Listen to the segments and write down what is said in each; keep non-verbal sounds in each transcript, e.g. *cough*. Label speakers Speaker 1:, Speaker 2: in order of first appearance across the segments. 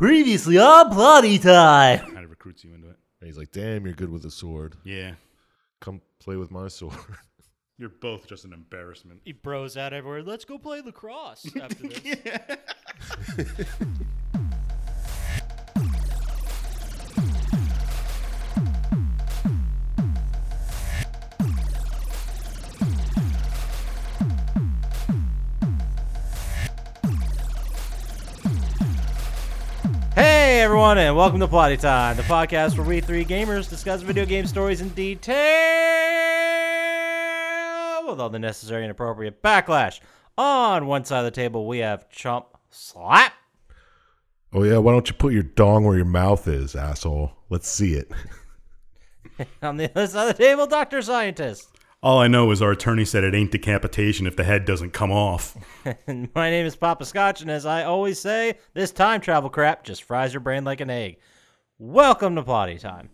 Speaker 1: Previously on Plotty Time.
Speaker 2: Kind of recruits you into it.
Speaker 3: And he's like, damn, you're good with a sword.
Speaker 2: Yeah.
Speaker 3: Come play with my *laughs* sword.
Speaker 2: You're both just an embarrassment.
Speaker 4: He bros out everywhere. Let's go play lacrosse after this.
Speaker 1: Hey everyone, and welcome to Plotty Time, the podcast where we three gamers discuss video game stories in detail with all the necessary and appropriate backlash. On one side of the table, we have Chump Slap.
Speaker 3: oh, yeah, why don't you put your dong where your mouth is, asshole? Let's see it. *laughs*
Speaker 1: On the other side of the table, Doctor Scientist.
Speaker 2: All I know is our attorney said it ain't decapitation if the head doesn't come off.
Speaker 1: And *laughs* my name is Papa Scotch, and as I always say, this time travel crap just fries your brain like an egg. Welcome to Plotty Time.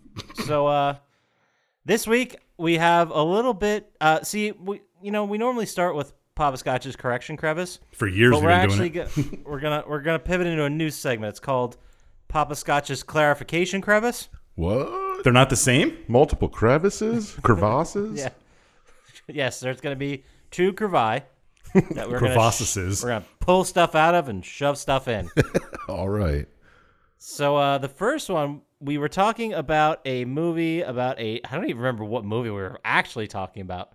Speaker 1: so, uh, this week we have a little bit. Uh, see, we you know we normally start with Papa Scotch's correction crevice,
Speaker 2: For years
Speaker 1: but
Speaker 2: we've
Speaker 1: we're
Speaker 2: been
Speaker 1: actually
Speaker 2: doing it.
Speaker 1: go- *laughs* we're gonna we're gonna pivot into a new segment. It's called Papa Scotch's clarification crevice.
Speaker 3: What?
Speaker 2: They're not the same? *laughs*
Speaker 3: Multiple crevices? Crevasses?
Speaker 1: Yeah. yes, there's gonna be two crevae that we're gonna sh-
Speaker 2: Crevasses.
Speaker 1: we're gonna pull stuff out of and shove stuff in.
Speaker 3: All right.
Speaker 1: So uh, the first one we were talking about a movie about a I don't even remember what movie we were actually talking about.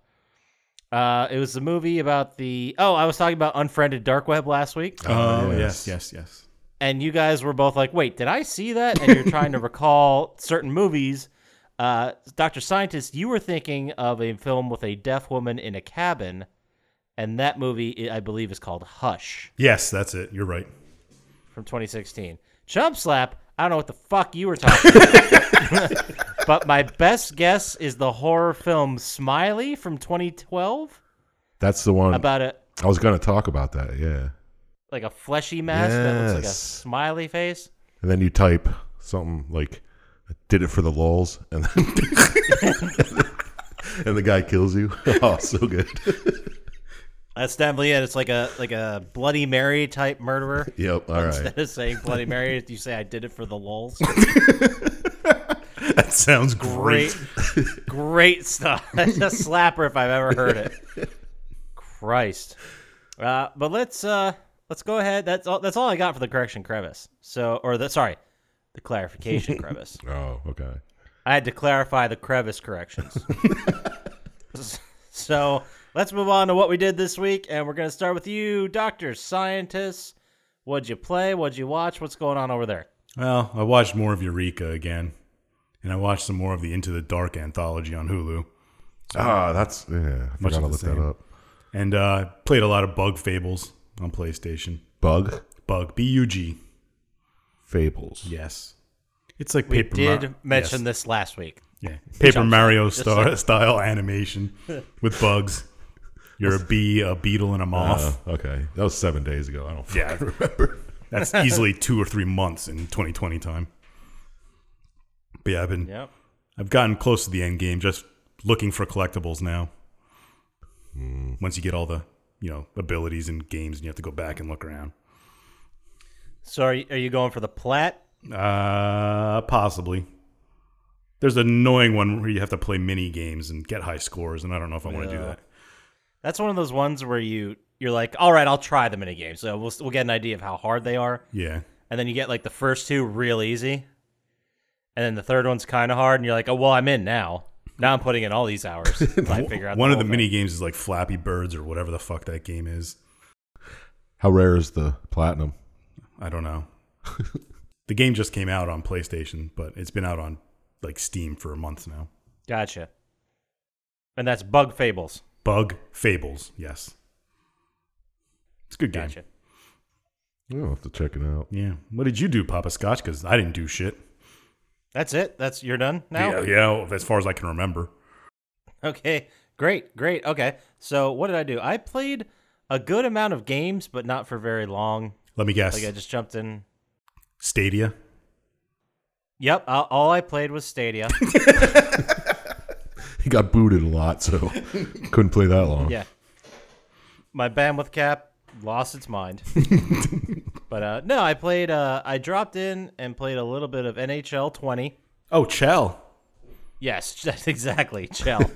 Speaker 1: Uh, it was the movie about the oh I was talking about Unfriended Dark Web last week,
Speaker 2: Oh,
Speaker 3: yes.
Speaker 2: yes, yes, yes.
Speaker 1: and you guys were both like, wait, did I see that? And you're trying to recall certain movies. Uh, Doctor Scientist, you were thinking of a film with a deaf woman in a cabin, and that movie I believe is called Hush.
Speaker 2: Yes, that's it. You're right. *laughs*
Speaker 1: from 2016. Chump slap. I don't know what the fuck you were talking about. *laughs* but my best guess is the horror film Smiley from 2012
Speaker 3: That's the one.
Speaker 1: about a
Speaker 3: I was going to talk about that, yeah.
Speaker 1: like a fleshy mask that looks like a
Speaker 3: Yes.
Speaker 1: smiley face.
Speaker 3: And then you type something like, I did it for the lulz, *laughs* and then. *laughs* and the guy kills you. *laughs* oh, so good.
Speaker 1: That's definitely it. It's like a like a Bloody Mary type
Speaker 3: *laughs*
Speaker 1: murderer.
Speaker 3: yep. All
Speaker 2: *laughs*
Speaker 3: right.
Speaker 1: Instead of saying Bloody Mary, you say I did it for the lulz.
Speaker 2: That sounds great.
Speaker 1: Great, great stuff. *laughs* That's a slapper if I've ever heard it. Christ. Uh, but let's uh, let's go ahead. That's all. That's all I got for the correction crevice. So, or the sorry, the clarification crevice.
Speaker 3: Oh, okay.
Speaker 1: I had to clarify the crevice corrections. *laughs* so let's move on to what we did this week, and we're gonna start with you, Doctor Scientist. What'd you play? What'd you watch? What's going on over there?
Speaker 2: Well, I watched more of Eureka again, and I watched some more of the Into the Dark anthology on Hulu.
Speaker 3: Ah, that's. Yeah. I
Speaker 2: Much of
Speaker 3: forgot to
Speaker 2: the
Speaker 3: look that
Speaker 2: same.
Speaker 3: up.
Speaker 2: And uh, played a lot of Bug Fables on PlayStation.
Speaker 3: Bug?
Speaker 2: Bug, B U G.
Speaker 3: Fables.
Speaker 2: Yes. It's like
Speaker 1: We
Speaker 2: Paper Mar-
Speaker 1: did mention
Speaker 2: Yes.
Speaker 1: this last week.
Speaker 2: Yeah, Paper Mario star- style animation with bugs. You're a bee, a beetle, and a
Speaker 3: Uh,
Speaker 2: moth.
Speaker 3: okay, that was seven days ago. I don't fucking
Speaker 2: Yeah.
Speaker 3: remember. *laughs*
Speaker 2: That's easily two or three months in 2020 time. But yeah, I've been
Speaker 1: Yep.
Speaker 2: I've gotten close to the end game. Just looking for collectibles now.
Speaker 3: Hmm.
Speaker 2: Once you get all the you know abilities and games, and you have to go back and look around.
Speaker 1: So are you, are you going for the plat?
Speaker 2: Uh, possibly. There's an annoying one where you have to play mini games and get high scores, and I don't know if I want to do
Speaker 1: Yeah.
Speaker 2: that.
Speaker 1: That's one of those ones where you you're like, all right, I'll try the mini games. So we'll we'll get an idea of how hard they are,
Speaker 2: Yeah.
Speaker 1: and then you get like the first two real easy, and then the third one's kind of hard, and you're like, oh well, I'm in now. Now I'm putting in all these
Speaker 2: *laughs*
Speaker 1: hours. till I figure out
Speaker 2: one of the
Speaker 1: whole
Speaker 2: mini games is like Flappy Birds or whatever the fuck that game is.
Speaker 3: How rare is the platinum?
Speaker 2: I don't *laughs* know. the game just came out on PlayStation, but it's been out on like Steam for a month now.
Speaker 1: thing. Gotcha. And that's Bug Fables.
Speaker 2: Bug Fables, yes. It's a good game.
Speaker 1: Gotcha.
Speaker 3: I'll have to check it out. *laughs*
Speaker 2: Yeah. What did you do, Papa Scotch? Because I didn't do shit.
Speaker 1: That's it. That's you're done now.
Speaker 2: Yeah, yeah, as far as I can remember.
Speaker 1: Okay. Great. Great. Okay. So what did I do? I played a good amount of games, but not for very long.
Speaker 2: Let me guess.
Speaker 1: Like I just jumped in.
Speaker 2: Stadia.
Speaker 1: Yep. All, all I played was Stadia.
Speaker 3: He got booted a lot,
Speaker 2: *laughs*
Speaker 3: so couldn't play that long.
Speaker 1: Yeah. My bandwidth cap lost its mind. But uh, no, I played. Uh, I dropped in and played a little bit of NHL 20.
Speaker 2: Oh, Chell.
Speaker 1: Yes, *laughs* that's exactly, Chell.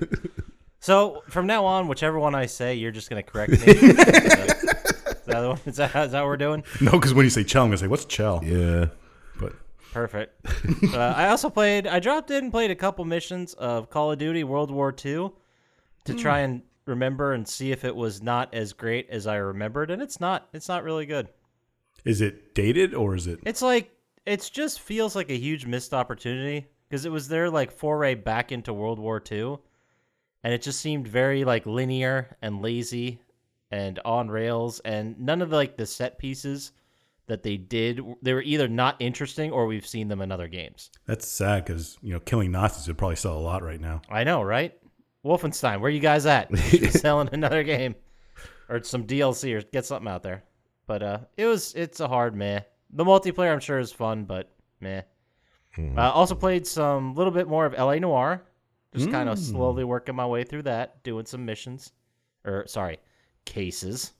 Speaker 1: so from now on, whichever one I say, you're just gonna correct me. *laughs* is, that, is that the one- is that- is that what we're doing?
Speaker 2: *laughs* No, because when you say Chell, I'm gonna say what's Chell.
Speaker 3: Yeah.
Speaker 2: But
Speaker 1: Perfect. uh, I also played. I dropped in and played a couple missions of Call of Duty World War II to try and remember and see if it was not as great as I remembered, and it's not. It's not really good.
Speaker 2: is it dated or is it?
Speaker 1: It's like it's just feels like a huge missed opportunity because it was their like foray back into World War II, and it just seemed very like linear and lazy and on rails, and none of like the set pieces that they did they were either not interesting or we've seen them in other games.
Speaker 2: That's sad because you know killing Nazis would probably sell a lot right now.
Speaker 1: I know, right? Wolfenstein, where you guys at? Just selling another game or some DLC or get something out there. But uh, it was it's a hard meh. The multiplayer I'm sure is fun, but meh. Uh, also played some little bit more of LA Noir. Just kind of slowly working my way through that, doing some missions, or sorry, cases.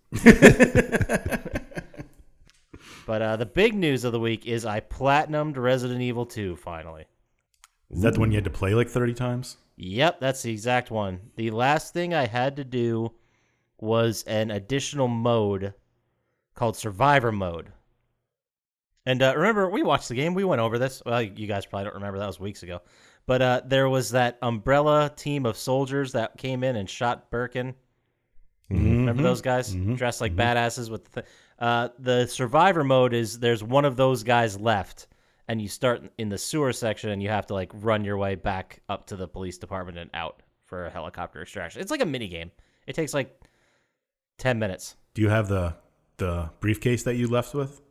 Speaker 1: but uh, the big news of the week is I platinumed Resident Evil 2 finally.
Speaker 2: Is that the one you had to play like 30 times?
Speaker 1: Yep, that's the exact one. The last thing I had to do was an additional mode called Survivor Mode. And uh, remember, we watched the game. We went over this. Well, you guys probably don't remember. That was weeks ago. But uh, there was that umbrella team of soldiers that came in and shot Birkin. Remember those guys dressed like badasses with the. Th- uh, the survivor mode is there's one of those guys left, and you start in the sewer section, and you have to like run your way back up to the police department and out for a helicopter extraction. It's like a mini game. It takes like ten minutes.
Speaker 2: Do you have the the briefcase that you left with,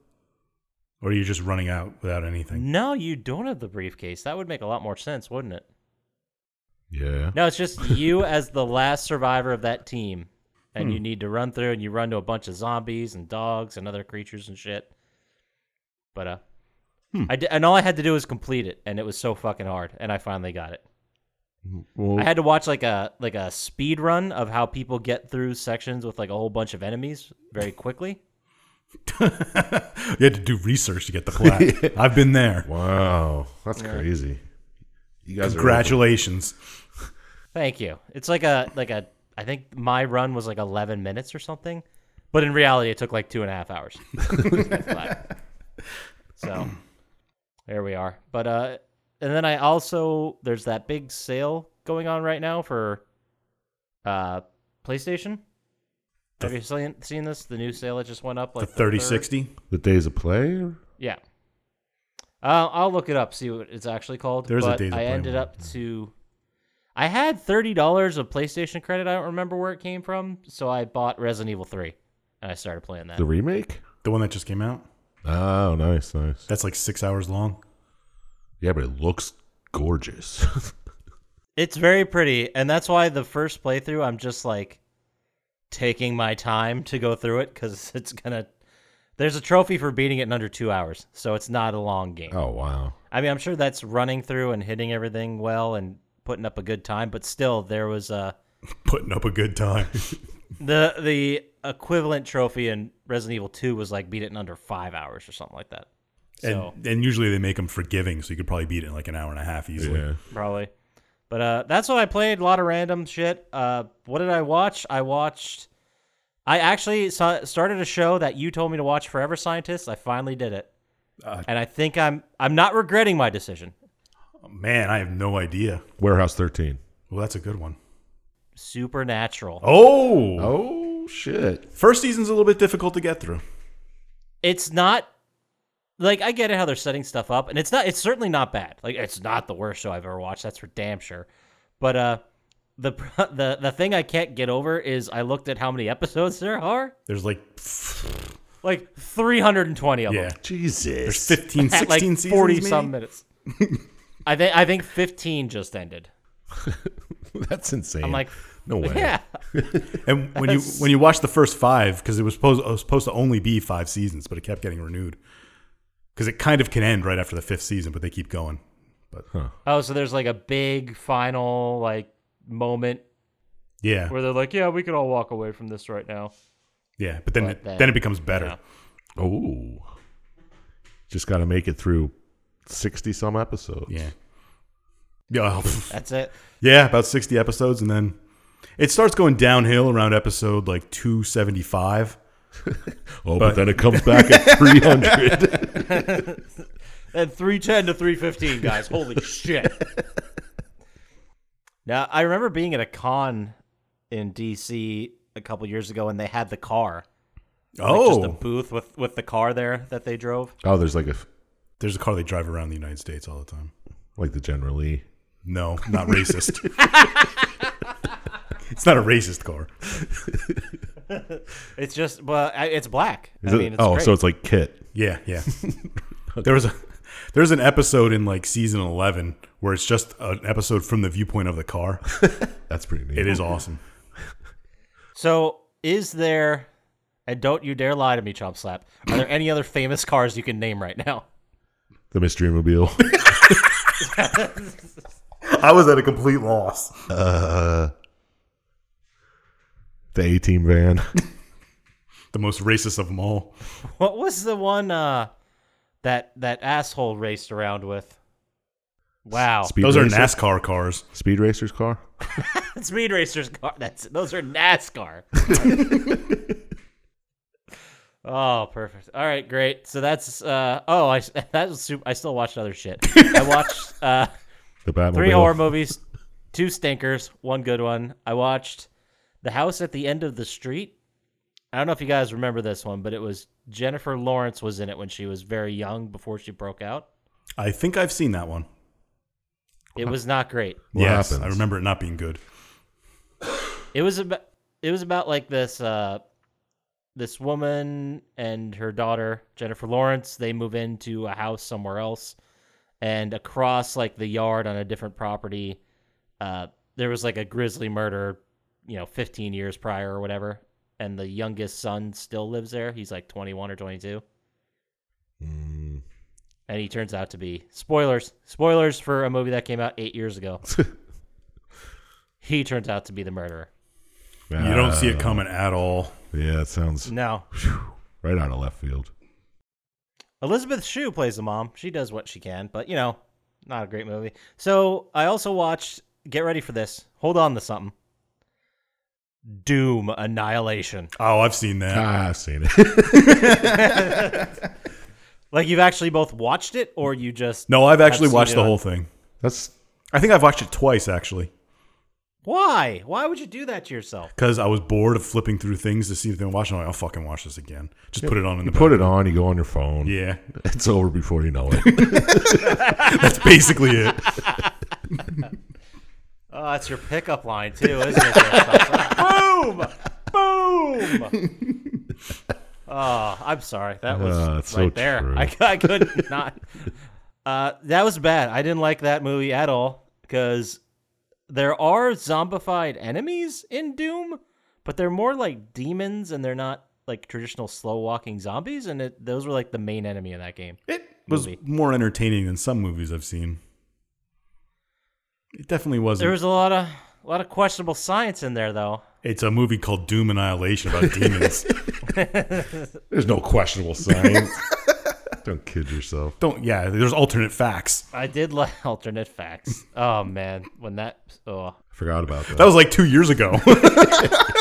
Speaker 2: or are you just running out without anything?
Speaker 1: No, you don't have the briefcase. That would make a lot more sense, wouldn't it?
Speaker 3: Yeah.
Speaker 1: No, it's just you as the last survivor of that team, and you need to run through, and you run to a bunch of zombies and dogs and other creatures and shit. But uh, I di- and all I had to do was complete it, and it was so fucking hard, and I finally got it.
Speaker 3: Well,
Speaker 1: I had to watch like a like a speed run of how people get through sections with like a whole bunch of enemies very quickly.
Speaker 2: *laughs* you had to do research to get the plat. I've been there.
Speaker 3: wow. That's crazy. You guys are
Speaker 2: Congratulations.
Speaker 1: Thank you. It's like a like a I think my run was like eleven minutes or something, but in reality it took like two and a half hours. so there we are. But uh, and then I also there's that big sale going on right now for uh PlayStation. Have you seen, seen this? The new sale that just went up
Speaker 2: The
Speaker 1: like third?
Speaker 2: 3060.
Speaker 3: the days of play.
Speaker 1: Yeah. Uh, I'll look it up, see what it's actually called.
Speaker 2: There's a
Speaker 1: but
Speaker 2: Days of
Speaker 1: I
Speaker 2: Play
Speaker 1: ended
Speaker 2: one,
Speaker 1: up to. I had thirty dollars of PlayStation credit. I don't remember where it came from, so I bought Resident Evil Three, and I started playing that.
Speaker 3: The remake?
Speaker 2: The one that just came out?
Speaker 3: Oh, nice, nice.
Speaker 2: That's like six hours long. *laughs*
Speaker 3: Yeah, but it looks gorgeous. *laughs*
Speaker 1: It's very pretty, and that's why the first playthrough, I'm just like taking my time to go through it because *laughs* it's gonna. There's a trophy for beating it in under two hours, so it's not a long game.
Speaker 3: oh, wow.
Speaker 1: I mean, I'm sure that's running through and hitting everything well and putting up a good time, but still, there was a.
Speaker 2: Putting up a good time.
Speaker 1: The the equivalent trophy in Resident Evil 2 was like beat it in under five hours or something like that. So
Speaker 2: and, and usually they make them forgiving, so you could probably beat it in like an hour and a half easily.
Speaker 3: Yeah.
Speaker 1: probably. But uh, that's what I played. A lot of random shit. Uh, what did I watch? I watched. I actually saw, started a show that you told me to watch, Forever Scientists. I finally did it,
Speaker 2: Uh,
Speaker 1: and I think I'm I'm not regretting my decision.
Speaker 2: Oh, Man, I have no idea.
Speaker 3: Warehouse 13.
Speaker 2: Well, that's a good one.
Speaker 1: Supernatural.
Speaker 2: Oh,
Speaker 3: Oh, shit.
Speaker 2: first season's a little bit difficult to get through.
Speaker 1: it's not like I get it how they're setting stuff up, and it's not. It's certainly not bad. Like it's not the worst show I've ever watched. That's for damn sure. But uh, the pr- *laughs* the the thing I can't get over is I looked at how many episodes there are.
Speaker 2: There's like, pff,
Speaker 1: Like 320 of
Speaker 2: yeah,
Speaker 1: them.
Speaker 2: there's
Speaker 3: Jesus.
Speaker 2: 15,
Speaker 1: At *laughs*
Speaker 2: 16
Speaker 1: like
Speaker 2: seasons.
Speaker 1: 40
Speaker 2: maybe?
Speaker 1: some minutes. I think I think 15 just ended.
Speaker 3: *laughs* That's insane.
Speaker 1: I'm like,
Speaker 2: *laughs*
Speaker 3: no way.
Speaker 1: yeah.
Speaker 2: And when you when you watch the first five, because it was supposed it was supposed to only be five seasons, but it kept getting renewed. Because it kind of can end right after the fifth season, but they keep going.
Speaker 1: Oh, so there's like a big final like moment
Speaker 2: Yeah,
Speaker 1: where they're like, yeah, we could all walk away from this right now.
Speaker 2: yeah. But then
Speaker 1: But
Speaker 2: it,
Speaker 1: then-
Speaker 2: then it becomes better.
Speaker 1: yeah.
Speaker 3: Oh. Just got to make it through 60 some episodes.
Speaker 2: Yeah. Yeah, oh,
Speaker 1: That's it.
Speaker 2: yeah, about 60 episodes and then it starts going downhill around episode like 275.
Speaker 3: Oh, but,
Speaker 2: But-
Speaker 3: then it comes
Speaker 2: *laughs*
Speaker 3: back at 300.
Speaker 1: And 310 to 315, guys.
Speaker 3: *laughs*
Speaker 1: Holy shit. Now, I remember being at a con in DC a couple years ago and they had the car. Like,
Speaker 2: Oh,
Speaker 1: Just a booth with, with the car there that they drove.
Speaker 3: oh, there's like a f-
Speaker 2: there's a car they drive around the United States all the time.
Speaker 3: like the General Lee.
Speaker 2: No, not racist. *laughs* it's not a racist car.
Speaker 1: It's just, but I- it's black.
Speaker 3: Is
Speaker 1: I
Speaker 3: it-
Speaker 1: mean, it's
Speaker 3: oh,
Speaker 1: great.
Speaker 3: so it's like Kit.
Speaker 2: Yeah, *laughs* yeah. there was a there's an episode in like season 11 where it's just an episode from the viewpoint of the car.
Speaker 3: That's pretty neat.
Speaker 2: It is awesome.
Speaker 1: So, is there, and don't you dare lie to me, Chomp Slap, are there any other famous cars you can name right now? *laughs*
Speaker 3: The Mystery Mobile.
Speaker 2: *laughs*
Speaker 3: *laughs*
Speaker 2: I was at a complete loss.
Speaker 3: the A Team van. *laughs*
Speaker 2: The most racist of them all.
Speaker 1: What was the one uh, that that asshole raced around with? Wow,
Speaker 3: Speed
Speaker 2: Those are
Speaker 3: racer-
Speaker 2: NASCAR cars.
Speaker 3: Speed Racer's car.
Speaker 1: Speed Racer's car. That's those are NASCAR. oh, perfect. All right, great. So that's uh oh, I *laughs* that was super, I still watched other shit. I watched uh
Speaker 3: The Batmobile.
Speaker 1: three horror movies, two stinkers, one good one. I watched The House at the End of the Street. I don't know if you guys remember this one, but it was Jennifer Lawrence was in it when she was very young before she broke out.
Speaker 2: I think I've seen that one.
Speaker 1: It was not great.
Speaker 3: What
Speaker 2: yes,
Speaker 3: happens?
Speaker 2: I remember it not being good.
Speaker 1: It was about it was about like this uh this woman and her daughter Jennifer Lawrence. They move into a house somewhere else, and across like the yard on a different property, uh, there was like a grisly murder, you know, 15 years prior or whatever. And the youngest son still lives there. He's like 21 or 22,
Speaker 3: Mm,
Speaker 1: and he turns out to be spoilers spoilers for a movie that came out eight years ago. he turns out to be the murderer.
Speaker 2: You don't see it
Speaker 3: uh,
Speaker 2: coming at all.
Speaker 3: Yeah, it sounds
Speaker 1: No,
Speaker 3: right out of left field.
Speaker 1: Elizabeth Shue plays the mom. She does what she can, but you know, not a great movie. So I also watched. Get ready for this. Hold on to something. Doom Annihilation.
Speaker 2: Oh, I've seen that.
Speaker 3: Ah, I've seen it. *laughs*
Speaker 1: Like you've actually both watched it, or you just
Speaker 2: No, I've actually
Speaker 1: seen
Speaker 2: watched
Speaker 1: it
Speaker 2: the
Speaker 1: on-
Speaker 2: whole thing.
Speaker 3: That's
Speaker 2: I think I've watched it twice actually
Speaker 1: Why? Why would you do that to yourself?
Speaker 2: because I was bored of flipping through things to see if they were watching. I'm like, I'll fucking watch this again. Just put it on in
Speaker 3: you
Speaker 2: the
Speaker 3: put it on. You go on your phone.
Speaker 2: Yeah,
Speaker 3: It's over before you know
Speaker 2: *laughs*
Speaker 3: it.
Speaker 2: that's basically
Speaker 3: *laughs*
Speaker 2: it.
Speaker 1: Oh, that's your pickup line too, isn't it? *laughs* boom, boom. Oh, I'm sorry. That was
Speaker 3: Uh,
Speaker 1: right
Speaker 3: it's so
Speaker 1: there.
Speaker 3: true.
Speaker 1: I, cou- I could not. *laughs* Uh, that was bad. I didn't like that movie at all because there are zombified enemies in Doom, but they're more like demons and they're not like traditional slow walking zombies. And it, those were like the main enemy in that game.
Speaker 2: *laughs* It was
Speaker 1: Movie.
Speaker 2: more entertaining than some movies I've seen. It definitely wasn't.
Speaker 1: There was a lot of a lot of questionable science in there, though.
Speaker 2: it's a movie called Doom
Speaker 1: *laughs*
Speaker 2: Annihilation about demons.
Speaker 3: There's no
Speaker 2: *laughs*
Speaker 3: questionable science. don't kid yourself.
Speaker 2: Don't. Yeah, there's alternate facts.
Speaker 1: I did like *laughs* alternate facts. Oh man, when that oh
Speaker 3: I forgot about that.
Speaker 2: That was like two years ago. *laughs*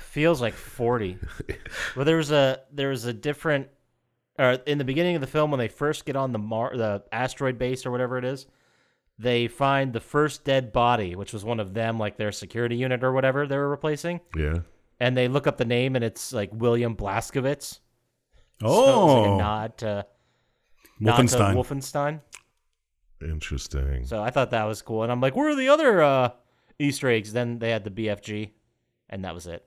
Speaker 1: feels like forty. Well, there was a there was a different, or in the beginning of the film when they first get on the Mar the asteroid base or whatever it is, they find the first dead body, which was one of them, like their security unit or whatever they were replacing,
Speaker 3: yeah.
Speaker 1: and they look up the name and it's like William Blaskowitz. so it's like a
Speaker 2: oh,
Speaker 1: nod to nod to
Speaker 2: Wolfenstein.
Speaker 1: Wolfenstein.
Speaker 3: Interesting.
Speaker 1: So I thought that was cool, and I'm like, where are the other uh, Easter eggs? Then they had the BFG, and that was it.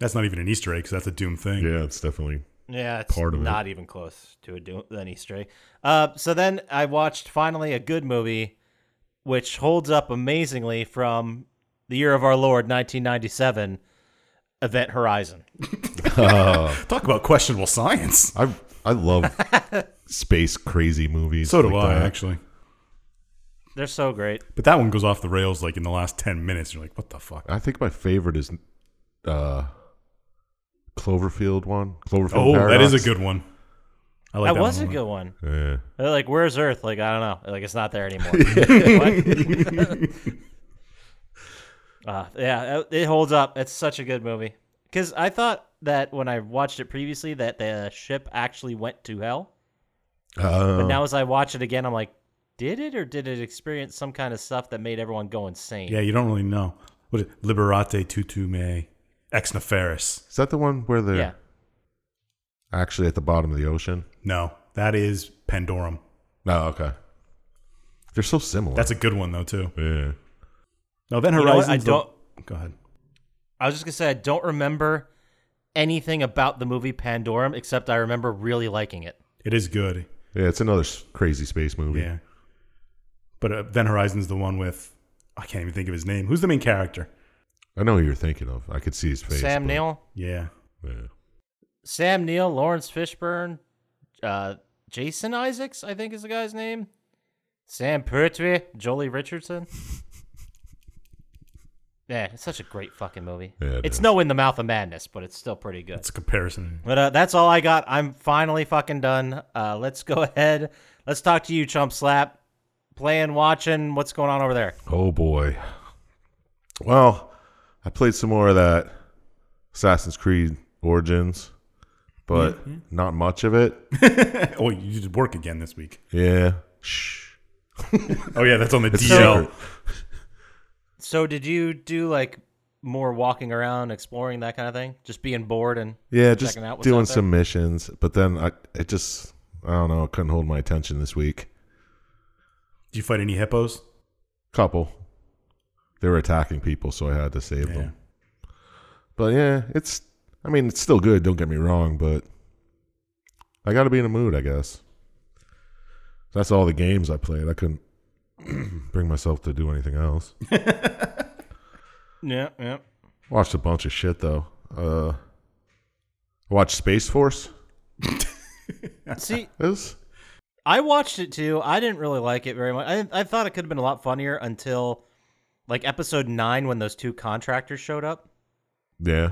Speaker 2: that's not even an Easter egg because that's a Doom thing.
Speaker 3: yeah, it's definitely
Speaker 1: Yeah, it's
Speaker 3: Part of it.
Speaker 1: not even close to a do- an Easter egg. Uh, so then I watched finally a good movie, which holds up amazingly from the year of our Lord 1997, Event Horizon.
Speaker 2: Talk about questionable science.
Speaker 3: I
Speaker 1: *laughs*
Speaker 3: I love space crazy movies.
Speaker 2: So do
Speaker 3: like
Speaker 2: I,
Speaker 3: that.
Speaker 2: actually.
Speaker 1: They're so great.
Speaker 2: But that one goes off the rails like in the last 10 minutes. You're like, what the fuck?
Speaker 3: I think my favorite is uh Cloverfield one. Cloverfield.
Speaker 2: Oh, that
Speaker 3: Paradox.
Speaker 2: is a good one. I like
Speaker 1: That
Speaker 2: that
Speaker 1: was a
Speaker 2: one.
Speaker 1: good one.
Speaker 3: Yeah.
Speaker 1: They're like, where's Earth? Like, I don't know. Like, it's not there anymore.
Speaker 3: *laughs*
Speaker 1: *laughs* What? uh, yeah, it- it holds up. It's such a good movie. Because I thought that when I watched it previously, that the ship actually went to hell. But
Speaker 3: Uh,
Speaker 1: now as I watch it again, I'm like, did it or did it experience some kind of stuff that made everyone go insane?
Speaker 2: Yeah, you don't really know. What is Liberate Tutu Me Ex Nefaris?
Speaker 3: is that the one where they're
Speaker 1: Yeah.
Speaker 3: actually at the bottom of the ocean?
Speaker 2: No, that is Pandorum.
Speaker 3: Oh, okay. They're so similar.
Speaker 2: That's a good one though too.
Speaker 3: yeah.
Speaker 2: No, then
Speaker 1: You know what?
Speaker 2: Horizon.
Speaker 1: I don't.
Speaker 2: Go ahead.
Speaker 1: I was just gonna say I don't remember anything about the movie Pandorum except I remember really liking it.
Speaker 2: It is good.
Speaker 3: Yeah, it's another s- crazy space movie.
Speaker 2: Yeah. But uh, then Horizon's the one with I can't even think of his name. Who's the main character?
Speaker 3: I know who you're thinking of. I could see his face.
Speaker 1: Sam
Speaker 3: but-
Speaker 1: Neill,
Speaker 2: Yeah.
Speaker 3: Yeah.
Speaker 1: Sam Neill, Lawrence Fishburne, uh, Jason Isaacs, I think is the guy's name. Sam Pertwee, Jolie
Speaker 3: *laughs*
Speaker 1: Richardson. Yeah, it's such a great fucking movie.
Speaker 3: Yeah, it
Speaker 1: it's
Speaker 3: is.
Speaker 1: no in the mouth of madness, but it's still pretty good.
Speaker 2: It's a comparison. *laughs*
Speaker 1: But uh, that's all I got. I'm finally fucking done. Uh, let's go *laughs* ahead. Let's talk to you, Chump Slap. Playing, watching. What's going on over there?
Speaker 3: Oh boy. Well, I played some more of that Assassin's Creed Origins, but not much of it.
Speaker 2: Oh, you did work again this week.
Speaker 3: Yeah. Shh.
Speaker 2: Oh yeah, that's on the
Speaker 3: It's
Speaker 2: DL.
Speaker 3: secret.
Speaker 1: So, did you do like more walking around, exploring that kind of thing? Just being bored and
Speaker 3: Yeah, just
Speaker 1: Checking out what's
Speaker 3: doing
Speaker 1: out there.
Speaker 3: some missions, but then I it just I don't know, it couldn't hold my attention this week.
Speaker 2: Do you fight any hippos?
Speaker 3: Couple. They were attacking people, so I had to save
Speaker 2: Yeah.
Speaker 3: them. But yeah, it's I mean, it's still good, don't get me wrong, but I got to be in a mood, I guess. That's all the games I played. I couldn't *clears throat* bring myself to do anything else.
Speaker 1: yeah, yeah.
Speaker 3: Watched a bunch of shit though. Uh I watched Space Force.
Speaker 1: See,
Speaker 3: Is
Speaker 1: I watched it too. I didn't really like it very much. I I thought it could have been a lot funnier until like episode nine when those two contractors showed up.
Speaker 3: yeah.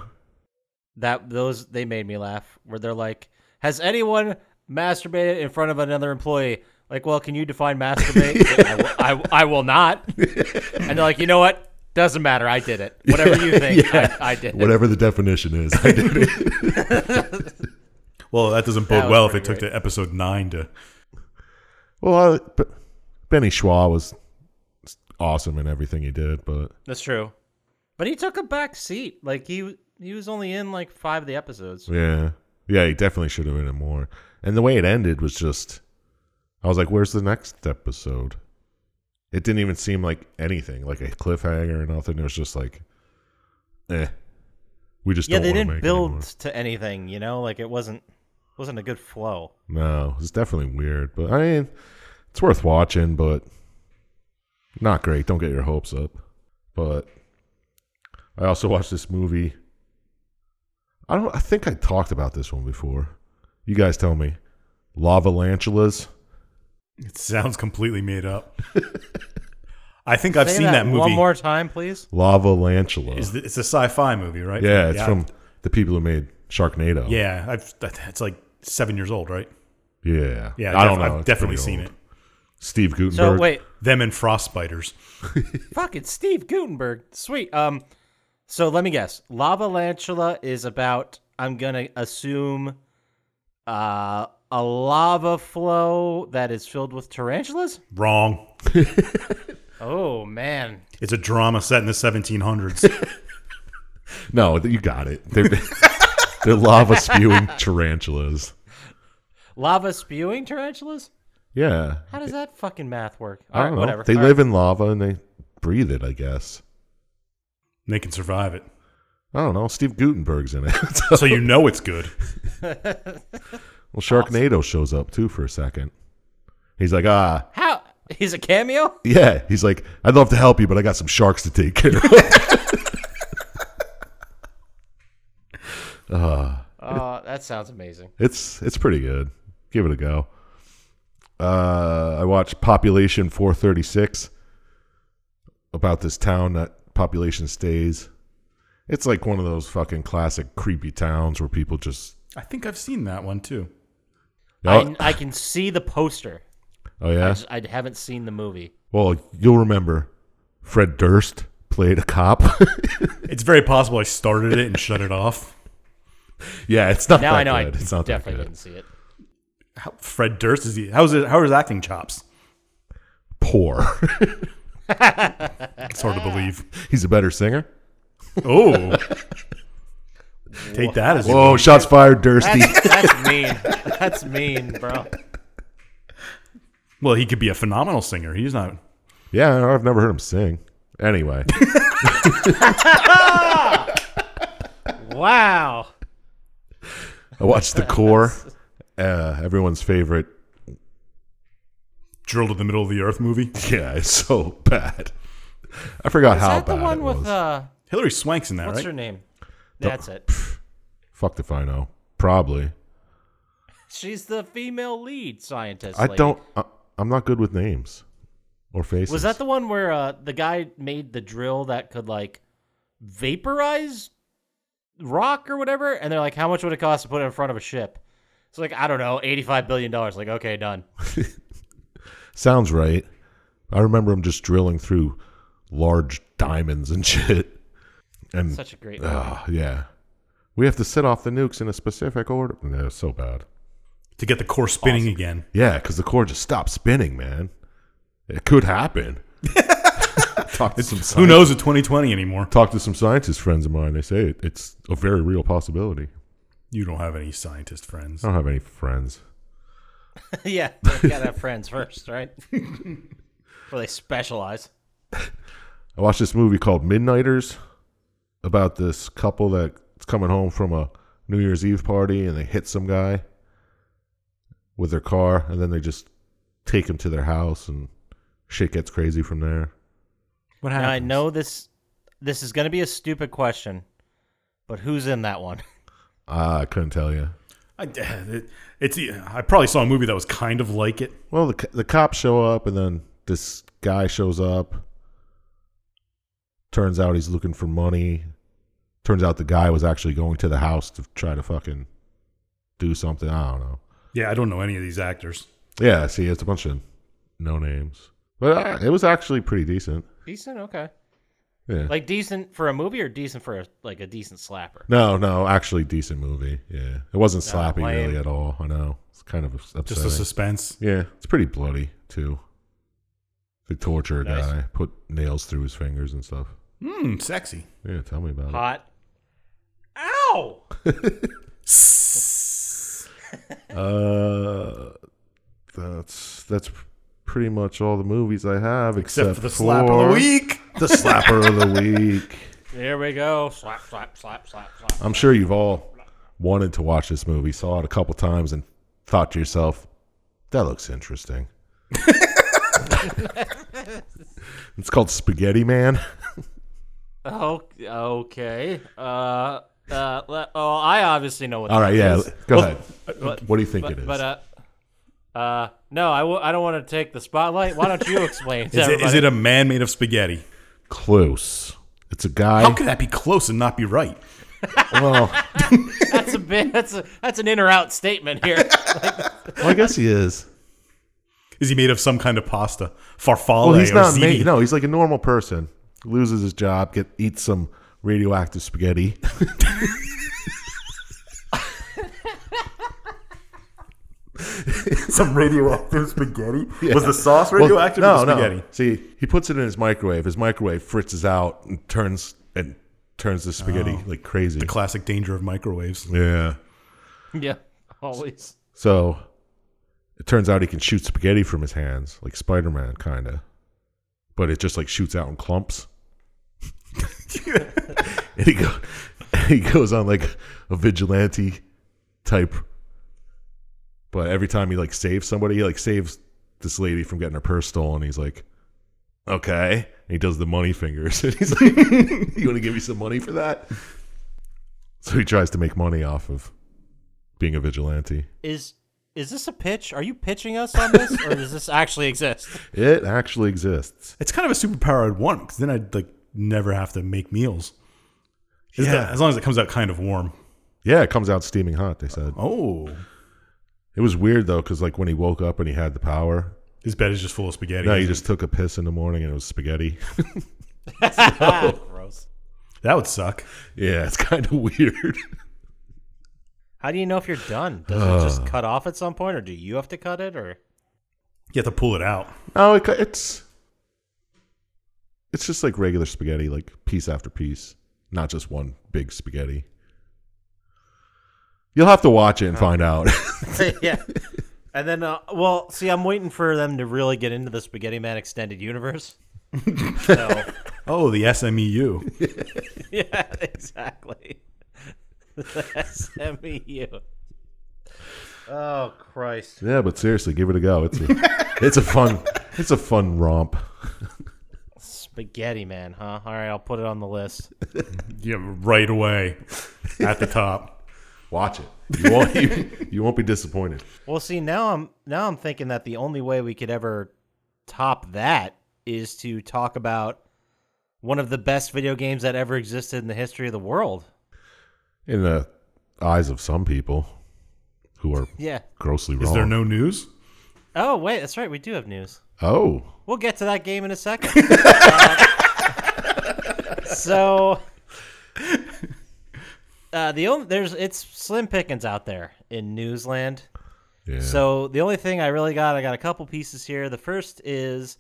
Speaker 1: that those they made me laugh where they're like has anyone masturbated in front of another employee like well can you define
Speaker 3: *laughs*
Speaker 1: masturbate I, will, I will- I will not and they're like you know what doesn't matter i did it whatever you
Speaker 3: *laughs*
Speaker 1: think I, I did it.
Speaker 3: Whatever the definition is, *laughs* I did it.
Speaker 2: Well, that doesn't
Speaker 1: That
Speaker 2: bode
Speaker 1: was
Speaker 2: well if they
Speaker 1: pretty
Speaker 2: took to episode nine to.
Speaker 3: Well, I, but Benny Schwa was awesome in everything he did, but
Speaker 1: that's true but he took a back seat like he he was only in like five of the episodes
Speaker 3: yeah, yeah, he definitely should have been in more. And the way it ended was just, I was like, "Where's the next episode?" It didn't even seem like anything, like a cliffhanger or nothing. It was just like, eh, we just
Speaker 1: yeah
Speaker 3: don't
Speaker 1: they
Speaker 3: wanna
Speaker 1: didn't
Speaker 3: make
Speaker 1: build
Speaker 3: anymore.
Speaker 1: to anything you know like it wasn't wasn't a good flow
Speaker 3: No, it's definitely weird, but I mean, it's worth watching, but not great. Don't get your hopes up. But I also watched this movie. I don't. I think I talked about this one before. You guys tell me. Lavalantulas.
Speaker 2: It sounds completely made *laughs* up. I think I've
Speaker 1: Say
Speaker 2: seen that, movie.
Speaker 1: one more time please
Speaker 3: Lavalantula.
Speaker 2: Is the, it's a sci-fi movie, right?
Speaker 3: yeah, it's from the people who made Sharknado.
Speaker 2: Yeah, I've, that- that's like seven years old, right?
Speaker 3: yeah.
Speaker 2: Yeah,
Speaker 3: I
Speaker 2: def-
Speaker 3: don't know.
Speaker 2: I've
Speaker 3: It's
Speaker 2: definitely
Speaker 3: pretty
Speaker 2: seen
Speaker 3: old.
Speaker 2: it.
Speaker 3: Steve
Speaker 1: so
Speaker 3: Gutenberg.
Speaker 1: wait
Speaker 2: Them and Frost Spiders.
Speaker 1: Fucking Steve Gutenberg. Sweet. Um, so let me guess. Lava Lantula is about. I'm gonna assume, uh, a lava flow that is filled with tarantulas.
Speaker 2: Wrong.
Speaker 1: Oh man.
Speaker 2: It's a drama set in the
Speaker 3: *laughs*
Speaker 2: 1700s.
Speaker 3: No, you got it. They're, *laughs* they're lava
Speaker 2: *laughs*
Speaker 3: spewing tarantulas.
Speaker 1: Lava spewing tarantulas?
Speaker 3: Yeah.
Speaker 1: How does that fucking math work?
Speaker 3: I don't
Speaker 1: Alright,
Speaker 3: know.
Speaker 1: whatever.
Speaker 3: They
Speaker 1: All
Speaker 3: live in lava and they breathe it, I guess.
Speaker 2: they can survive it,
Speaker 3: I don't know. Steve Gutenberg's in it. *laughs* So-
Speaker 2: so you know it's good.
Speaker 3: well, Sharknado shows up too for a second. He's like,
Speaker 1: right.
Speaker 3: ah,
Speaker 1: How? He's a cameo?
Speaker 3: yeah. He's like, I'd love to help you, but I got some sharks to take care of. *laughs*
Speaker 1: Uh, that sounds amazing.
Speaker 3: it's it's pretty good. Give it a go. Uh, I watched Population 436 about this town that population stays. It's like one of those fucking classic creepy towns where people just
Speaker 2: I think I've seen that one too.
Speaker 3: Oh,
Speaker 1: I, I can see the poster.
Speaker 3: oh, yeah.
Speaker 1: I, just, I haven't seen the movie.
Speaker 3: Well, you'll remember Fred Durst played a cop. *laughs*
Speaker 2: It's very possible I started it and shut it off.
Speaker 3: yeah, it's not
Speaker 1: Now
Speaker 3: that
Speaker 1: I know I
Speaker 3: good. it's not that
Speaker 1: definitely
Speaker 3: good.
Speaker 1: didn't see it.
Speaker 2: How, Fred Durst is he? How's it? How are his acting chops?
Speaker 3: Poor. *laughs*
Speaker 2: It's hard to believe.
Speaker 3: He's a better singer.
Speaker 2: Oh, take that as
Speaker 3: Whoa, Oh, shots fired, Dursty.
Speaker 1: That's, that's mean. That's mean, bro.
Speaker 2: well. He could be a phenomenal singer. He's not.
Speaker 3: yeah, I've never heard him sing. Anyway,
Speaker 1: Wow.
Speaker 3: I watched
Speaker 1: *laughs*
Speaker 3: The Core, uh, everyone's favorite.
Speaker 2: Drill to the middle of the earth movie.
Speaker 3: Yeah, it's so bad. I forgot
Speaker 1: Is
Speaker 3: how
Speaker 1: that the
Speaker 3: bad
Speaker 1: one
Speaker 3: it
Speaker 1: with
Speaker 3: was.
Speaker 1: uh?
Speaker 2: Hillary Swank's in that,
Speaker 1: What's
Speaker 2: right?
Speaker 1: her name? That's it.
Speaker 3: Fuck if I know. Probably.
Speaker 1: She's the female lead scientist.
Speaker 3: I
Speaker 1: lady.
Speaker 3: don't. I, I'm not good with names or faces.
Speaker 1: Was that the one where uh, the guy made the drill that could like vaporize rock or whatever? And they're like, "How much would it cost to put it in front of a ship?" It's like I don't know, eighty-five billion dollars. Like, okay, done.
Speaker 3: Sounds right. I remember him just drilling through large diamonds and *laughs* shit. And
Speaker 1: Such a
Speaker 3: *laughs*
Speaker 1: great.
Speaker 3: ah, yeah, we have to set off the nukes in a specific order. No, so bad.
Speaker 2: To get the core spinning again.
Speaker 3: Yeah, because the core just stopped spinning, man. It
Speaker 1: *laughs*
Speaker 3: could happen. Talk to some
Speaker 2: Who
Speaker 3: scientists.
Speaker 2: knows with 2020 anymore?
Speaker 3: Talk to some scientist friends of mine. They say it, it's a very real possibility.
Speaker 2: You don't have any scientist friends.
Speaker 3: I don't have any friends.
Speaker 1: *laughs* yeah, you gotta have friends first,
Speaker 3: *laughs*
Speaker 1: right? Where they specialize.
Speaker 3: I watched this movie called Midnighters about this couple that's coming home from a New Year's Eve party and they hit some guy with their car and then they just take him to their house and shit gets crazy from there.
Speaker 2: What
Speaker 1: Now
Speaker 2: happened?
Speaker 1: I know this. This is gonna be a stupid question, but who's in that one?
Speaker 3: Ah, I couldn't tell you.
Speaker 2: I, it, it's. I probably saw a movie that was kind of like it.
Speaker 3: Well, the co- the cops show up and then this guy shows up. Turns out he's looking for money. Turns out the guy was actually going to the house to try to fucking do something. I don't know.
Speaker 2: Yeah, I don't know any of these actors.
Speaker 3: Yeah, see, it's a bunch of no names, but uh, it was actually pretty decent.
Speaker 1: Decent, okay.
Speaker 3: Yeah.
Speaker 1: Like decent for a movie or decent for a, like a decent slapper.
Speaker 3: no, no, actually decent movie. Yeah, it wasn't
Speaker 1: No,
Speaker 3: slappy
Speaker 1: lame.
Speaker 3: really at all. I know it's kind of upsetting.
Speaker 2: Just the suspense.
Speaker 3: yeah, it's pretty bloody too. They torture a
Speaker 1: Nice.
Speaker 3: guy, put nails through his fingers and stuff.
Speaker 2: Hmm, sexy.
Speaker 3: Yeah, tell me about it.
Speaker 1: Hot. Ow!
Speaker 3: Uh, that's that's pretty much all the movies I have except,
Speaker 2: Except for the slap of the
Speaker 3: for
Speaker 2: week.
Speaker 3: The slapper of
Speaker 2: *laughs*
Speaker 3: the week.
Speaker 1: There we go. Slap, slap, slap, slap, slap.
Speaker 3: I'm sure you've all wanted to watch this movie, saw it a couple times, and thought to yourself, "That looks interesting." it's called Spaghetti Man.
Speaker 1: Oh, okay. Uh, uh, le- oh, I obviously know what.
Speaker 3: All
Speaker 1: that
Speaker 3: right, yeah,
Speaker 1: is,
Speaker 3: go ahead.
Speaker 1: but-
Speaker 3: What do you think it
Speaker 1: but,
Speaker 3: is?
Speaker 1: but uh, uh, no, I w- I don't want to take the spotlight. Why don't you
Speaker 3: *laughs*
Speaker 1: explain? to
Speaker 2: Is it, is
Speaker 1: everybody?
Speaker 2: it a man made of spaghetti?
Speaker 3: Close. It's a guy.
Speaker 2: How could that be close and not be right?
Speaker 3: *laughs* well,
Speaker 1: that's a bit. That's a that's an in or out statement here.
Speaker 3: *laughs* well, I guess he is.
Speaker 2: Is he made of some kind of pasta? Farfalle
Speaker 3: Well, he's
Speaker 2: or
Speaker 3: not
Speaker 2: ziti? *laughs*
Speaker 3: made. No, he's like a normal person. Loses his job, get eats some radioactive spaghetti.
Speaker 2: Some radioactive
Speaker 3: *laughs*
Speaker 2: spaghetti? Was the sauce radioactive
Speaker 3: Well,
Speaker 2: or the spaghetti?
Speaker 3: See, he puts it in his microwave. His microwave fritzes out and turns and turns the spaghetti like crazy.
Speaker 2: Oh. The classic danger of microwaves.
Speaker 3: yeah.
Speaker 1: yeah, always.
Speaker 3: So it turns out he can shoot spaghetti from his hands, like Spider Man, kind of. But it just like shoots out in clumps. *laughs* and he, go, he goes on like a vigilante type. But every time he like saves somebody, he like saves this lady from getting her purse stolen. He's like, okay. And he does the money fingers. *laughs* And he's like, you want to give me some money for that? So he tries to make money off of being a vigilante.
Speaker 1: Is is this a pitch? Are you pitching us on this, or does this actually exist?
Speaker 3: It actually exists.
Speaker 2: It's kind of a superpower I'd want because then I'd like never have to make meals. Is
Speaker 3: Yeah.
Speaker 2: that- as long as it comes out kind of warm.
Speaker 3: Yeah, it comes out steaming hot, they said.
Speaker 2: Oh,
Speaker 3: It was weird though, because like when he woke up and he had the power,
Speaker 2: His bed is just full of spaghetti.
Speaker 3: no, he just took a piss in the morning and it was spaghetti. *laughs*
Speaker 1: Gross.
Speaker 2: that would suck.
Speaker 3: yeah, it's kind of *laughs* weird.
Speaker 1: How do you know if you're done? Does it just cut off at some point, or do you have to cut it? Or
Speaker 2: You have to pull it out.
Speaker 3: no, it, it's it's just like regular spaghetti, like piece after piece, not just one big spaghetti. You'll have to watch it and find out.
Speaker 1: *laughs*
Speaker 3: *laughs*
Speaker 1: yeah. And then, uh, well, see, I'm waiting for them to really get into the Spaghetti Man extended universe. so, *laughs*
Speaker 2: Oh, the
Speaker 3: *laughs*
Speaker 2: SMEU.
Speaker 1: yeah, exactly. SMEU. Oh Christ!
Speaker 3: yeah, but seriously, give it a go. It's a, it's a fun it's a fun romp.
Speaker 1: Spaghetti Man, huh? All right, I'll put it on the list.
Speaker 2: yeah, right away at the top.
Speaker 3: Watch it. You won't *laughs* you, you won't be disappointed.
Speaker 1: Well, see, now I'm now I'm thinking that the only way we could ever top that is to talk about one of the best video games that ever existed in the history of the world.
Speaker 3: In the eyes of some people who are
Speaker 1: Yeah.
Speaker 3: grossly wrong.
Speaker 2: Is there no news?
Speaker 1: Oh wait, that's right. We do have news.
Speaker 3: oh,
Speaker 1: We'll get to that game in a second. Uh, so, uh, the only there's it's slim pickings out there in Newsland.
Speaker 3: yeah. Oh,
Speaker 1: So the only thing I really got, I got a couple pieces here. The first is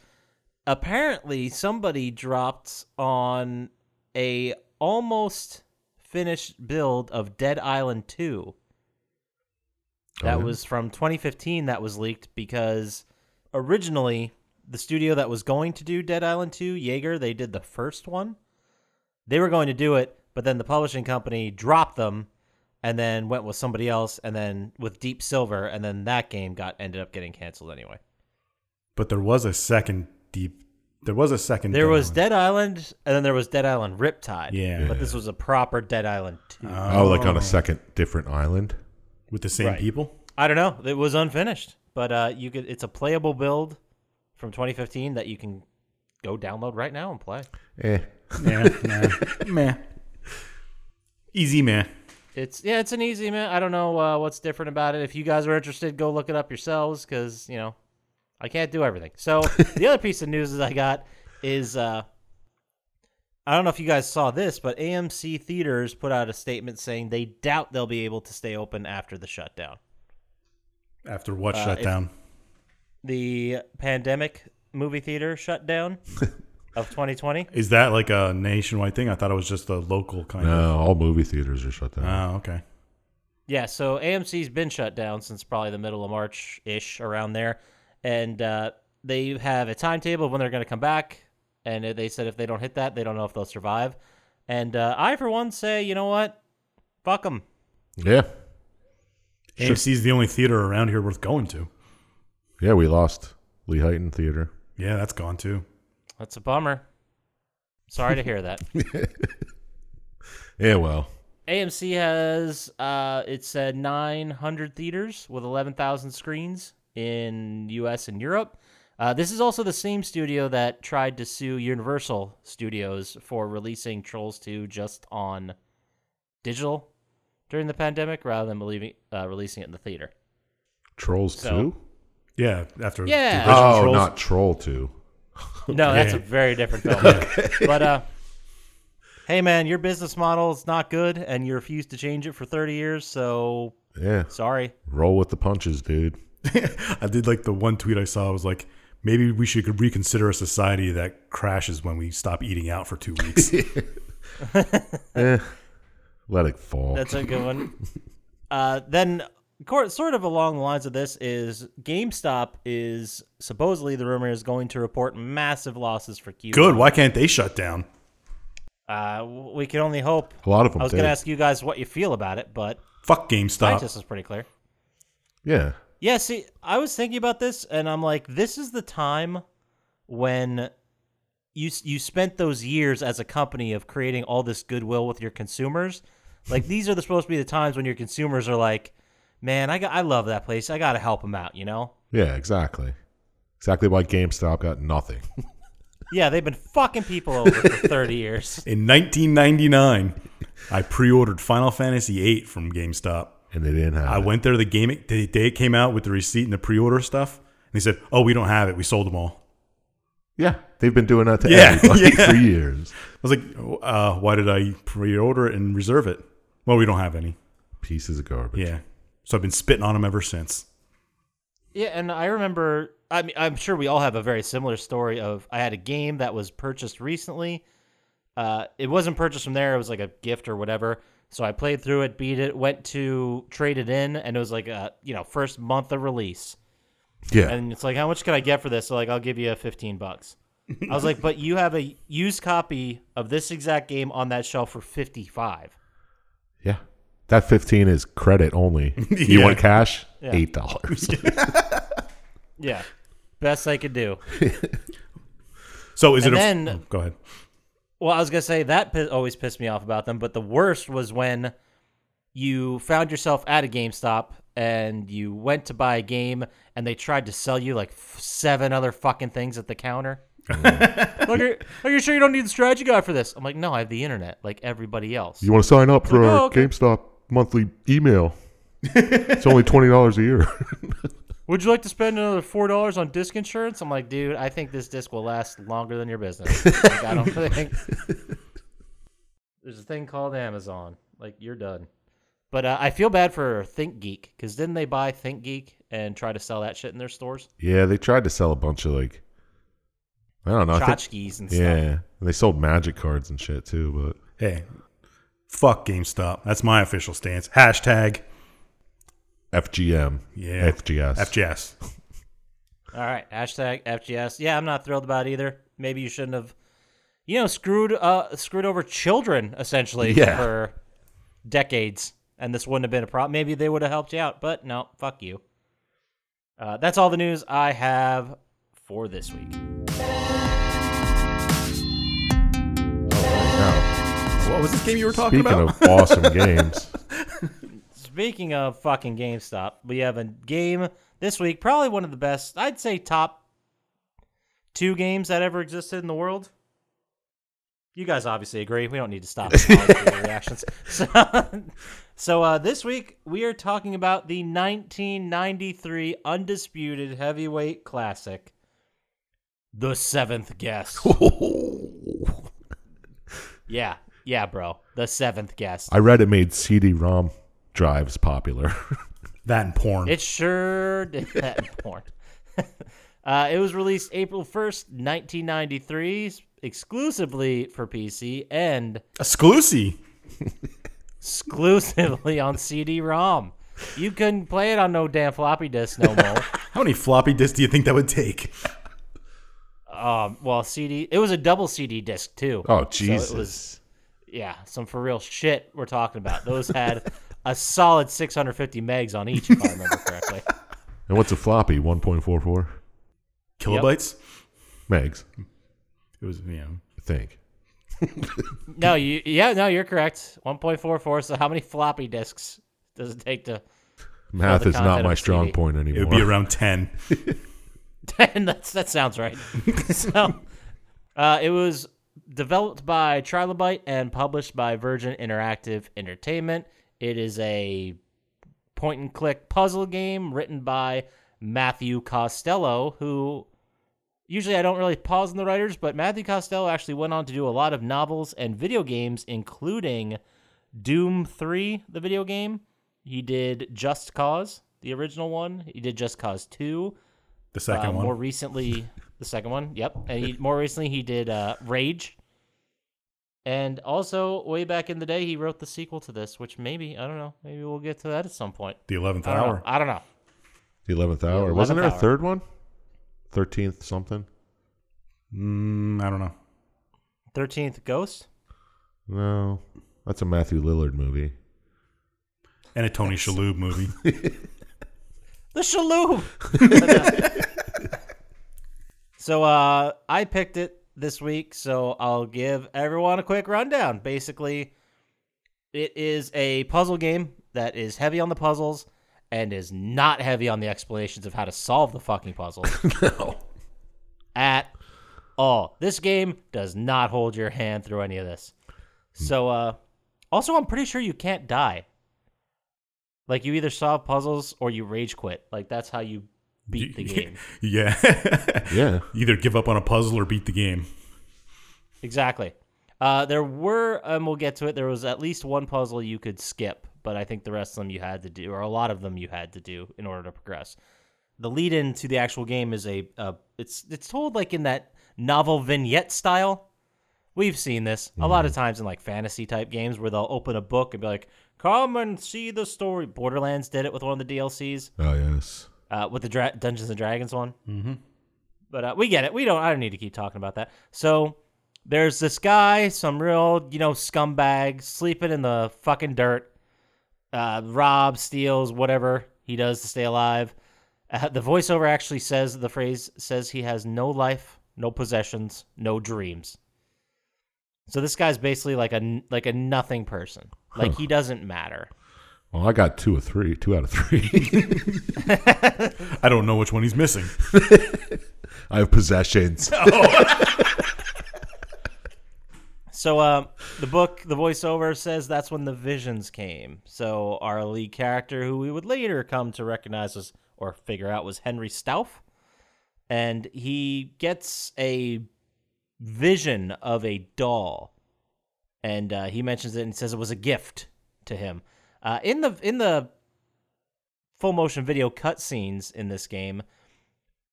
Speaker 1: apparently somebody dropped on a almost finished build of Dead Island 2.
Speaker 2: Oh,
Speaker 1: That
Speaker 3: yeah?
Speaker 1: was from 2015 that was leaked because originally the studio that was going to do Dead Island 2, Jaeger, they did the first one. They were going to do it, but then the publishing company dropped them and then went with somebody else and then with Deep Silver and then that game got ended up getting canceled anyway.
Speaker 2: But there was a second deep. There was a second.
Speaker 1: There
Speaker 2: Dead
Speaker 1: was
Speaker 2: Island.
Speaker 1: Dead Island and then there was Dead Island Riptide.
Speaker 2: Yeah.
Speaker 1: But this was a proper Dead Island 2.
Speaker 3: oh, like on a second different island.
Speaker 2: with the same
Speaker 1: Right.
Speaker 2: people.
Speaker 1: I don't know. It was unfinished, but uh, you could. It's a playable build from 2015 that you can go download right now and play.
Speaker 3: Eh.
Speaker 2: Yeah, *laughs* meh. Easy man.
Speaker 1: It's yeah, it's an easy man. I don't know uh, what's different about it. If you guys are interested, go look it up yourselves because you know I can't do everything. So the other piece of news that I got is uh, I don't know if you guys saw this, but AMC theaters put out a statement saying they doubt they'll be able to stay open after the shutdown.
Speaker 2: After what
Speaker 1: Uh,
Speaker 2: shutdown?
Speaker 1: The pandemic movie theater shutdown of 2020.
Speaker 2: Is that like a nationwide thing? I thought it was just a local kind
Speaker 3: No, all movie theaters are shut down.
Speaker 2: of. Oh, okay.
Speaker 1: Yeah, so AMC's been shut down since probably the middle of March ish, around there. And uh, they have a timetable of when they're going to come back. And they said if they don't hit that, they don't know if they'll survive. And uh, I, for one, say, you know what? Fuck them.
Speaker 3: yeah.
Speaker 2: AMC's the only theater around here worth going to.
Speaker 3: Yeah, we lost Lee Heighton Theater.
Speaker 2: Yeah, that's gone too.
Speaker 1: That's a bummer. Sorry to hear that.
Speaker 3: Yeah, well.
Speaker 1: AMC has, uh, it said 900 theaters with 11,000 screens in US and Europe. Uh, this is also the same studio that tried to sue Universal Studios for releasing Trolls 2 just on digital during the pandemic rather than believing, uh, releasing it in the theater.
Speaker 3: Trolls
Speaker 1: So-
Speaker 3: 2?
Speaker 2: Yeah, after
Speaker 1: Yeah.
Speaker 2: Division
Speaker 3: Oh,
Speaker 2: Trolls.
Speaker 3: not Troll 2.
Speaker 1: No, that's a very different film. But uh, hey, man, your business model is not good and you refuse to change it for 30 years, so
Speaker 3: Yeah.
Speaker 1: sorry.
Speaker 3: Roll with the punches, dude.
Speaker 2: *laughs* I did like the one tweet I saw was like, maybe we should reconsider a society that crashes when we stop eating out for two
Speaker 3: *laughs*
Speaker 2: weeks.
Speaker 3: Let it fall.
Speaker 1: That's a good one. Uh, then, cor- sort of along the lines of this, is GameStop is supposedly the rumor is going to report massive losses for Q.
Speaker 2: Good. Why can't they shut down?
Speaker 1: Uh, w- we can only hope.
Speaker 3: a lot of them
Speaker 1: I was
Speaker 3: did.
Speaker 1: going to ask you guys what you feel about it, but
Speaker 2: Fuck
Speaker 1: I
Speaker 2: GameStop.
Speaker 1: just was pretty clear.
Speaker 3: yeah.
Speaker 1: Yeah, see, I was thinking about this, and I'm like, this is the time when you s- you spent those years as a company of creating all this goodwill with your consumers. Like these are the, supposed to be the times when your consumers are like, "Man, I got, I love that place. I got to help them out," you know?
Speaker 3: Yeah, exactly. Exactly why GameStop got nothing.
Speaker 1: Yeah, they've been fucking people over for 30 years.
Speaker 2: In 1999, I pre-ordered Final Fantasy VIII from GameStop.
Speaker 3: and they didn't have
Speaker 2: I
Speaker 3: it.
Speaker 2: went there the game the day it came out with the receipt and the pre-order stuff, and they said, "Oh, we don't have it. We sold them all."
Speaker 3: Yeah, they've been doing that to
Speaker 2: Yeah, *laughs*
Speaker 3: everybody
Speaker 2: yeah.
Speaker 3: for years.
Speaker 2: I was like, uh, "Why did I pre-order it and reserve it?" Well, we don't have any.
Speaker 3: Pieces of garbage.
Speaker 2: Yeah, so I've been spitting on them ever since.
Speaker 1: Yeah, and I remember. I mean, I'm sure we all have a very similar story of I had a game that was purchased recently. Uh, it wasn't purchased from there; it was like a gift or whatever. So I played through it, beat it, went to trade it in, and it was like a you know first month of release,
Speaker 3: Yeah.
Speaker 1: and it's like how much can I get for this? So like I'll give you 15 bucks. I was like, but you have a used copy of this exact game on that shelf for 55.
Speaker 3: yeah. That 15 is
Speaker 2: *laughs*
Speaker 3: credit only. You
Speaker 2: Yeah.
Speaker 3: want cash?
Speaker 1: Yeah.
Speaker 2: *laughs*
Speaker 3: $8.
Speaker 1: Yeah, best I could do.
Speaker 2: So is
Speaker 1: And
Speaker 2: it? a-
Speaker 1: then-
Speaker 2: oh, go ahead.
Speaker 1: Well, I was gonna say that pi- always pissed me off about them, but the worst was when you found yourself at a GameStop and you went to buy a game and they tried to sell you like f- seven other fucking things at the counter. *laughs* like, are, are you sure you don't need the strategy guide for this? I'm like, no, I have the internet, like everybody else.
Speaker 3: You want to sign up for
Speaker 1: Like,
Speaker 3: our
Speaker 1: oh, okay.
Speaker 3: GameStop monthly
Speaker 2: *laughs*
Speaker 3: email? it's only $20 a year. *laughs*
Speaker 1: Would you like to spend another four dollars on disc insurance? I'm like, dude, I think this disc will last longer than your business. like,
Speaker 3: *laughs*
Speaker 1: I don't think *laughs* there's a thing called Amazon. Like, you're done. But uh, I feel bad for ThinkGeek because didn't they buy ThinkGeek and try to sell that shit in their stores?
Speaker 3: yeah, they tried to sell a bunch of like, I don't know. Oh, I think,
Speaker 1: Tchotchkes and stuff.
Speaker 3: yeah. And they sold magic cards and shit too, but
Speaker 2: Hey, fuck GameStop. That's my official stance. Hashtag
Speaker 3: FGM.
Speaker 2: Yeah.
Speaker 3: FGS.
Speaker 2: FGS.
Speaker 1: All right, hashtag FGS. Yeah, I'm not thrilled about it either. Maybe you shouldn't have, you know, screwed uh screwed over children essentially
Speaker 3: Yeah.
Speaker 1: for decades, and this wouldn't have been a problem. Maybe they would have helped you out, but no, fuck you. Uh, that's all the news I have for this week.
Speaker 3: Now,
Speaker 2: What was this game you were talking
Speaker 3: speaking
Speaker 2: about?
Speaker 3: of
Speaker 2: *laughs*
Speaker 3: awesome games,
Speaker 1: Speaking of fucking GameStop, we have a game this week, probably one of the best, I'd say top two games that ever existed in the world. You guys obviously agree. We don't need to stop and pause for your reactions. *laughs* So, so uh, this week we are talking about the 1993 undisputed heavyweight classic, The Seventh Guest. yeah, yeah, bro, The Seventh Guest.
Speaker 3: I read it made CD-ROM drives popular. *laughs*
Speaker 2: that and porn.
Speaker 1: It sure did that in porn. *laughs* uh, it was released April 1st, 1993, exclusively for PC and
Speaker 2: Exclusive.
Speaker 1: exclusively on CD ROM. You couldn't play it on no damn floppy disk no more.
Speaker 2: How many floppy disks do you think that would take?
Speaker 1: um, well, CD, it was a double CD disc too.
Speaker 3: oh Jesus!
Speaker 1: was- Yeah, some for real shit we're talking about. Those had a solid 650 megs on each, if I remember correctly.
Speaker 3: and what's a floppy? One point four four
Speaker 2: Kilobytes?
Speaker 3: megs.
Speaker 2: It was, you know.
Speaker 3: I think.
Speaker 1: No, you yeah, no, you're correct. 1.44. So how many floppy disks does it take to
Speaker 3: Math
Speaker 1: the
Speaker 3: is not
Speaker 1: content
Speaker 3: my
Speaker 1: of
Speaker 3: strong
Speaker 1: CD.
Speaker 3: point
Speaker 2: It
Speaker 3: anymore.
Speaker 2: would be around 10.
Speaker 1: *laughs* and that's, that sounds right. *laughs* so, uh, it was developed by Trilobite and published by Virgin Interactive Entertainment. It is a point and click puzzle game written by Matthew Costello, who usually I don't really pause on the writers, but Matthew Costello actually went on to do a lot of novels and video games, including Doom 3, the video game. He did Just Cause, the original one. He did Just Cause 2.
Speaker 2: The second
Speaker 1: Uh,
Speaker 2: one.
Speaker 1: More recently, the second one. Yep. And he, more recently, he did uh, Rage. And also, way back in the day, he wrote the sequel to this, which maybe I don't know. Maybe we'll get to that at some point.
Speaker 2: the 11th
Speaker 1: I don't know.
Speaker 2: hour.
Speaker 1: I don't know.
Speaker 3: the eleventh hour.
Speaker 1: The
Speaker 3: Wasn't there
Speaker 1: 11th
Speaker 3: a
Speaker 1: hour.
Speaker 3: third one? Thirteenth something.
Speaker 2: Mm, I don't know.
Speaker 1: Thirteenth Ghost.
Speaker 3: No, that's a Matthew Lillard movie.
Speaker 2: And a Tony Shalhoub movie.
Speaker 1: The *laughs* Shaloub. uh, so uh, I picked it this week, so I'll give everyone a quick rundown. Basically, it is a puzzle game that is heavy on the puzzles and is not heavy on the explanations of how to solve the fucking puzzle. *laughs* no. At all. This game does not hold your hand through Hmm. any of this. So uh also I'm pretty sure you can't die. Like you either solve puzzles or you rage quit. Like that's how you beat
Speaker 2: *laughs*
Speaker 1: the game.
Speaker 2: yeah.
Speaker 3: Yeah.
Speaker 2: Either give up on a puzzle or beat the game.
Speaker 1: Exactly. Uh, there were, and we'll get to it. There was at least one puzzle you could skip, but I think the rest of them you had to do, or a lot of them you had to do in order to progress. The lead in to the actual game is a, uh, it's it's told like in that novel vignette style. We've seen this a lot of times in like fantasy type games where they'll open a book and be like, "Come and see the story." Borderlands did it with one of the DLCs,
Speaker 3: Oh yes.
Speaker 1: uh, with the Dra- Dungeons and Dragons one. Mm-hmm. But uh, we get it. We don't. I don't need to keep talking about that. So there's this guy, some real you know scumbag, sleeping in the fucking dirt. Uh, rob steals whatever he does to stay alive. Uh, the voiceover actually says the phrase says he has no life, no possessions, no dreams. So this guy's basically like a n- like a nothing person. Like he doesn't matter.
Speaker 3: Well, Oh, I got two or three, two out of three. *laughs*
Speaker 2: I don't know which one he's missing.
Speaker 3: I have possessions.
Speaker 1: So uh, the book, the voiceover says that's when the visions came. So our lead character, who we would later come to recognize as or figure out was Henry Stauff, and he gets a vision of a doll, and uh, he mentions it and says it was a gift to him. Uh, in the in the full motion video cutscenes in this game,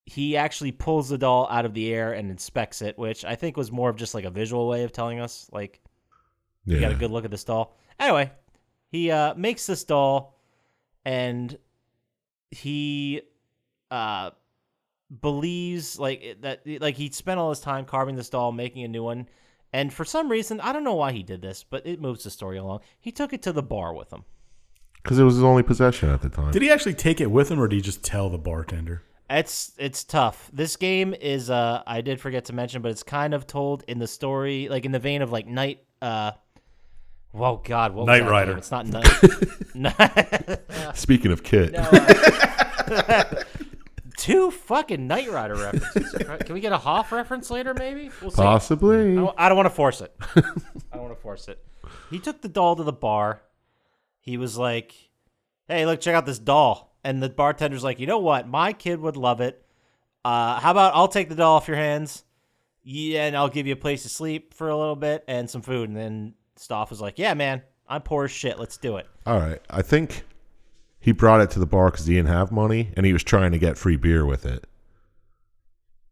Speaker 1: he actually pulls the doll out of the air and inspects it, which I think was more of just like a visual way of telling us, like, *laughs* you got
Speaker 3: Yeah.
Speaker 1: a good look at this doll. Anyway, he uh, makes this doll and he uh, believes like it- that like he spent all his time carving this doll, making a new one. And for some reason, I don't know why he did this, but it moves the story along. He took it to the bar with him.
Speaker 3: Because it was his only possession at the time.
Speaker 2: Did he actually take it with him or did he just tell the bartender?
Speaker 1: It's it's tough. This game is uh I did forget to mention, but it's kind of told in the story, like in the vein of like Night. Uh, well, God, what was
Speaker 2: Knight
Speaker 1: that
Speaker 2: Rider.
Speaker 1: game? It's not
Speaker 2: *laughs*
Speaker 1: *laughs* Night.
Speaker 3: Speaking of Kit,
Speaker 1: uh, Two fucking Night Rider references. Can we get a Hoff reference later? Maybe we'll see.
Speaker 3: possibly.
Speaker 1: I don't, I don't want to force it. I don't want to force it. He took the doll to the bar. He was like, "Hey, look, check out this doll." And the bartender's like, "You know what? My kid would love it. Uh, how about I'll take the doll off your hands, yeah, and I'll give you a place to sleep for a little bit and some food." And then Stoff was like, "Yeah, man, I'm poor as shit. Let's do it."
Speaker 3: All right. I think he brought it to the bar because he didn't have money and he was trying to get free beer with it.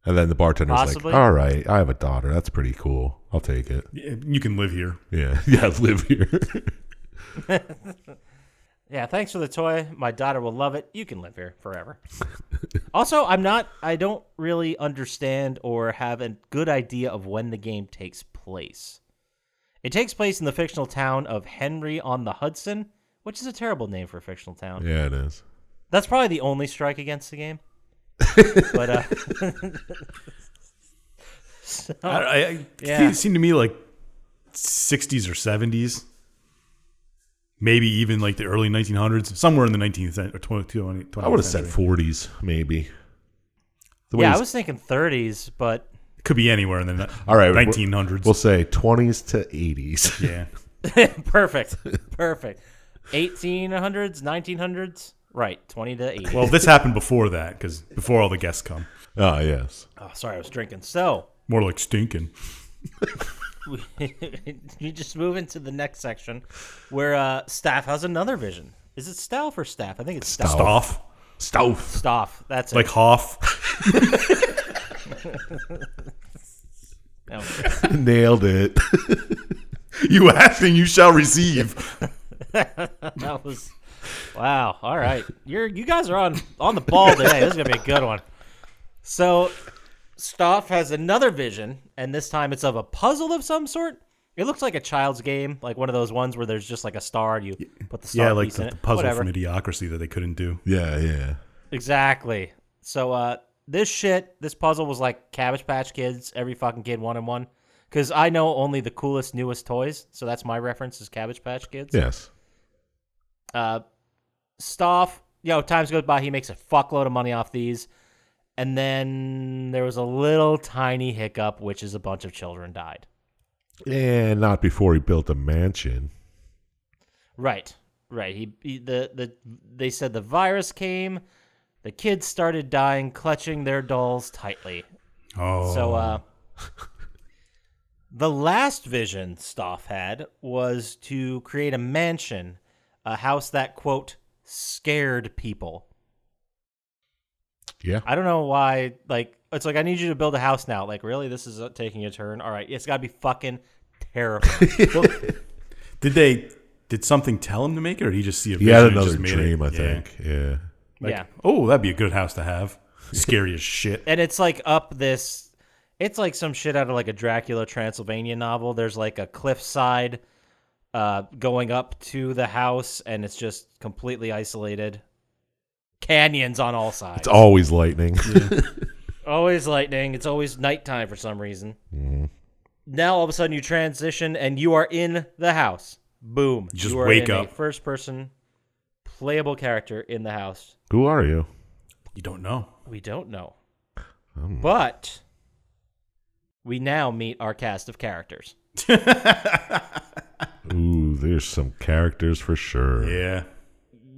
Speaker 3: And then the bartender's
Speaker 1: Possibly.
Speaker 3: like, all right, I have a daughter. That's pretty cool. I'll take it. *laughs*
Speaker 2: Yeah, You can live here.
Speaker 3: Yeah. Yeah. Live here. *laughs*
Speaker 1: Yeah, thanks for the toy. My daughter will love it. You can live here forever. *laughs* also, I'm not I don't really understand or have a good idea of when the game takes place. It takes place in the fictional town of Henry on the Hudson, which is a terrible name for a fictional town.
Speaker 3: yeah, it is.
Speaker 1: That's probably the only strike against the
Speaker 3: *laughs*
Speaker 1: game. but uh
Speaker 2: I, I, I-
Speaker 1: Oh, Yeah.
Speaker 2: It seemed to me like 60s or 70s. Maybe even like the early 1900s, somewhere in the 19th century. Or 20, 20, 20th
Speaker 3: I would have said
Speaker 2: century.
Speaker 3: 40s, maybe. The way
Speaker 1: yeah, I
Speaker 3: he's-
Speaker 1: was thinking 30s, but *laughs*
Speaker 2: Could be anywhere in the ni-
Speaker 3: all right. we'll-
Speaker 2: 1900s.
Speaker 3: We'll say 20s to *laughs* 80s.
Speaker 2: yeah.
Speaker 1: perfect. Perfect. 1800s, 1900s, right, 20 to 80.
Speaker 2: Well, this happened before that because before all the guests come.
Speaker 3: Oh, yes. *laughs*
Speaker 1: Oh, sorry, I was drinking. So,
Speaker 2: More like stinking.
Speaker 1: *laughs* you just move into the next section where uh, staff has another vision. Is it staff or staff? I think it's staff.
Speaker 2: Stoff.
Speaker 3: Stouff.
Speaker 1: Staff. That's it.
Speaker 2: Like Hoff.
Speaker 1: No.
Speaker 3: Nailed it. *laughs* you ask and you shall receive.
Speaker 1: *laughs*
Speaker 3: *laughs*
Speaker 1: that was wow. All right, you're you guys are on on the ball today. This is gonna be a good one. So, Stoff has another vision, and this time it's of a puzzle of some sort. It looks like a child's game, like one of those ones where there's just like a star and you put the star
Speaker 2: Yeah, like
Speaker 1: piece
Speaker 2: the,
Speaker 1: in
Speaker 2: the
Speaker 1: it.
Speaker 2: puzzle
Speaker 1: Whatever.
Speaker 2: from Idiocracy that they couldn't do.
Speaker 3: Yeah, yeah.
Speaker 1: Exactly. So uh this shit, this puzzle was like Cabbage Patch Kids. Every fucking kid wanted one. Because I know only the coolest, newest toys. So that's my reference is Cabbage Patch Kids.
Speaker 3: Yes.
Speaker 1: Uh, Stoff, you know, times goes by. He makes a fuckload of money off these. And then there was a little tiny hiccup, which is a bunch of children died.
Speaker 3: And not before he built a mansion.
Speaker 1: Right. Right. He, he the the they said the virus came. The kids started dying, clutching their dolls tightly.
Speaker 2: Oh,
Speaker 1: So uh *laughs* the last vision Stoff had was to create a mansion, a house that quote scared people.
Speaker 3: Yeah.
Speaker 1: I don't know why like it's like I need you to build a house now. Like really this is uh, taking a turn. All right, it's got to be fucking terrifying.
Speaker 2: *laughs* did they? Did something tell him to make it, or did he just see a
Speaker 3: He
Speaker 2: vision?
Speaker 3: had
Speaker 2: and
Speaker 3: another
Speaker 2: just made it?
Speaker 3: dream,
Speaker 2: Yeah.
Speaker 3: I think. Yeah.
Speaker 2: Like,
Speaker 1: yeah.
Speaker 2: Oh, that'd be a good house to have. Scary as shit.
Speaker 1: and it's like up this it's like some shit out of like a dracula transylvania novel there's like a cliffside uh going up to the house and it's just completely isolated canyons on all sides
Speaker 3: It's always lightning.
Speaker 1: always lightning it's always nighttime for some reason
Speaker 2: Mm-hmm.
Speaker 1: now all of a sudden you transition and you are in the house boom
Speaker 2: You just
Speaker 1: are
Speaker 2: wake
Speaker 1: in a
Speaker 2: up.
Speaker 1: first person playable character in the house
Speaker 3: *laughs* Who are you?
Speaker 2: You don't
Speaker 3: *laughs*
Speaker 2: know.
Speaker 1: we don't know
Speaker 3: Hmm.
Speaker 1: but we now meet our cast of characters
Speaker 3: Ooh, there's some characters for sure.
Speaker 2: Yeah.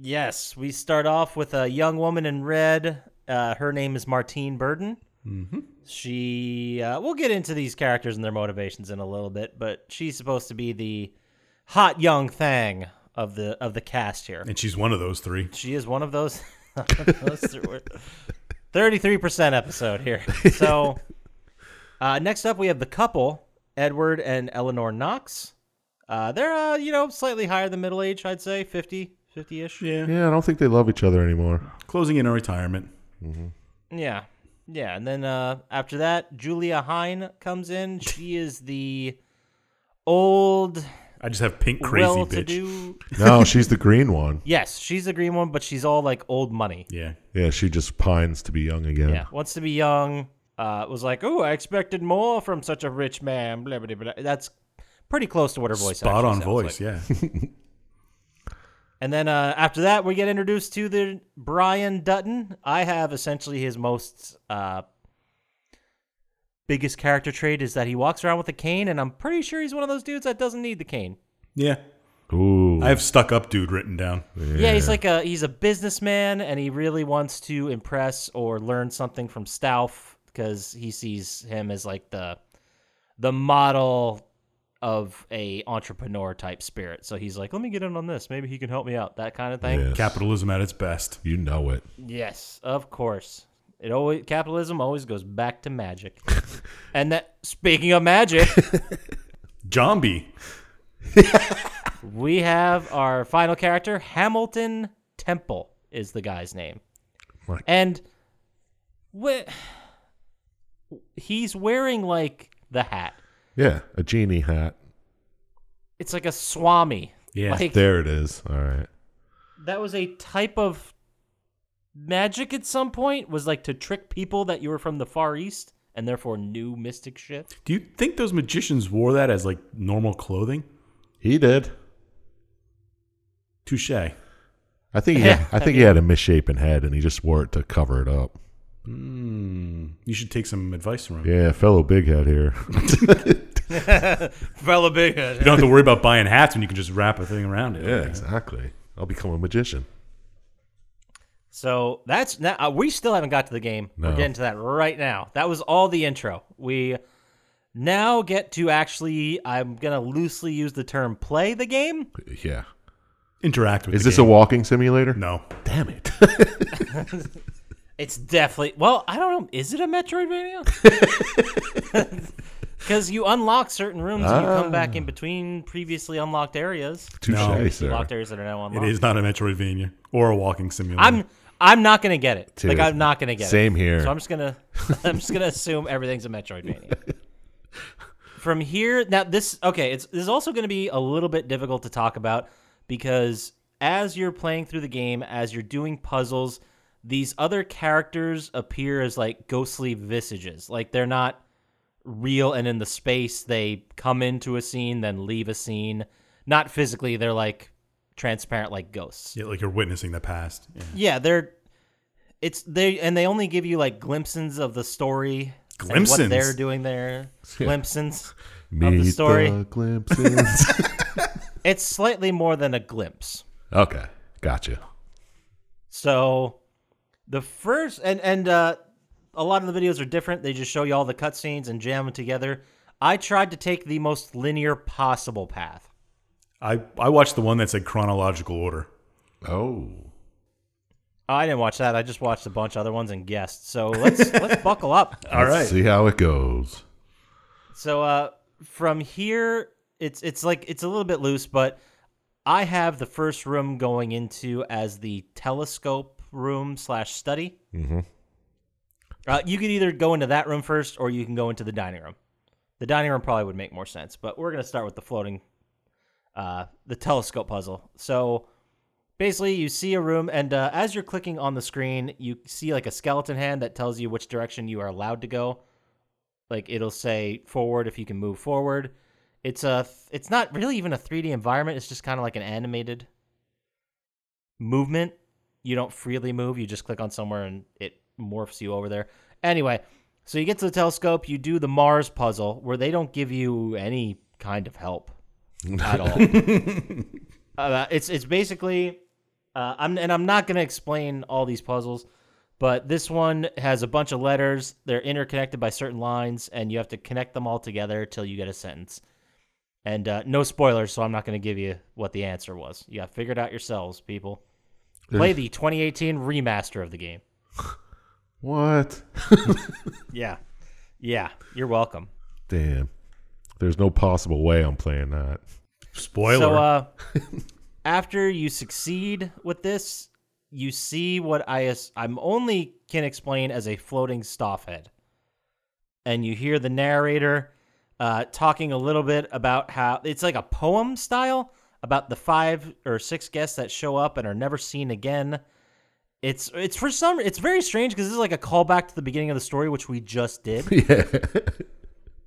Speaker 1: Yes, we start off with a young woman in red. Uh, her name is Martine Burden. Mm-hmm. She, uh, we'll get into these characters and their motivations in a little bit, but she's supposed to be the hot young thing of the of the cast here.
Speaker 2: And she's one of those three.
Speaker 1: She is one of those. *laughs* Thirty-three percent episode
Speaker 2: *laughs*
Speaker 1: here. So, uh, next up we have the couple, Edward and Eleanor Knox. Uh, they're uh, you know slightly higher than middle age, I'd say 50, 50 ish.
Speaker 2: Yeah.
Speaker 3: Yeah, I don't think they love each other anymore.
Speaker 2: Closing in on retirement.
Speaker 1: Yeah. Yeah. And then uh, after that, Julia Hine comes in. She is the old,
Speaker 2: I just have pink crazy
Speaker 1: well to
Speaker 2: bitch.
Speaker 1: do.
Speaker 2: *laughs*
Speaker 3: No, she's the green one.
Speaker 1: Yes, she's the green one, but she's all like old money.
Speaker 2: Yeah.
Speaker 3: Yeah, she just pines to be young again.
Speaker 1: Yeah. Wants to be young. Uh, was like, oh, I expected more from such a rich man. Blah, blah, blah. That's pretty close to what her voice
Speaker 2: Spot
Speaker 1: actually
Speaker 2: on
Speaker 1: sounds
Speaker 2: voice.
Speaker 1: like.
Speaker 2: Yeah.
Speaker 1: And then uh, after that, we get introduced to the Brian Dutton. I have essentially his most uh, biggest character trait is that he walks around with a cane, and I'm pretty sure he's one of those dudes that doesn't need the cane.
Speaker 2: yeah.
Speaker 3: Ooh.
Speaker 2: I have stuck up dude written down.
Speaker 1: Yeah, he's like a he's a businessman, and he really wants to impress or learn something from Stauff because he sees him as like the the model of a entrepreneur type spirit. So he's like, let me get in on this. Maybe he can help me out. That kind of thing.
Speaker 3: Yes.
Speaker 2: Capitalism at its best.
Speaker 3: You know it.
Speaker 1: Yes, of course. It always capitalism always goes back to magic. and that speaking of magic,
Speaker 2: Zombie.
Speaker 1: we have our final character, Hamilton Temple is the guy's name.
Speaker 3: Right.
Speaker 1: And wh- he's wearing like the hat.
Speaker 3: Yeah, a genie hat.
Speaker 1: It's like a swami.
Speaker 2: Yeah.
Speaker 1: Like
Speaker 3: There it is. All right.
Speaker 1: that was a type of magic at some point was like to trick people that you were from the far east and therefore knew mystic shit.
Speaker 2: Do you think those magicians wore that as like normal clothing?
Speaker 3: He did.
Speaker 2: Touche.
Speaker 3: I think he,
Speaker 1: *laughs* Yeah,
Speaker 3: I think he had a misshapen head and he just wore it to cover it up.
Speaker 2: Mm, you should take some advice from him.
Speaker 3: Yeah, fellow big head
Speaker 2: *laughs*
Speaker 3: here.
Speaker 1: Fella big head.
Speaker 2: You don't have to worry about buying hats when you can just wrap a thing around it.
Speaker 3: exactly. I'll become a magician.
Speaker 1: So that's now uh, we still haven't got to the game.
Speaker 3: No.
Speaker 1: We're getting to that right now. That was all the intro. We now get to actually. I'm gonna loosely use the term "play the game."
Speaker 3: Yeah.
Speaker 2: Interact with.
Speaker 3: Is
Speaker 2: the
Speaker 3: this a
Speaker 2: game.
Speaker 3: walking simulator?
Speaker 2: no?
Speaker 3: Damn
Speaker 2: *laughs*
Speaker 3: it.
Speaker 1: It's definitely well. I don't know. Is it a Metroidvania? *laughs* Because you unlock certain rooms and you come back in between previously unlocked areas,
Speaker 3: Touche,
Speaker 2: No.
Speaker 3: sir.
Speaker 1: locked areas that are now
Speaker 2: It
Speaker 1: unlocked.
Speaker 2: is not a Metroidvania or a walking simulator.
Speaker 1: I'm I'm not gonna get it.
Speaker 3: Dude,
Speaker 1: like I'm not gonna get
Speaker 3: same
Speaker 1: it.
Speaker 3: here.
Speaker 1: So I'm just gonna *laughs* I'm just gonna assume everything's a Metroidvania.
Speaker 3: *laughs*
Speaker 1: From here, now this okay. It's this is also gonna be a little bit difficult to talk about because as you're playing through the game, as you're doing puzzles, these other characters appear as like ghostly visages. Like they're not real and in the space. They come into a scene, then leave a scene. Not physically, they're like transparent like ghosts.
Speaker 2: Yeah, like you're witnessing the past. Yeah.
Speaker 1: Yeah, they're it's they and they only give you like glimpses of the story. and
Speaker 2: Glimpses?
Speaker 1: what they're doing there. Glimpses.
Speaker 3: Meet
Speaker 1: story.
Speaker 3: glimpses.
Speaker 1: It's slightly more than a glimpse.
Speaker 3: Okay, gotcha.
Speaker 1: So the first and and uh, a lot of the videos are different. They just show you all the cutscenes and jam them together. I tried to take the most linear possible path.
Speaker 2: I, I watched the one that said chronological order.
Speaker 3: Oh,
Speaker 1: I didn't watch that. I just watched a bunch of other ones and guessed. So let's *laughs* let's buckle up.
Speaker 2: All right.
Speaker 3: See how it goes.
Speaker 1: So uh, from here, it's it's like it's a little bit loose, but I have the first room going into as the telescope room slash study. Mm-hmm. Uh, you could either go into that room first, or you can go into the dining room. The dining room probably would make more sense, but we're gonna start with the floating, uh, the telescope puzzle. So basically, you see a room, and uh, as you're clicking on the screen, you see like a skeleton hand that tells you which direction you are allowed to go like it'll say forward if you can move forward it's a th- it's not really even a 3d environment it's just kind of like an animated movement you don't freely move you just click on somewhere and it morphs you over there anyway so you get to the telescope you do the mars puzzle where they don't give you any kind of help at
Speaker 3: *laughs*
Speaker 1: all *laughs* uh, it's it's basically uh, I'm and I'm not gonna explain all these puzzles, but this one has a bunch of letters. They're interconnected by certain lines, and you have to connect them all together till you get a sentence. And uh, no spoilers, so I'm not gonna give you what the answer was. You got to figure it out yourselves, people. Play the 2018 remaster of the game.
Speaker 3: What?
Speaker 1: Yeah, yeah. You're welcome.
Speaker 3: Damn. There's no possible way I'm playing that.
Speaker 2: Spoiler.
Speaker 1: So, uh, after you succeed with this, you see what I as- I'm only can explain as a floating staff head, and you hear the narrator uh, talking a little bit about how it's like a poem style about the five or six guests that show up and are never seen again. It's it's for some it's very strange because this is like a callback to the beginning of the story which we just did.
Speaker 3: Yeah.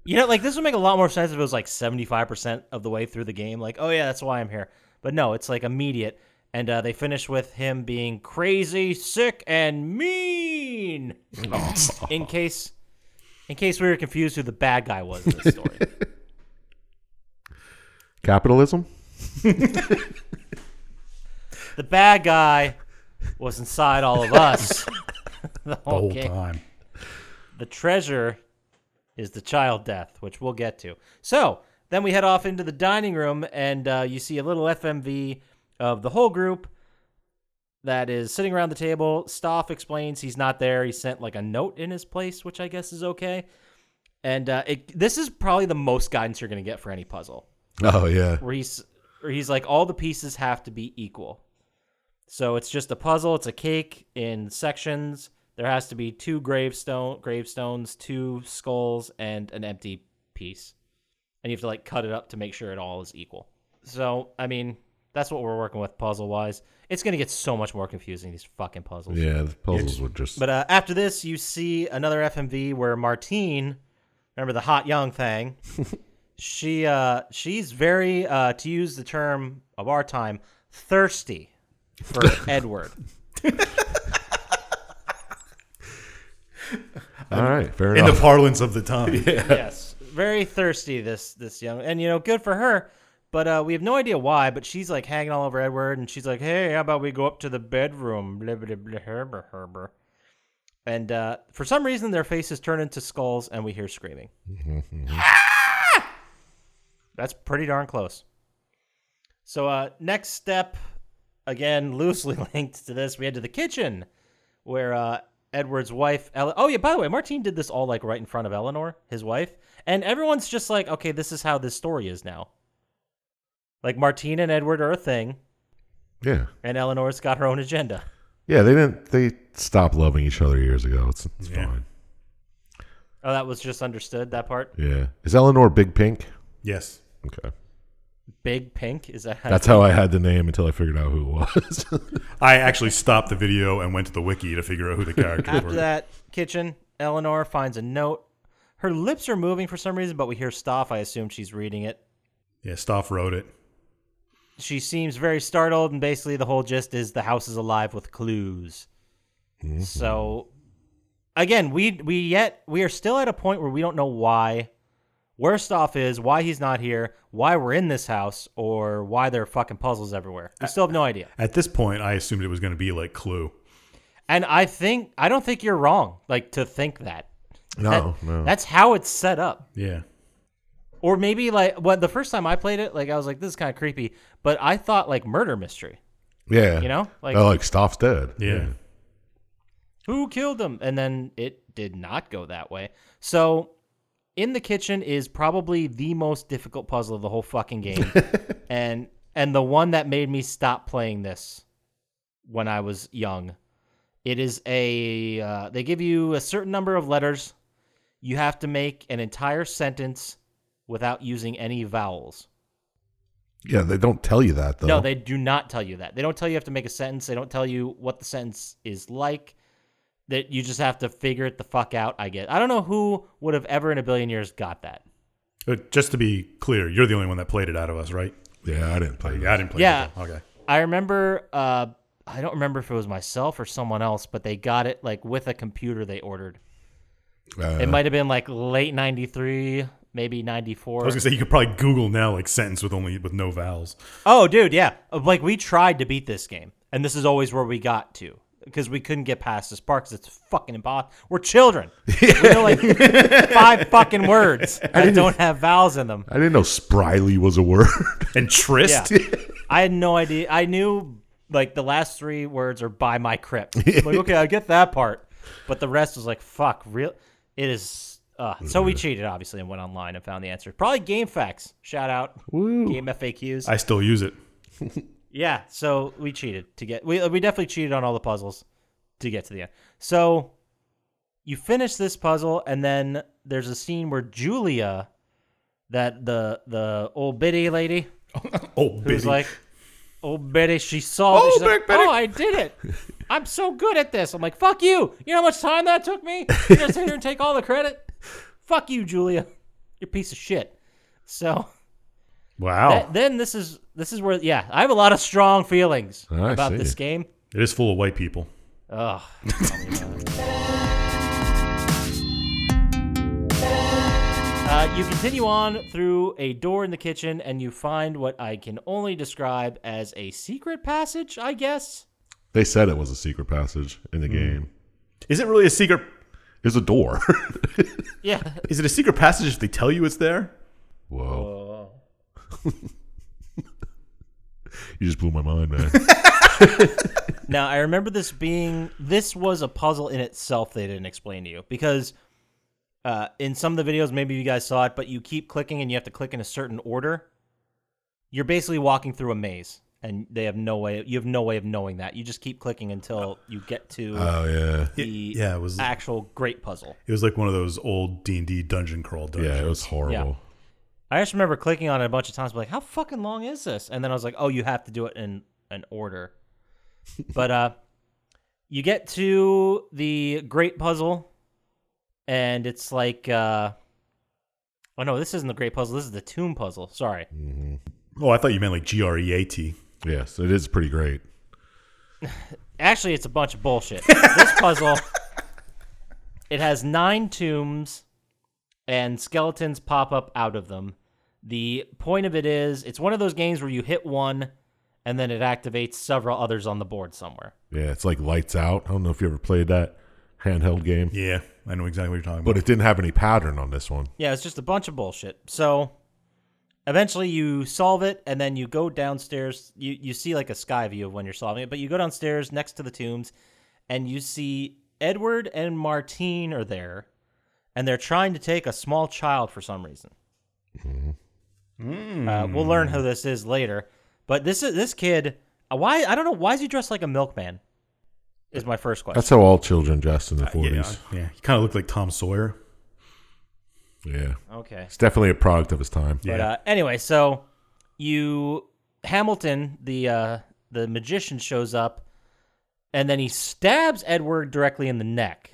Speaker 1: You know, like this would make a lot more sense if it was like 75% of the way through the game. Like, oh, yeah, that's why I'm here. But no, it's like immediate. And uh, they finish with him being crazy, sick, and mean. in case. In case we were confused who the bad guy was in this story.
Speaker 3: Capitalism?
Speaker 1: the bad guy was inside all of us *laughs* the
Speaker 2: the
Speaker 1: whole
Speaker 2: whole
Speaker 1: game.
Speaker 2: time.
Speaker 1: The treasure is the child death, which we'll get to. So then we head off into the dining room, and uh, you see a little FMV of the whole group that is sitting around the table. Stoff explains he's not there. He sent like a note in his place, which I guess is okay. And uh, it, this is probably the most guidance you're going to get for any puzzle
Speaker 3: Oh, yeah.
Speaker 1: where he's where he's like all the pieces have to be equal. So it's just a puzzle, it's a cake in sections. There has to be two gravestone gravestones, two skulls and an empty piece. And you have to like cut it up to make sure it all is equal. So, I mean, that's what we're working with puzzle wise. It's going to get so much more confusing these fucking puzzles.
Speaker 3: Yeah, the puzzles were just.
Speaker 1: But uh, after this, you see another FMV where Martine, remember the hot young thing, she uh, she's very uh, to use the term of our time, thirsty for Edward.
Speaker 3: all right, fair
Speaker 2: In the *laughs*
Speaker 3: enough.
Speaker 2: parlance of the *laughs* time.
Speaker 1: yes, very thirsty. This this young and you know good for her. But uh, we have no idea why. But she's like hanging all over Edward, and she's like, "Hey, how about we go up to the bedroom?" Blah, blah, blah, herber, herber. And uh, for some reason, their faces turn into skulls, and we hear screaming. Ah! That's pretty darn close. So uh, next step, again *laughs* loosely linked to this, we head to the kitchen, where uh, Edward's wife. Ele- oh yeah, by the way, Martine did this all like right in front of Eleanor, his wife, and everyone's just like, okay, this is how this story is now. Like Martine and Edward are a thing,
Speaker 3: yeah.
Speaker 1: and Eleanor's got her own agenda.
Speaker 3: Yeah, they didn't. They stopped loving each other years ago. It's, it's
Speaker 2: Yeah.
Speaker 3: fine.
Speaker 1: Oh, that was just understood. That part.
Speaker 3: Yeah. Is Eleanor Big Pink?
Speaker 2: Yes.
Speaker 3: Okay.
Speaker 1: Big pink is that?
Speaker 3: That's how I had the name until I figured out who it was. *laughs*
Speaker 2: I actually stopped the video and went to the wiki to figure out who the characters
Speaker 1: After
Speaker 2: were.
Speaker 1: that kitchen, Eleanor finds a note. Her lips are moving for some reason, but we hear Stoff. I assume she's reading it.
Speaker 2: Yeah, Stoff wrote it.
Speaker 1: She seems very startled, and basically the whole gist is the house is alive with clues.
Speaker 3: Mm-hmm.
Speaker 1: So, again, we we yet we are still at a point where we don't know why Worst off is why he's not here, why we're in this house, or why there are fucking puzzles everywhere. We still have no idea.
Speaker 2: At this point, I assumed it was going to be like Clue.
Speaker 1: And I think I don't think you're wrong, like to think that.
Speaker 3: No,
Speaker 1: That-
Speaker 3: no.
Speaker 1: That's how it's set up.
Speaker 2: Yeah.
Speaker 1: Or maybe like when the first time I played it, like I was like, this is kind of creepy. But I thought like murder mystery.
Speaker 3: yeah.
Speaker 1: you know,
Speaker 3: like,
Speaker 1: like-
Speaker 3: oh, like Stoff's dead.
Speaker 2: Yeah.
Speaker 1: Who killed him? And then it did not go that way. So in the kitchen is probably the most difficult puzzle of the whole fucking game. and and the one that made me stop playing this when I was young. It is a uh, they give you a certain number of letters. You have to make an entire sentence without using any vowels.
Speaker 3: Yeah, they don't tell you that though.
Speaker 1: No, they do not tell you that. They don't tell you you have to make a sentence. They don't tell you what the sentence is like. That you just have to figure it the fuck out. I get. I don't know who would have ever in a billion years got that.
Speaker 2: But just to be clear, you're the only one that played it out of us, right?
Speaker 3: yeah, I didn't play.
Speaker 2: Yeah, I didn't play
Speaker 1: Yeah.
Speaker 2: it. though. Okay.
Speaker 1: I remember. Uh, I don't remember if it was myself or someone else, but they got it like with a computer they ordered.
Speaker 3: that. Uh,
Speaker 1: It
Speaker 2: Uh-huh.
Speaker 1: might have been like late '93, maybe '94.
Speaker 2: I was gonna say you could probably Google now like sentence with only with no vowels.
Speaker 1: Oh, dude, yeah. Like we tried to beat this game, and this is always where we got to because we couldn't get past this part because it's fucking impossible. We're children. we know like five fucking words that don't have vowels in them.
Speaker 3: I didn't know spryly was a word. *laughs*
Speaker 2: And tryst.
Speaker 1: Yeah. I had no idea. I knew like the last three words are by my crypt. I'm like, okay, I get that part, but the rest was like, fuck, real. It is. Uh, so we cheated, obviously, and went online and found the answer. Probably Game Facts. Shout out Game FAQs.
Speaker 2: I still use it.
Speaker 1: Yeah, so we cheated to get we we definitely cheated on all the puzzles to get to the end. So you finish this puzzle and then there's a scene where Julia that the the old biddy lady
Speaker 2: Oh,
Speaker 1: who's
Speaker 2: busy.
Speaker 1: like old biddy she saw
Speaker 3: Oh,
Speaker 1: this, she's like,
Speaker 3: big biddy."
Speaker 1: oh I did
Speaker 3: *laughs*
Speaker 1: it. I'm so good at this. I'm like fuck you. You know how much time that took me? You're gonna sit here and take all the credit? *laughs* Fuck you, Julia. You're a piece of shit. So
Speaker 2: wow,
Speaker 3: Oh.
Speaker 1: that- then this is this is where yeah, I have a lot of strong feelings
Speaker 3: I
Speaker 1: about
Speaker 3: see.
Speaker 1: this game.
Speaker 2: it is full of white people.
Speaker 1: Ugh. *laughs* Uh, you continue on through a door in the kitchen, and you find what I can only describe as a secret passage, I guess.
Speaker 3: they said it was a secret passage in
Speaker 2: Hmm.
Speaker 3: the game.
Speaker 2: Is it really a secret?
Speaker 3: There's a door. *laughs*
Speaker 1: Yeah.
Speaker 2: Is it a secret passage if they tell you it's there?
Speaker 3: Whoa. *laughs* You just blew my mind, man.
Speaker 2: *laughs*
Speaker 1: Now, I remember this being this was a puzzle in itself they didn't explain to you because uh, in some of the videos, maybe you guys saw it, but you keep clicking and you have to click in a certain order. You're basically walking through a maze, and they have no way. You have no way of knowing that. You just keep clicking until you get to
Speaker 3: oh yeah.
Speaker 1: the
Speaker 2: Uh, yeah, it was-
Speaker 1: actual great puzzle.
Speaker 2: It was like one of those old D and D dungeon crawl dungeons.
Speaker 3: Yeah, it was horrible.
Speaker 1: I just remember clicking on it a bunch of times, but like, how fucking long is this? And then I was like, oh, you have to do it in an order. but uh, you get to the Great Puzzle, and it's like, uh, oh no, this isn't the Great Puzzle. This is the Tomb Puzzle. Sorry.
Speaker 2: Oh, I thought you meant like G R E A T.
Speaker 3: Yes, it is pretty great.
Speaker 1: Actually, it's a bunch of bullshit. this puzzle, it has nine tombs, and skeletons pop up out of them. The point of it is, it's one of those games where you hit one, and then it activates several others on the board somewhere.
Speaker 3: Yeah, it's like lights out. I don't know if you ever played that handheld game,
Speaker 2: Yeah, I know exactly what you're talking
Speaker 3: but
Speaker 2: about.
Speaker 3: it didn't have any pattern on this one.
Speaker 1: Yeah, it's just a bunch of bullshit. So eventually you solve it and then you go downstairs. You you see like a sky view of when you're solving it, but you go downstairs next to the tombs and you see Edward and Martine are there and they're trying to take a small child for some reason. Uh, we'll learn who this is later, but this is this kid. uh, Why I don't know why is he dressed like a milkman? Is my first question.
Speaker 3: That's how all children dressed in the
Speaker 2: Uh, yeah,
Speaker 3: forties.
Speaker 2: yeah, he kind of looked like Tom Sawyer.
Speaker 3: Yeah.
Speaker 1: Okay.
Speaker 3: it's definitely a product of his time.
Speaker 1: But
Speaker 2: Yeah.
Speaker 1: uh, anyway, so you Hamilton, the uh, the magician, shows up, and then he stabs Edward directly in the neck.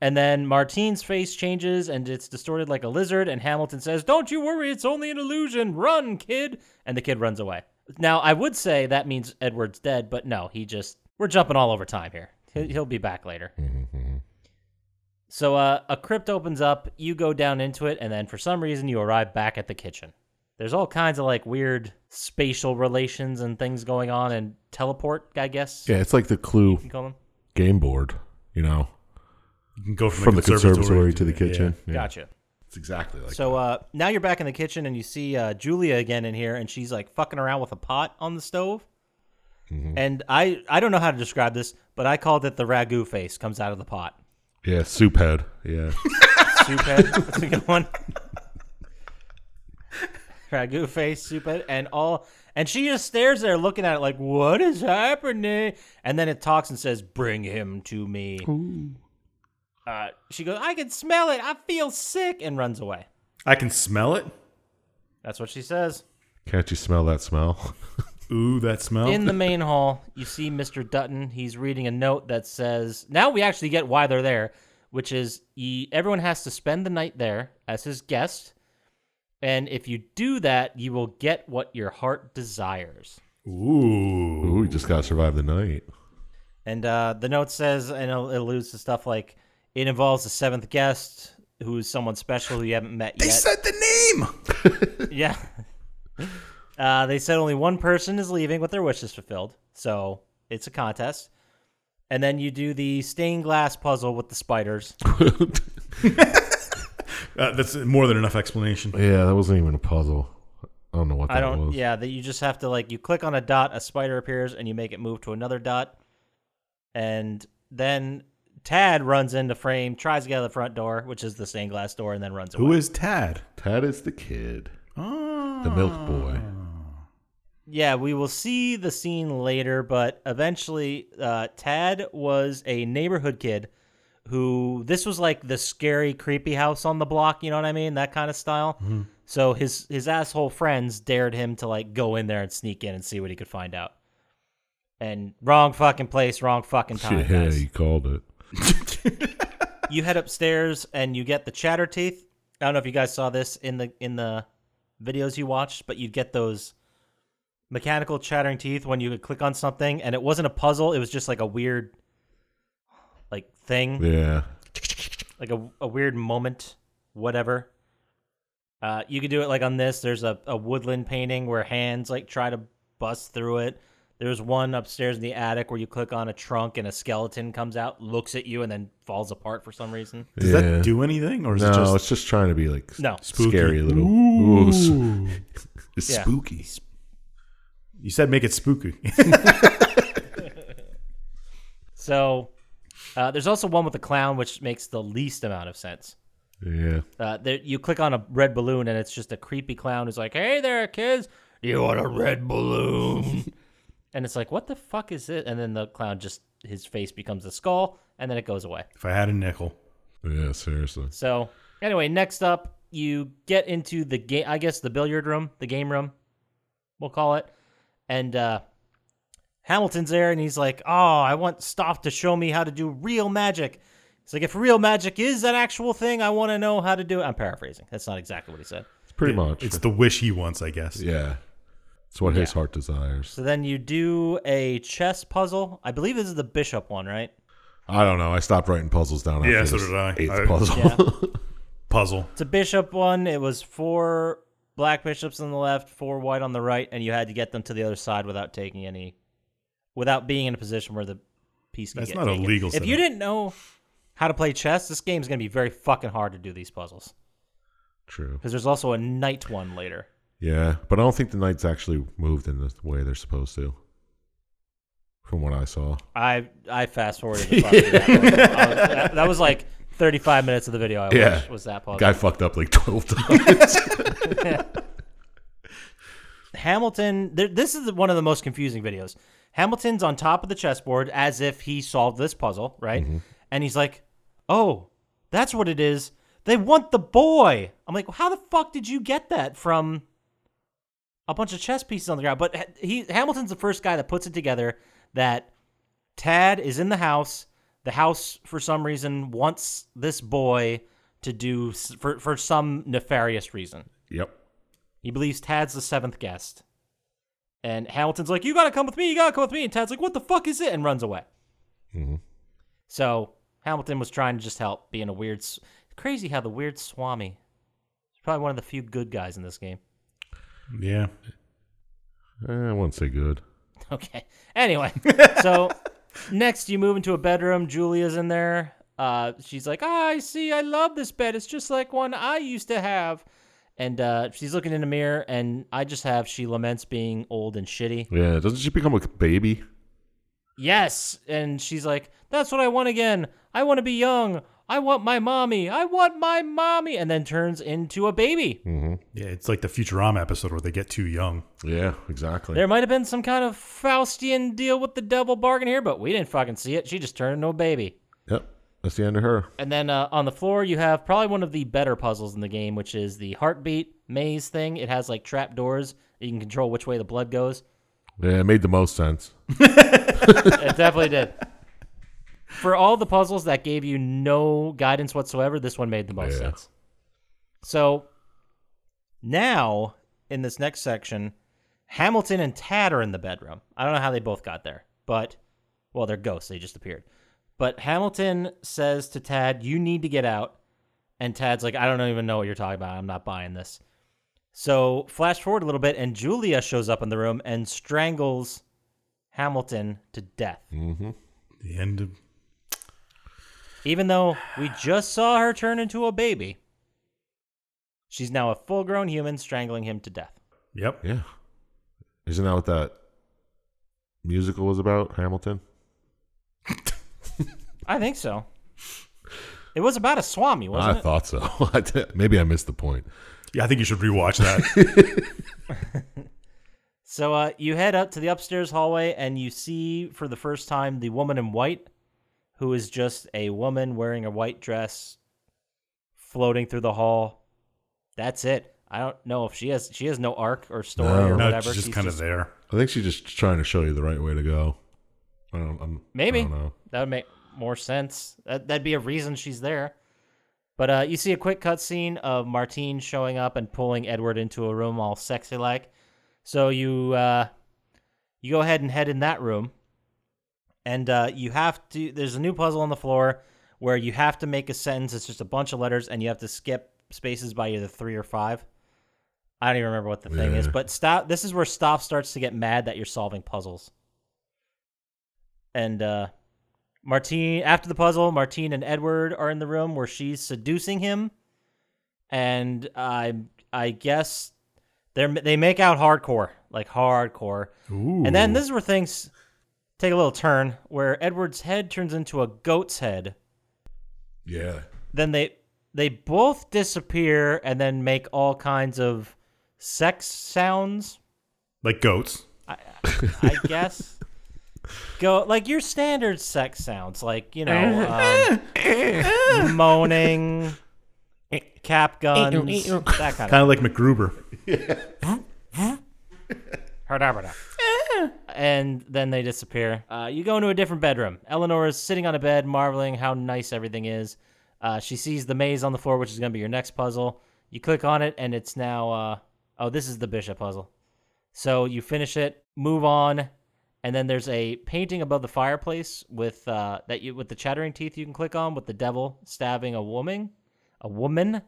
Speaker 1: And then Martine's face changes and it's distorted like a lizard. And Hamilton says, "Don't you worry, it's only an illusion. Run, kid!" And the kid runs away. Now, I would say that means Edward's dead,
Speaker 3: Mm-hmm,
Speaker 1: but no, he just we're jumping all over time here. He'll, he'll be back later. So uh, a crypt opens up, you go down into it, and then for some reason you arrive back at the kitchen. There's all kinds of like weird spatial relations and things going on, and teleport, I guess
Speaker 3: Yeah, it's like the Clue
Speaker 1: you call them.
Speaker 3: game board. You know,
Speaker 2: You can go from,
Speaker 3: from the conservatory to the kitchen. Yeah.
Speaker 1: Gotcha.
Speaker 3: It's exactly like
Speaker 1: so uh, now you're back in the kitchen and you see uh, Julia again in here, and she's like fucking around with a pot on the stove.
Speaker 3: Mm-hmm.
Speaker 1: And I I don't know how to describe this, but I called it the ragu face comes out of the pot.
Speaker 3: yeah, soup head. Yeah, *laughs*
Speaker 1: Soup head, that's a good one. ragu face, soup head, and all. And she just stares there, looking at it like, "What is happening?" And then it talks and says, "Bring him to me." Uh, she goes, "I can smell it. I feel sick," and runs away.
Speaker 2: I can smell it.
Speaker 1: That's what she says.
Speaker 3: can't you smell that smell? *laughs*
Speaker 2: Ooh, that smell.
Speaker 1: In the main hall, you see Mr. Dutton. He's reading a note that says, "Now we actually get why they're there, which is ye, everyone has to spend the night there as his guest, and if you do that, you will get what your heart desires."
Speaker 2: Ooh.
Speaker 3: Ooh, you just gotta survive the night.
Speaker 1: And uh, the note says, and it alludes to stuff like it involves the seventh guest, who is someone special who you haven't met
Speaker 2: They
Speaker 1: yet.
Speaker 2: said the name.
Speaker 1: yeah. Uh, they said only one person is leaving with their wishes fulfilled, so it's a contest. And then you do the stained glass puzzle with the spiders.
Speaker 2: Uh, that's more than enough explanation.
Speaker 3: Yeah, that wasn't even a puzzle. I don't know what that
Speaker 1: I don't.
Speaker 3: was.
Speaker 1: Yeah, that you just have to like you click on a dot, a spider appears, and you make it move to another dot. And then Tad runs into frame, tries to get out the front door, which is the stained glass door, and then runs away.
Speaker 2: Who is Tad?
Speaker 3: Tad is the kid,
Speaker 2: Oh.
Speaker 3: the milk boy.
Speaker 1: Yeah, we will see the scene later, but eventually, uh, Tad was a neighborhood kid who this was like the scary, creepy house on the block. You know what I mean? That kind of style. So his his asshole friends dared him to like go in there and sneak in and see what he could find out. And wrong fucking place, wrong fucking time.
Speaker 3: yeah,
Speaker 1: guys
Speaker 3: you called it.
Speaker 1: you head upstairs and you get the chatter teeth. I don't know if you guys saw this in the in the videos you watched, but you'd get those mechanical chattering teeth when you would click on something and it wasn't a puzzle, it was just like a weird like thing,
Speaker 3: Yeah,
Speaker 1: like a, a weird moment, whatever. Uh, you could do it like on this. There's a, a woodland painting where hands like try to bust through it. There's one upstairs in the attic where you click on a trunk and a skeleton comes out, looks at you, and then falls apart for some reason.
Speaker 2: Does
Speaker 3: yeah.
Speaker 2: that do anything, or is
Speaker 3: no,
Speaker 2: it just
Speaker 3: it's just trying to be like
Speaker 1: No.
Speaker 2: Spooky.
Speaker 3: scary little. Ooh, s-
Speaker 2: *laughs*
Speaker 3: it's
Speaker 1: Yeah.
Speaker 3: spooky.
Speaker 2: you said make it spooky? *laughs*
Speaker 1: So uh, there's also one with a clown, which makes the least amount of sense.
Speaker 3: Yeah,
Speaker 1: Uh, there, you click on a red balloon, and it's just a creepy clown who's like, "Hey there, kids, you want a red balloon?" and it's like, "What the fuck is it?" And then the clown just his face becomes a skull, and then it goes away.
Speaker 2: if I had a nickel,
Speaker 3: *laughs* yeah, seriously.
Speaker 1: So anyway, next up, you get into the game. I guess the billiard room, the game room, we'll call it. And uh, Hamilton's there, and he's like, "Oh, I want Stoff to show me how to do real magic." It's like if real magic is an actual thing, I want to know how to do it. I'm paraphrasing. That's not exactly what he said.
Speaker 3: It's pretty much.
Speaker 2: it's the wish he wants, I guess.
Speaker 3: yeah, it's what his heart desires.
Speaker 1: So then you do a chess puzzle. I believe this is the bishop one, right?
Speaker 3: I don't know. I stopped writing puzzles down after
Speaker 2: Yeah,
Speaker 3: this
Speaker 2: so did I.
Speaker 3: eighth
Speaker 2: I-
Speaker 3: puzzle.
Speaker 1: Yeah.
Speaker 2: Puzzle.
Speaker 1: It's a bishop one. It was four black bishops on the left, four white on the right, and you had to get them to the other side without taking any, without being in a position where the piece. could
Speaker 2: That's
Speaker 1: get
Speaker 2: not a
Speaker 1: taken.
Speaker 2: legal
Speaker 1: If you
Speaker 2: setup.
Speaker 1: didn't know how to play chess, this game's gonna be very fucking hard to do these puzzles
Speaker 3: *laughs* True.
Speaker 1: because there's also a knight one later.
Speaker 3: Yeah, but I don't think the knights actually moved in the way they're supposed to. From what I saw.
Speaker 1: I I fast forwarded. The fuck through that,
Speaker 2: *laughs*
Speaker 1: puzzle. I was- that, that was like 35 minutes of the video. I
Speaker 3: Yeah.
Speaker 1: watched was that puzzle.
Speaker 3: Guy fucked up like *laughs* 12 times.
Speaker 1: Hamilton. Th- this is one of the most confusing videos. Hamilton's on top of the chessboard as if he solved this puzzle, right? And he's like, "Oh, that's what it is. They want the boy." I'm like, "How the fuck did you get that from a bunch of chess pieces on the ground?" But ha- he Hamilton's the first guy that puts it together that Tad is in the house. The house, for some reason, wants this boy to do s- for for some nefarious reason.
Speaker 3: yep.
Speaker 1: He believes Tad's the seventh guest. And Hamilton's like, You gotta come with me, you gotta come with me. And Tad's like, What the fuck is it? And runs away.
Speaker 3: Mhm.
Speaker 1: So Hamilton was trying to just help, being a weird, s- crazy how the weird Swami. He's probably one of the few good guys in this game. *laughs*
Speaker 2: Yeah.
Speaker 3: Eh, I wouldn't say good.
Speaker 1: Okay. Anyway, so next you move into a bedroom. Julia's in there. Uh, she's like, Ah, I see. I love this bed. It's just like one I used to have. And uh, she's looking in the mirror, and I just have she laments being old and shitty.
Speaker 3: Yeah, doesn't she become a baby?
Speaker 1: Yes. And she's like, That's what I want again. I want to be young. I want my mommy. I want my mommy. And then turns into a baby.
Speaker 2: Yeah, it's like the Futurama episode where they get too young.
Speaker 3: Yeah, exactly.
Speaker 1: There might have been some kind of Faustian deal with the devil bargain here, but we didn't fucking see it. She just turned into a baby.
Speaker 3: Yep, that's the end of her.
Speaker 1: And then uh, on the floor, you have probably one of the better puzzles in the game, which is the heartbeat maze thing. It has like trap doors. You can control which way the blood goes.
Speaker 3: Yeah, it made the most sense.
Speaker 1: It definitely did. For all the puzzles that gave you no guidance whatsoever, this one made the most
Speaker 3: Yeah.
Speaker 1: sense. So now in this next section, Hamilton and Tad are in the bedroom. I don't know how they both got there, but well, they're ghosts. They just appeared. But Hamilton says to Tad, You need to get out. And Tad's like, I don't even know what you're talking about. I'm not buying this. So flash forward a little bit, and Julia shows up in the room and strangles Hamilton to death.
Speaker 3: Mm-hmm.
Speaker 2: The end of
Speaker 1: Even though we just saw her turn into a baby, she's now a full grown human strangling him to death.
Speaker 2: Yep.
Speaker 3: Yeah, isn't that what that musical was about? Hamilton.
Speaker 1: I think so. It was about a swami, wasn't
Speaker 3: I thought so. *laughs* I did- Maybe I missed the point.
Speaker 2: Yeah, I think you should rewatch
Speaker 3: *laughs*
Speaker 2: that.
Speaker 1: it? So uh, you head up to the upstairs hallway and you see for the first time the woman in white, who is just a woman wearing a white dress floating through the hall. That's it. I don't know if she has she has no arc or story
Speaker 3: No.
Speaker 1: or
Speaker 2: no,
Speaker 1: whatever.
Speaker 2: it's just
Speaker 1: She's
Speaker 2: kind of there.
Speaker 3: I think she's just trying to show you the right way to go. I don't, I'm,
Speaker 1: Maybe.
Speaker 3: I don't know.
Speaker 1: That would make more sense. That, that'd be a reason she's there. But uh, you see a quick cutscene of Martine showing up and pulling Edward into a room all sexy like. So you uh, you go ahead and head in that room, and uh, you have to. There's a new puzzle on the floor where you have to make a sentence. It's just a bunch of letters, and you have to skip spaces by either three or five. I don't even remember what the thing is,
Speaker 3: Yeah.
Speaker 1: but stop. This is where Stop starts to get mad that you're solving puzzles, and uh, Martine, after the puzzle, Martine and Edward are in the room where she's seducing him, and I I guess they they make out hardcore, like hardcore.
Speaker 2: Ooh.
Speaker 1: And then this is where things take a little turn, where Edward's head turns into a goat's head.
Speaker 3: Yeah.
Speaker 1: Then they they both disappear and then make all kinds of sex sounds.
Speaker 2: like goats.
Speaker 1: I guess. Go like your standard sex sounds, like you know, um, moaning, cap guns, that kind of.
Speaker 2: Kind of like MacGruber.
Speaker 1: Eh. And then they disappear. Uh, you go into a different bedroom. Eleanor is sitting on a bed, marveling how nice everything is. Uh, she sees the maze on the floor, which is going to be your next puzzle. You click on it, and it's now. Uh, oh, this is the bishop puzzle. So you finish it, move on, and then there's a painting above the fireplace with uh, that you with the chattering teeth you can click on with the devil stabbing a woman, a woman.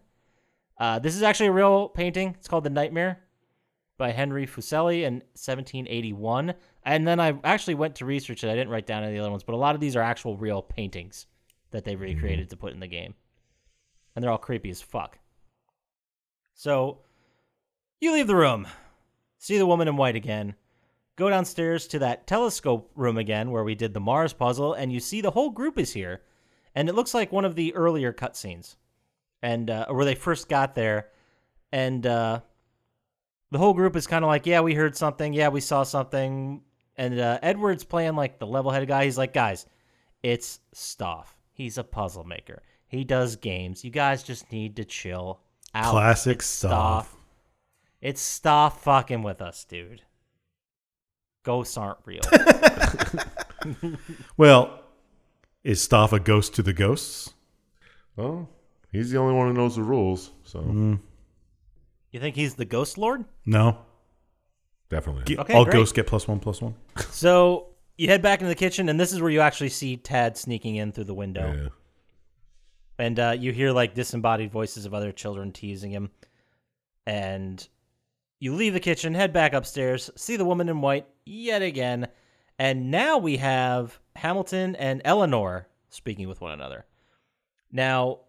Speaker 1: Uh, this is actually a real painting. It's called the Nightmare by Henry Fuseli in 1781. And then I actually went to research it. I didn't write down any of the other ones, but a lot of these are actual real paintings that they recreated to put in the game. And they're all creepy as fuck. So you leave the room, see the woman in white again, go downstairs to that telescope room again where we did the Mars puzzle, and you see the whole group is here. And it looks like one of the earlier cutscenes, and uh, where they first got there, and uh, the whole group is kind of like, yeah, we heard something, yeah, we saw something, and uh, Edward's playing like the level-headed guy. He's like, guys, it's Stoff. He's a puzzle maker. He does games. You guys just need to chill out.
Speaker 2: Classic
Speaker 1: It's
Speaker 2: Stoff.
Speaker 1: It's Stoff fucking with us, dude. Ghosts aren't real.
Speaker 2: Well, is Stoff a ghost to the ghosts?
Speaker 3: Well, he's the only one who knows the rules, so
Speaker 1: you think he's the ghost lord?
Speaker 2: No.
Speaker 3: definitely.
Speaker 2: Get-
Speaker 1: Okay,
Speaker 2: all
Speaker 1: great.
Speaker 2: ghosts get plus one, plus one.
Speaker 1: So you head back into the kitchen, and this is where you actually see Tad sneaking in through the window.
Speaker 3: yeah.
Speaker 1: and uh, you hear like disembodied voices of other children teasing him. And you leave the kitchen, head back upstairs, see the woman in white yet again, and now we have Hamilton and Eleanor speaking with one another. Now,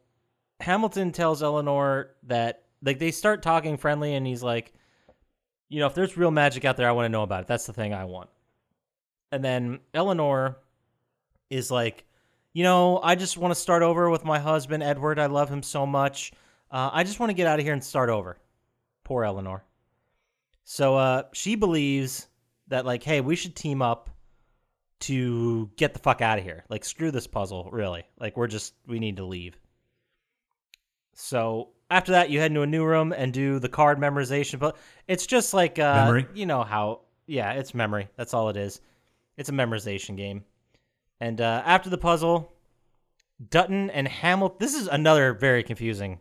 Speaker 1: Hamilton tells Eleanor that like they start talking friendly, and he's like, you know, if there's real magic out there, I want to know about it. That's the thing I want. And then Eleanor is like, you know, I just want to start over with my husband, Edward. I love him so much. Uh, I just want to get out of here and start over. Poor Eleanor. So uh, she believes that, like, hey, we should team up to get the fuck out of here. Like, screw this puzzle, really. Like, we're just, we need to leave. So after that, you head into a new room and do the card memorization. But it's just like, uh,
Speaker 2: Memory?
Speaker 1: you know how, yeah, it's memory. That's all it is. It's a memorization game. And uh, after the puzzle, Dutton and Hamilton. This is another very confusing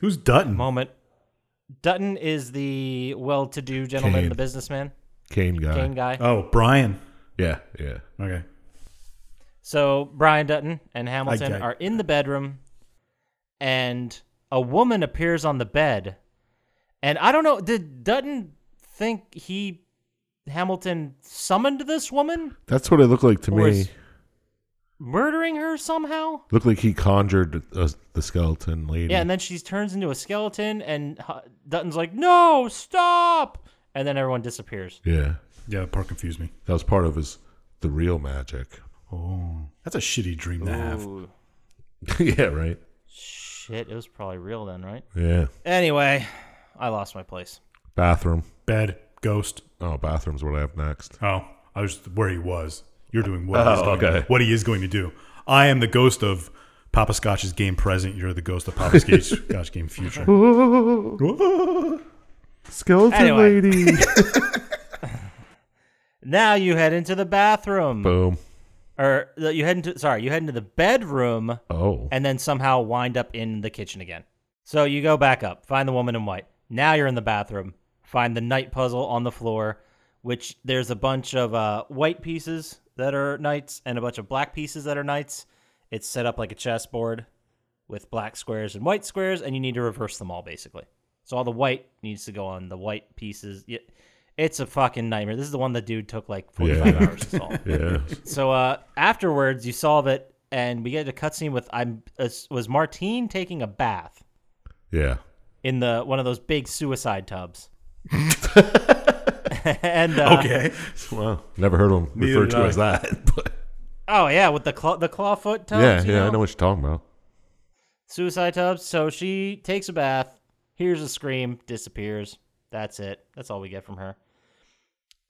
Speaker 2: Who's Dutton?
Speaker 1: moment. Dutton is the well-to-do gentleman,
Speaker 3: Kane.
Speaker 1: the businessman,
Speaker 3: Kane guy.
Speaker 1: Kane guy.
Speaker 2: Oh, Brian.
Speaker 3: Yeah, yeah.
Speaker 2: Okay.
Speaker 1: So Brian Dutton and Hamilton
Speaker 2: I-
Speaker 1: are in the bedroom, and a woman appears on the bed. And I don't know. Did Dutton think he Hamilton summoned this woman,
Speaker 3: That's what it looked like to
Speaker 1: Or
Speaker 3: me.
Speaker 1: is- murdering her somehow?
Speaker 3: Looked like he conjured uh, the skeleton lady.
Speaker 1: Yeah, and then she turns into a skeleton, and Hu- Dutton's like, "No, stop!" And then everyone disappears.
Speaker 3: yeah.
Speaker 2: Yeah, that part confused me.
Speaker 3: That was part of his the real magic. *laughs*
Speaker 2: Oh, that's a shitty dream to have.
Speaker 1: Ooh,
Speaker 3: yeah, right.
Speaker 1: shit! It was probably real then, right?
Speaker 3: Yeah.
Speaker 1: Anyway, I lost my place.
Speaker 3: Bathroom.
Speaker 2: Bed, ghost.
Speaker 3: Oh, bathroom's what I have next.
Speaker 2: Oh, I was where he was. You're doing what? he's
Speaker 3: Oh,
Speaker 2: going-
Speaker 3: okay.
Speaker 2: What he is going to do. I am the ghost of Papa Scotch's game present. You're the ghost of
Speaker 3: *laughs*
Speaker 2: Papa Scotch, Scotch game future.
Speaker 3: Skeleton
Speaker 1: Anyway.
Speaker 3: lady.
Speaker 1: *laughs* Now you head into the bathroom,
Speaker 3: Boom.
Speaker 1: or uh, you head into sorry, you head into the bedroom,
Speaker 3: Oh.
Speaker 1: and then somehow wind up in the kitchen again. So you go back up, find the woman in white. Now you're in the bathroom. Find the night puzzle on the floor, which there's a bunch of uh, white pieces that are knights and a bunch of black pieces that are knights. It's set up like a chessboard with black squares and white squares, and you need to reverse them all basically. So all the white needs to go on the white pieces. Y- It's a fucking nightmare. This is the one the dude took like 45
Speaker 3: Yeah.
Speaker 1: hours to solve.
Speaker 3: Yeah.
Speaker 1: So uh, afterwards, you solve it, and we get a cutscene with I'm uh, was Martine taking a bath
Speaker 3: Yeah.
Speaker 1: in the one of those big suicide
Speaker 3: *laughs*
Speaker 1: tubs. *laughs* and uh,
Speaker 3: *laughs*
Speaker 2: Okay.
Speaker 3: Well, never heard him
Speaker 2: Neither
Speaker 3: referred to
Speaker 2: did
Speaker 3: as that. *laughs* But
Speaker 1: oh yeah, with the claw, the clawfoot tubs.
Speaker 3: yeah,
Speaker 1: you
Speaker 3: yeah, I know what you're talking about.
Speaker 1: Suicide tubs. So she takes a bath, hears a scream, disappears. That's it. That's all we get from her.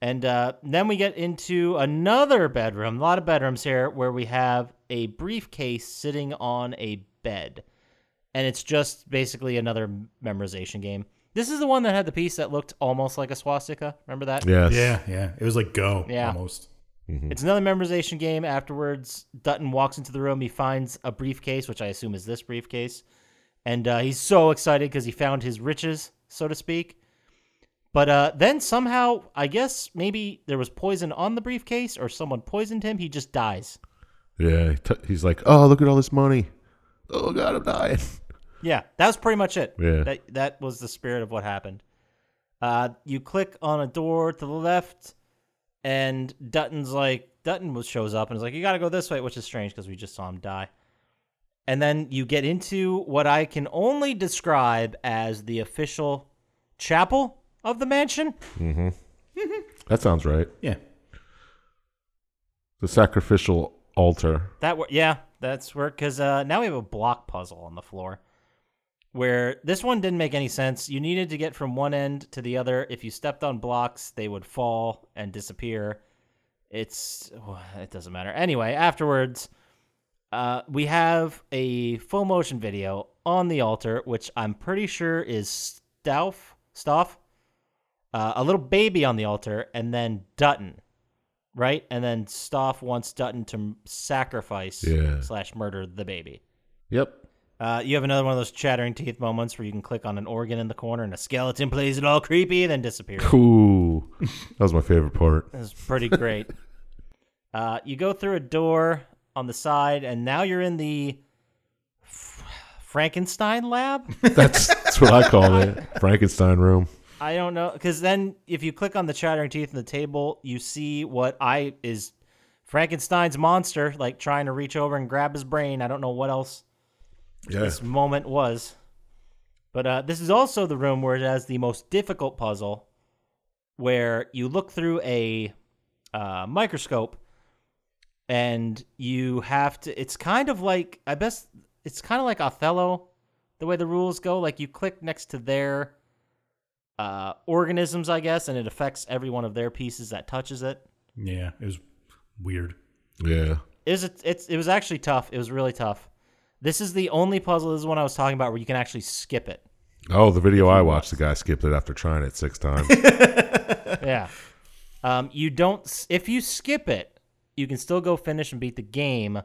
Speaker 1: And uh, then we get into another bedroom, a lot of bedrooms here, where we have a briefcase sitting on a bed. And it's just basically another memorization game. This is the one that had the piece that looked almost like a swastika. Remember that?
Speaker 3: Yes.
Speaker 2: Yeah, yeah. It was like go
Speaker 1: Yeah.
Speaker 2: almost.
Speaker 1: It's another memorization game. Afterwards, Dutton walks into the room. He finds a briefcase, which I assume is this briefcase. And uh, he's so excited because he found his riches, so to speak. But uh, then somehow, I guess maybe there was poison on the briefcase or someone poisoned him. He just dies.
Speaker 3: Yeah. he t- he's like, oh, look at all this money. Oh, God, I'm dying.
Speaker 1: Yeah, that was pretty much it.
Speaker 3: Yeah.
Speaker 1: That, that was the spirit of what happened. Uh, you click on a door to the left, and Dutton's like, Dutton was- shows up and is like, you got to go this way, which is strange because we just saw him die. And then you get into what I can only describe as the official chapel of the mansion.
Speaker 3: *laughs* That sounds right.
Speaker 2: Yeah.
Speaker 3: The sacrificial altar.
Speaker 1: That wor- yeah, that's where because uh, now we have a block puzzle on the floor. Where this one didn't make any sense. You needed to get from one end to the other. If you stepped on blocks, they would fall and disappear. It's *sighs* well, it doesn't matter. Anyway, afterwards, uh, we have a full motion video on the altar, which I'm pretty sure is Stauf, Stauf, uh, a little baby on the altar, and then Dutton right? And then Stoff wants Dutton to m- sacrifice
Speaker 3: Yeah.
Speaker 1: slash murder the baby.
Speaker 3: Yep.
Speaker 1: Uh, you have another one of those chattering teeth moments where you can click on an organ in the corner and a skeleton plays it all creepy, then disappears.
Speaker 3: Ooh. That was my favorite part.
Speaker 1: It's pretty great. uh, you go through a door on the side, and now you're in the Frankenstein lab?
Speaker 3: That's that's what I call it. Frankenstein room.
Speaker 1: I don't know because then if you click on the chattering teeth in the table, you see what I is Frankenstein's monster like trying to reach over and grab his brain. I don't know what else
Speaker 3: Yeah.
Speaker 1: this moment was, but uh, this is also the room where it has the most difficult puzzle, where you look through a uh, microscope, and you have to. It's kind of like I best. It's kind of like Othello, the way the rules go. Like you click next to their uh, organisms, I guess, and it affects every one of their pieces that touches it.
Speaker 2: Yeah, it was weird.
Speaker 3: Yeah.
Speaker 1: It was, it's, it was actually tough. It was really tough. This is the only puzzle. This is one I was talking about where you can actually skip it.
Speaker 3: Oh, the video I watched, the guy skipped it after trying it six times.
Speaker 1: yeah. Um, you don't. s- If you skip it, you can still go finish and beat the game,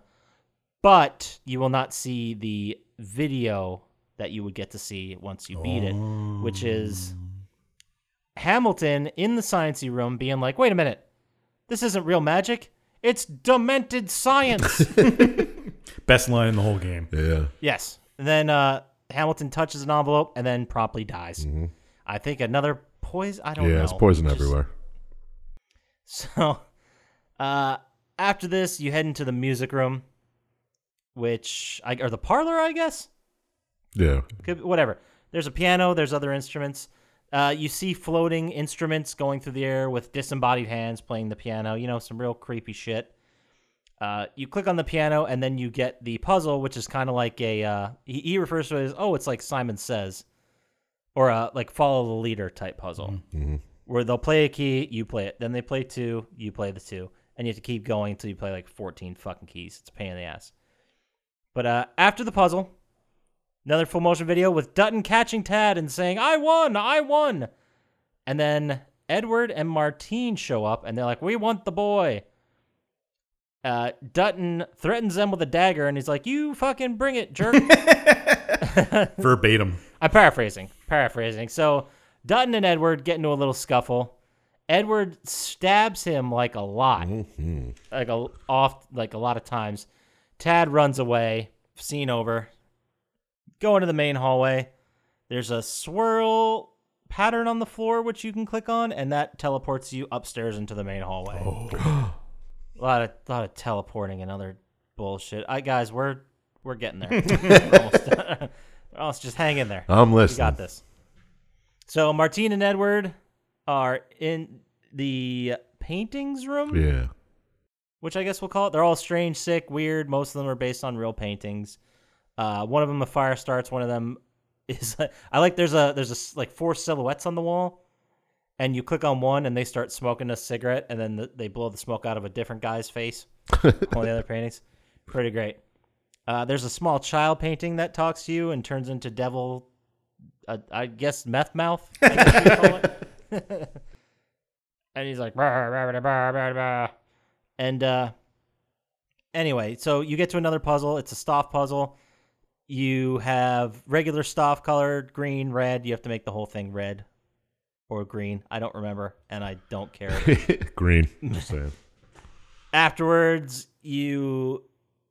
Speaker 1: but you will not see the video that you would get to see once you beat it, which is Hamilton in the sciency room being like, "Wait a minute, this isn't real magic. It's demented
Speaker 3: *laughs*
Speaker 1: science."
Speaker 2: Best line in the whole game.
Speaker 3: yeah.
Speaker 1: yes. And then uh, Hamilton touches an envelope and then promptly dies. I think another poison. I don't know.
Speaker 3: Mm-hmm. Yeah, it's poison
Speaker 1: Oh, Just-
Speaker 3: everywhere.
Speaker 1: So, *laughs* uh, after this, you head into the music room, which I or the parlor, I guess.
Speaker 3: Yeah.
Speaker 1: Could, whatever. There's a piano. There's other instruments. Uh, you see floating instruments going through the air with disembodied hands playing the piano. You know, some real creepy shit. Uh, you click on the piano and then you get the puzzle, which is kind of like a uh, he, he refers to it as oh, it's like Simon Says, or uh, like follow the leader type puzzle, where they'll play a key, you play it, then they play two, you play the two, and you have to keep going until you play like 14 fucking keys. It's a pain in the ass. But uh, after the puzzle, Another full motion video with Dutton catching Tad and saying, I won, I won. And then Edward and Martine show up and they're like, We want the boy. Uh, Dutton threatens them with a dagger and he's like, You fucking bring it, jerk.
Speaker 2: Verbatim.
Speaker 1: I'm paraphrasing. Paraphrasing. So Dutton and Edward get into a little scuffle. Edward stabs him like a lot, like a off, like a lot of times. Tad runs away. Scene over. Go into the main hallway. There's a swirl pattern on the floor which you can click on, and that teleports you upstairs into the main hallway. a lot of lot of teleporting and other bullshit. I guys, we're we're getting there. we're almost, *laughs* we're almost just hang in there.
Speaker 3: I'm
Speaker 1: You
Speaker 3: listening.
Speaker 1: got this. So Martine and Edward are in the paintings room,
Speaker 3: Yeah.
Speaker 1: which I guess we'll call it. They're all strange, sick, weird. Most of them are based on real paintings. Uh, one of them a fire starts. One of them *laughs* is I like there's a there's a s- like four silhouettes on the wall, and you click on one and they start smoking a cigarette, and then the, they blow the smoke out of a different guy's face. one of the other paintings, pretty great. Uh, there's a small child painting that talks to you and turns into devil uh, I guess meth mouth. I guess you call it. *laughs* and he's like, "Brr, brr, brr, brr, brr, brr." and uh, anyway, so you get to another puzzle. It's a staff puzzle. You have regular staff colored green, red. You have to make the whole thing red or green. I don't remember, and I don't care.
Speaker 3: *laughs* Green. Just saying.
Speaker 1: Afterwards, you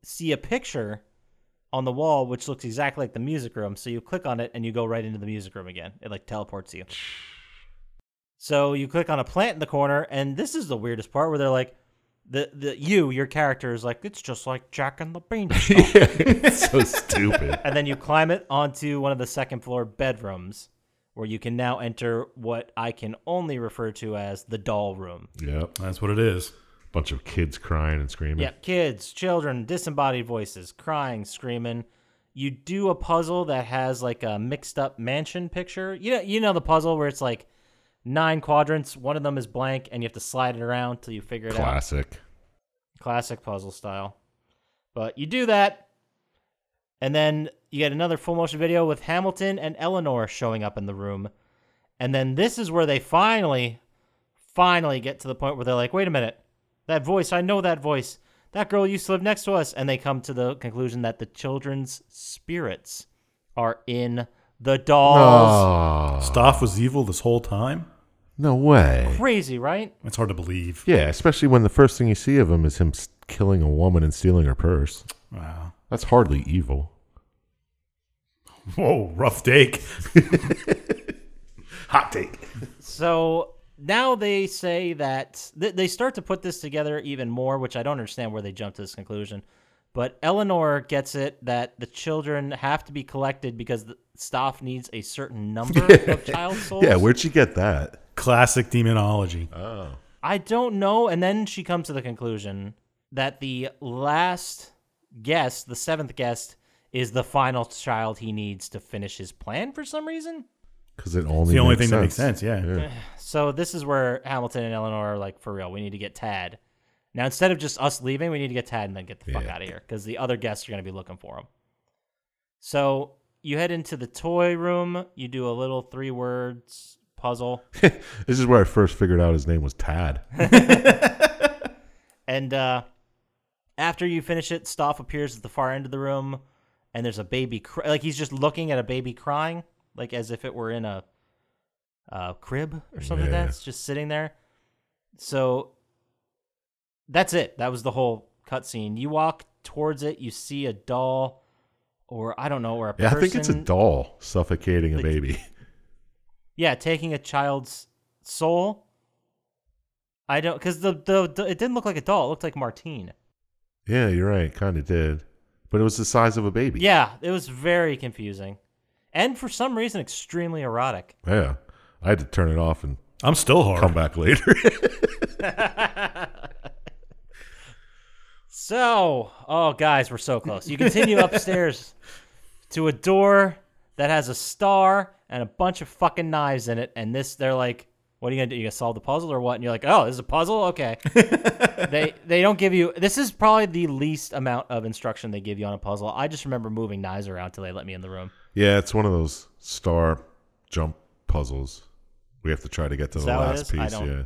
Speaker 1: see a picture on the wall which looks exactly like the music room. So you click on it and you go right into the music room again. It like teleports you. So you click on a plant in the corner, and this is the weirdest part where they're like, the the you your character is like it's just like Jack and the Beanstalk,
Speaker 3: yeah. It's so stupid.
Speaker 1: and then you climb it onto one of the second floor bedrooms, where you can now enter what I can only refer to as the doll room.
Speaker 3: Yep.
Speaker 2: That's what it is.
Speaker 3: Bunch of kids crying and screaming.
Speaker 1: Yep, kids, children, disembodied voices, crying, screaming. You do a puzzle that has like a mixed up mansion picture. You know, you know the puzzle where it's like nine quadrants, one of them is blank, and you have to slide it around till you figure it out.
Speaker 3: Classic.
Speaker 1: Classic puzzle style. But you do that, and then you get another full motion video with Hamilton and Eleanor showing up in the room. And then this is where they finally, finally get to the point where they're like, wait a minute, that voice, I know that voice. That girl used to live next to us. And they come to the conclusion that the children's spirits are in the dolls.
Speaker 3: Oh,
Speaker 2: Staff was evil this whole time.
Speaker 3: no way.
Speaker 1: Crazy, right?
Speaker 2: It's hard to believe.
Speaker 3: Yeah, especially when the first thing you see of him is him s- killing a woman and stealing her purse.
Speaker 2: Wow.
Speaker 3: That's hardly evil.
Speaker 2: Whoa, rough take.
Speaker 3: Hot take.
Speaker 1: So now they say that th- they start to put this together even more, which I don't understand where they jump to this conclusion. But Eleanor gets it that the children have to be collected because the staff needs a certain number of child souls.
Speaker 3: Yeah, where'd you get that?
Speaker 2: Classic demonology.
Speaker 3: Oh.
Speaker 1: I don't know. And then she comes to the conclusion that the last guest, the seventh guest, is the final child he needs to finish his plan for some reason.
Speaker 3: Because it only
Speaker 2: It's the only thing
Speaker 3: makes
Speaker 2: that makes
Speaker 3: sense.
Speaker 2: sense. Yeah.
Speaker 1: So this is where Hamilton and Eleanor are like, for real, we need to get Tad. Now instead of just us leaving, we need to get Tad and then get the fuck
Speaker 3: Yeah.
Speaker 1: out of here because the other guests are gonna be looking for him. So you head into the toy room. You do a little three words puzzle,
Speaker 3: This is where I first figured out his name was Tad.
Speaker 1: and uh, after you finish it, Stoff appears at the far end of the room, and there's a baby. Cr- like he's just looking at a baby crying, like as if it were in a uh, crib or something
Speaker 3: Yeah.
Speaker 1: like that. It's just sitting there. So that's it. That was the whole cutscene. You walk towards it, you see a doll, or I don't know, or a
Speaker 3: Yeah,
Speaker 1: person.
Speaker 3: I think it's a doll suffocating a
Speaker 1: Like-
Speaker 3: baby.
Speaker 1: Yeah, taking a child's soul. I don't because the, the the it didn't look like a doll. It looked like Martine.
Speaker 3: *laughs* Yeah, you're right. Kind of did, but it was the size of a baby.
Speaker 1: Yeah, it was very confusing, and for some reason, extremely erotic.
Speaker 3: Yeah. I had to turn it off and
Speaker 2: I'm still hard.
Speaker 3: come back later.
Speaker 1: So, oh guys, we're so close. You continue upstairs to a door that has a star and a bunch of fucking knives in it, and this they're like, "What are you gonna do? You gonna solve the puzzle or what?" And you're like, "Oh, this is a puzzle. Okay." they they don't give you. This is probably the least amount of instruction they give you on a puzzle. I just remember moving knives around till they let me in the room.
Speaker 3: yeah, it's one of those star jump puzzles. We have to try to get to the
Speaker 1: that what it
Speaker 3: last
Speaker 1: is? I
Speaker 3: piece.
Speaker 1: don't-
Speaker 3: Yeah.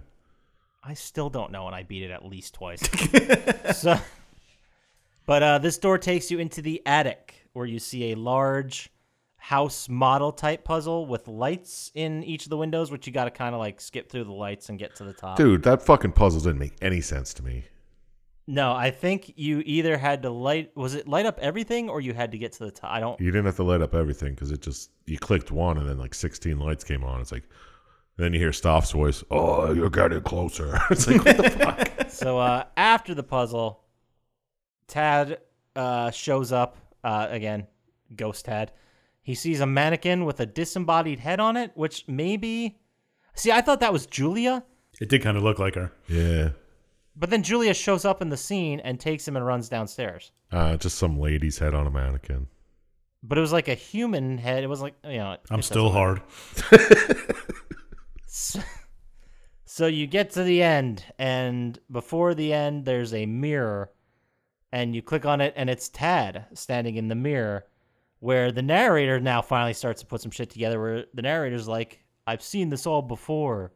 Speaker 1: I still don't know, and I beat it at least twice. so, but uh, this door takes you into the attic, where you see a large house model type puzzle with lights in each of the windows, which you got to kind of like skip through the lights and get to the top.
Speaker 3: Dude, that fucking puzzle didn't make any sense to me.
Speaker 1: No, I think you either had to light was it light up everything, or you had to get to the top. I don't.
Speaker 3: You didn't have to light up everything because it just you clicked one and then like sixteen lights came on. It's like then you hear Stoff's voice. Oh, you're getting closer. *laughs* it's
Speaker 1: *laughs*
Speaker 3: like what the fuck?
Speaker 1: so uh, after the puzzle, Tad uh, shows up uh, again, Ghost Tad. He sees a mannequin with a disembodied head on it, which maybe. See, I thought that was Julia,
Speaker 2: It did kind of look like her.
Speaker 3: Yeah,
Speaker 1: but then Julia shows up in the scene and takes him and runs downstairs.
Speaker 3: uh, just some lady's head on a mannequin.
Speaker 1: But it was like a human head. It was like you know.
Speaker 2: I'm
Speaker 1: it
Speaker 2: still hard.
Speaker 1: So, so you get to the end, and before the end, there's a mirror, and you click on it, and it's Tad standing in the mirror, where the narrator now finally starts to put some shit together. Where the narrator's like, "I've seen this all before.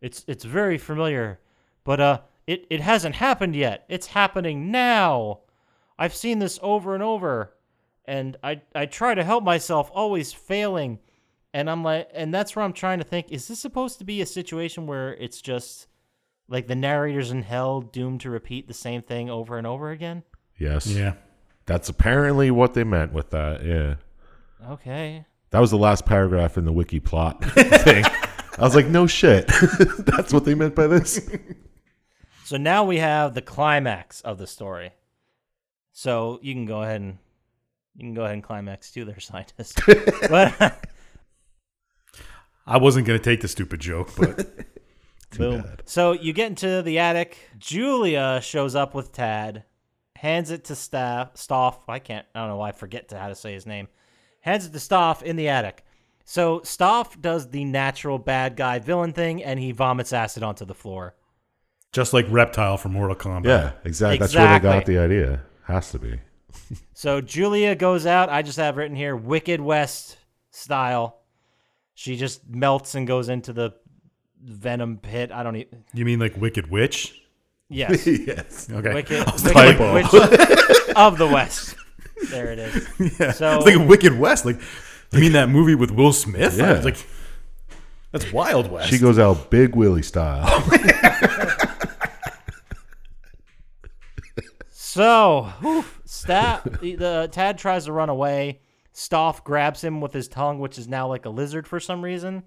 Speaker 1: It's it's very familiar, but uh, it it hasn't happened yet. It's happening now. I've seen this over and over, and I I try to help myself, always failing." and I'm like, and that's where I'm trying to think: is this supposed to be a situation where it's just like the narrators in hell doomed to repeat the same thing over and over again?
Speaker 3: Yes.
Speaker 2: Yeah.
Speaker 3: That's apparently what they meant with that. Yeah.
Speaker 1: Okay,
Speaker 3: That was the last paragraph in the wiki plot *laughs*
Speaker 1: *laughs*
Speaker 3: thing. I was like, no shit. *laughs* That's what they meant by this.
Speaker 1: so now we have the climax of the story. So you can go ahead and you can go ahead and climax to their scientist. but
Speaker 2: I wasn't going to take the stupid joke,
Speaker 3: *laughs*
Speaker 2: but
Speaker 1: Boom. So you get into the attic. Julia shows up with Tad, hands it to Staff Stoff. I can't. I don't know why I forget to how to say his name. Hands it to Stoff in the attic. So Stoff does the natural bad guy villain thing, and he vomits acid onto the floor.
Speaker 2: just like Reptile from Mortal Kombat.
Speaker 3: Yeah, exactly. That's where they got
Speaker 1: Exactly.
Speaker 3: the idea. Has to be.
Speaker 1: So Julia goes out. I just have written here Wicked West style. She just melts and goes into the venom pit. I don't even.
Speaker 2: You mean like Wicked Witch?
Speaker 3: *laughs*
Speaker 1: Yes.
Speaker 3: yes.
Speaker 2: Okay.
Speaker 1: Wicked,
Speaker 2: *laughs* I was
Speaker 1: Wicked
Speaker 2: like-
Speaker 1: Witch of the West. There it is.
Speaker 2: Yeah.
Speaker 1: So-
Speaker 2: it's like Wicked West. Like, you mean that movie with Will Smith?
Speaker 3: Yeah.
Speaker 2: I was like, that's Wild West.
Speaker 3: She goes out big Willie style.
Speaker 1: uh, So, staff the Tad tries to run away. Stoff grabs him with his tongue, which is now like a lizard for some reason.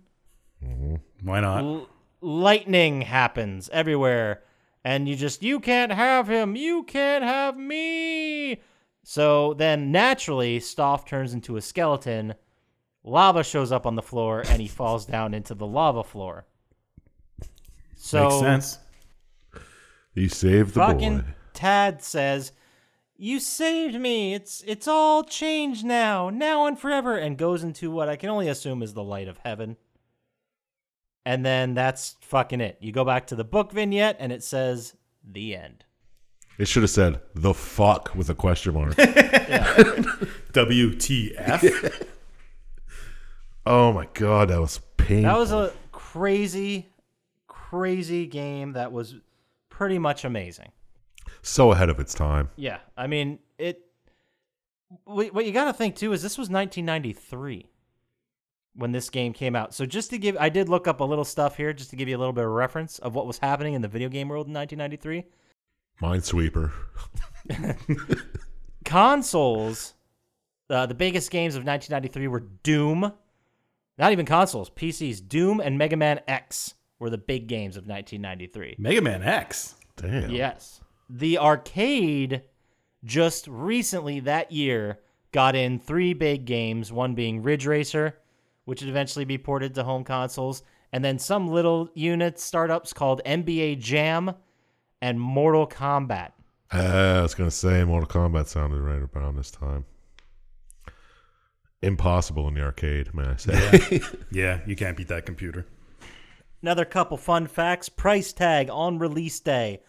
Speaker 2: Why not?
Speaker 1: L- lightning happens everywhere, and you just you can't have him. You can't have me. So then naturally, Stoff turns into a skeleton. Lava shows up on the floor, and he falls down into the lava floor. So
Speaker 2: Makes sense.
Speaker 3: He saved the
Speaker 1: fucking
Speaker 3: boy.
Speaker 1: Tad says, "You saved me. It's it's all changed now, now and forever," and goes into what I can only assume is the light of heaven. And then that's fucking it. You go back to the book vignette, and it says the end.
Speaker 3: It should have said the fuck with a question mark.
Speaker 2: WTF?
Speaker 3: *laughs* oh my god, that was painful.
Speaker 1: That was a crazy, crazy game. That was pretty much amazing.
Speaker 3: so ahead of its time.
Speaker 1: Yeah, I mean it. What what you got to think too is this was 1993 when this game came out. So just to give, I did look up a little stuff here just to give you a little bit of reference of what was happening in the video game world in 1993.
Speaker 3: Minesweeper.
Speaker 1: Consoles, uh, the biggest games of 1993 were Doom, not even consoles, PCs. Doom and Mega Man X were the big games of 1993.
Speaker 2: Mega Man X.
Speaker 3: Damn.
Speaker 1: Yes. The arcade just recently that year got in three big games, one being Ridge Racer, which would eventually be ported to home consoles, and then some little unit startups called NBA Jam and Mortal Kombat.
Speaker 3: Uh, I was gonna say Mortal Kombat sounded right around this time. Impossible in the arcade, may I say?
Speaker 2: Yeah, you can't beat that computer.
Speaker 1: Another couple fun facts. Price tag on release day,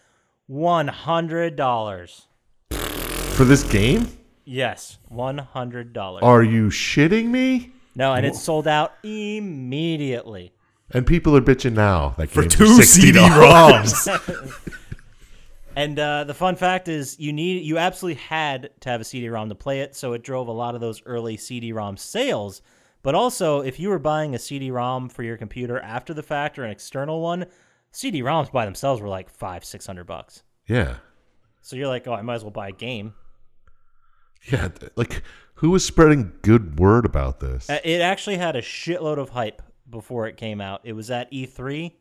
Speaker 1: $100.
Speaker 3: *laughs* For this game?
Speaker 1: Yes, $100.
Speaker 3: Are you shitting me?
Speaker 1: no, and it sold out immediately.
Speaker 3: And people are bitching now. That
Speaker 2: For
Speaker 3: game
Speaker 2: two
Speaker 3: was
Speaker 2: CD
Speaker 3: $60.
Speaker 2: ROMs.
Speaker 1: *laughs* And uh, the fun fact is, you need you absolutely had to have a CD-ROM to play it, so it drove a lot of those early CD-ROM sales. But also, if you were buying a CD-ROM for your computer after the fact or an external one, CD-ROMs by themselves were like five, six hundred bucks.
Speaker 3: *laughs* Yeah.
Speaker 1: So you're like, oh, I might as well buy a game.
Speaker 3: Yeah. th- Like, who was spreading good word about this?
Speaker 1: Uh, It actually had a shitload of hype before it came out. It was at E3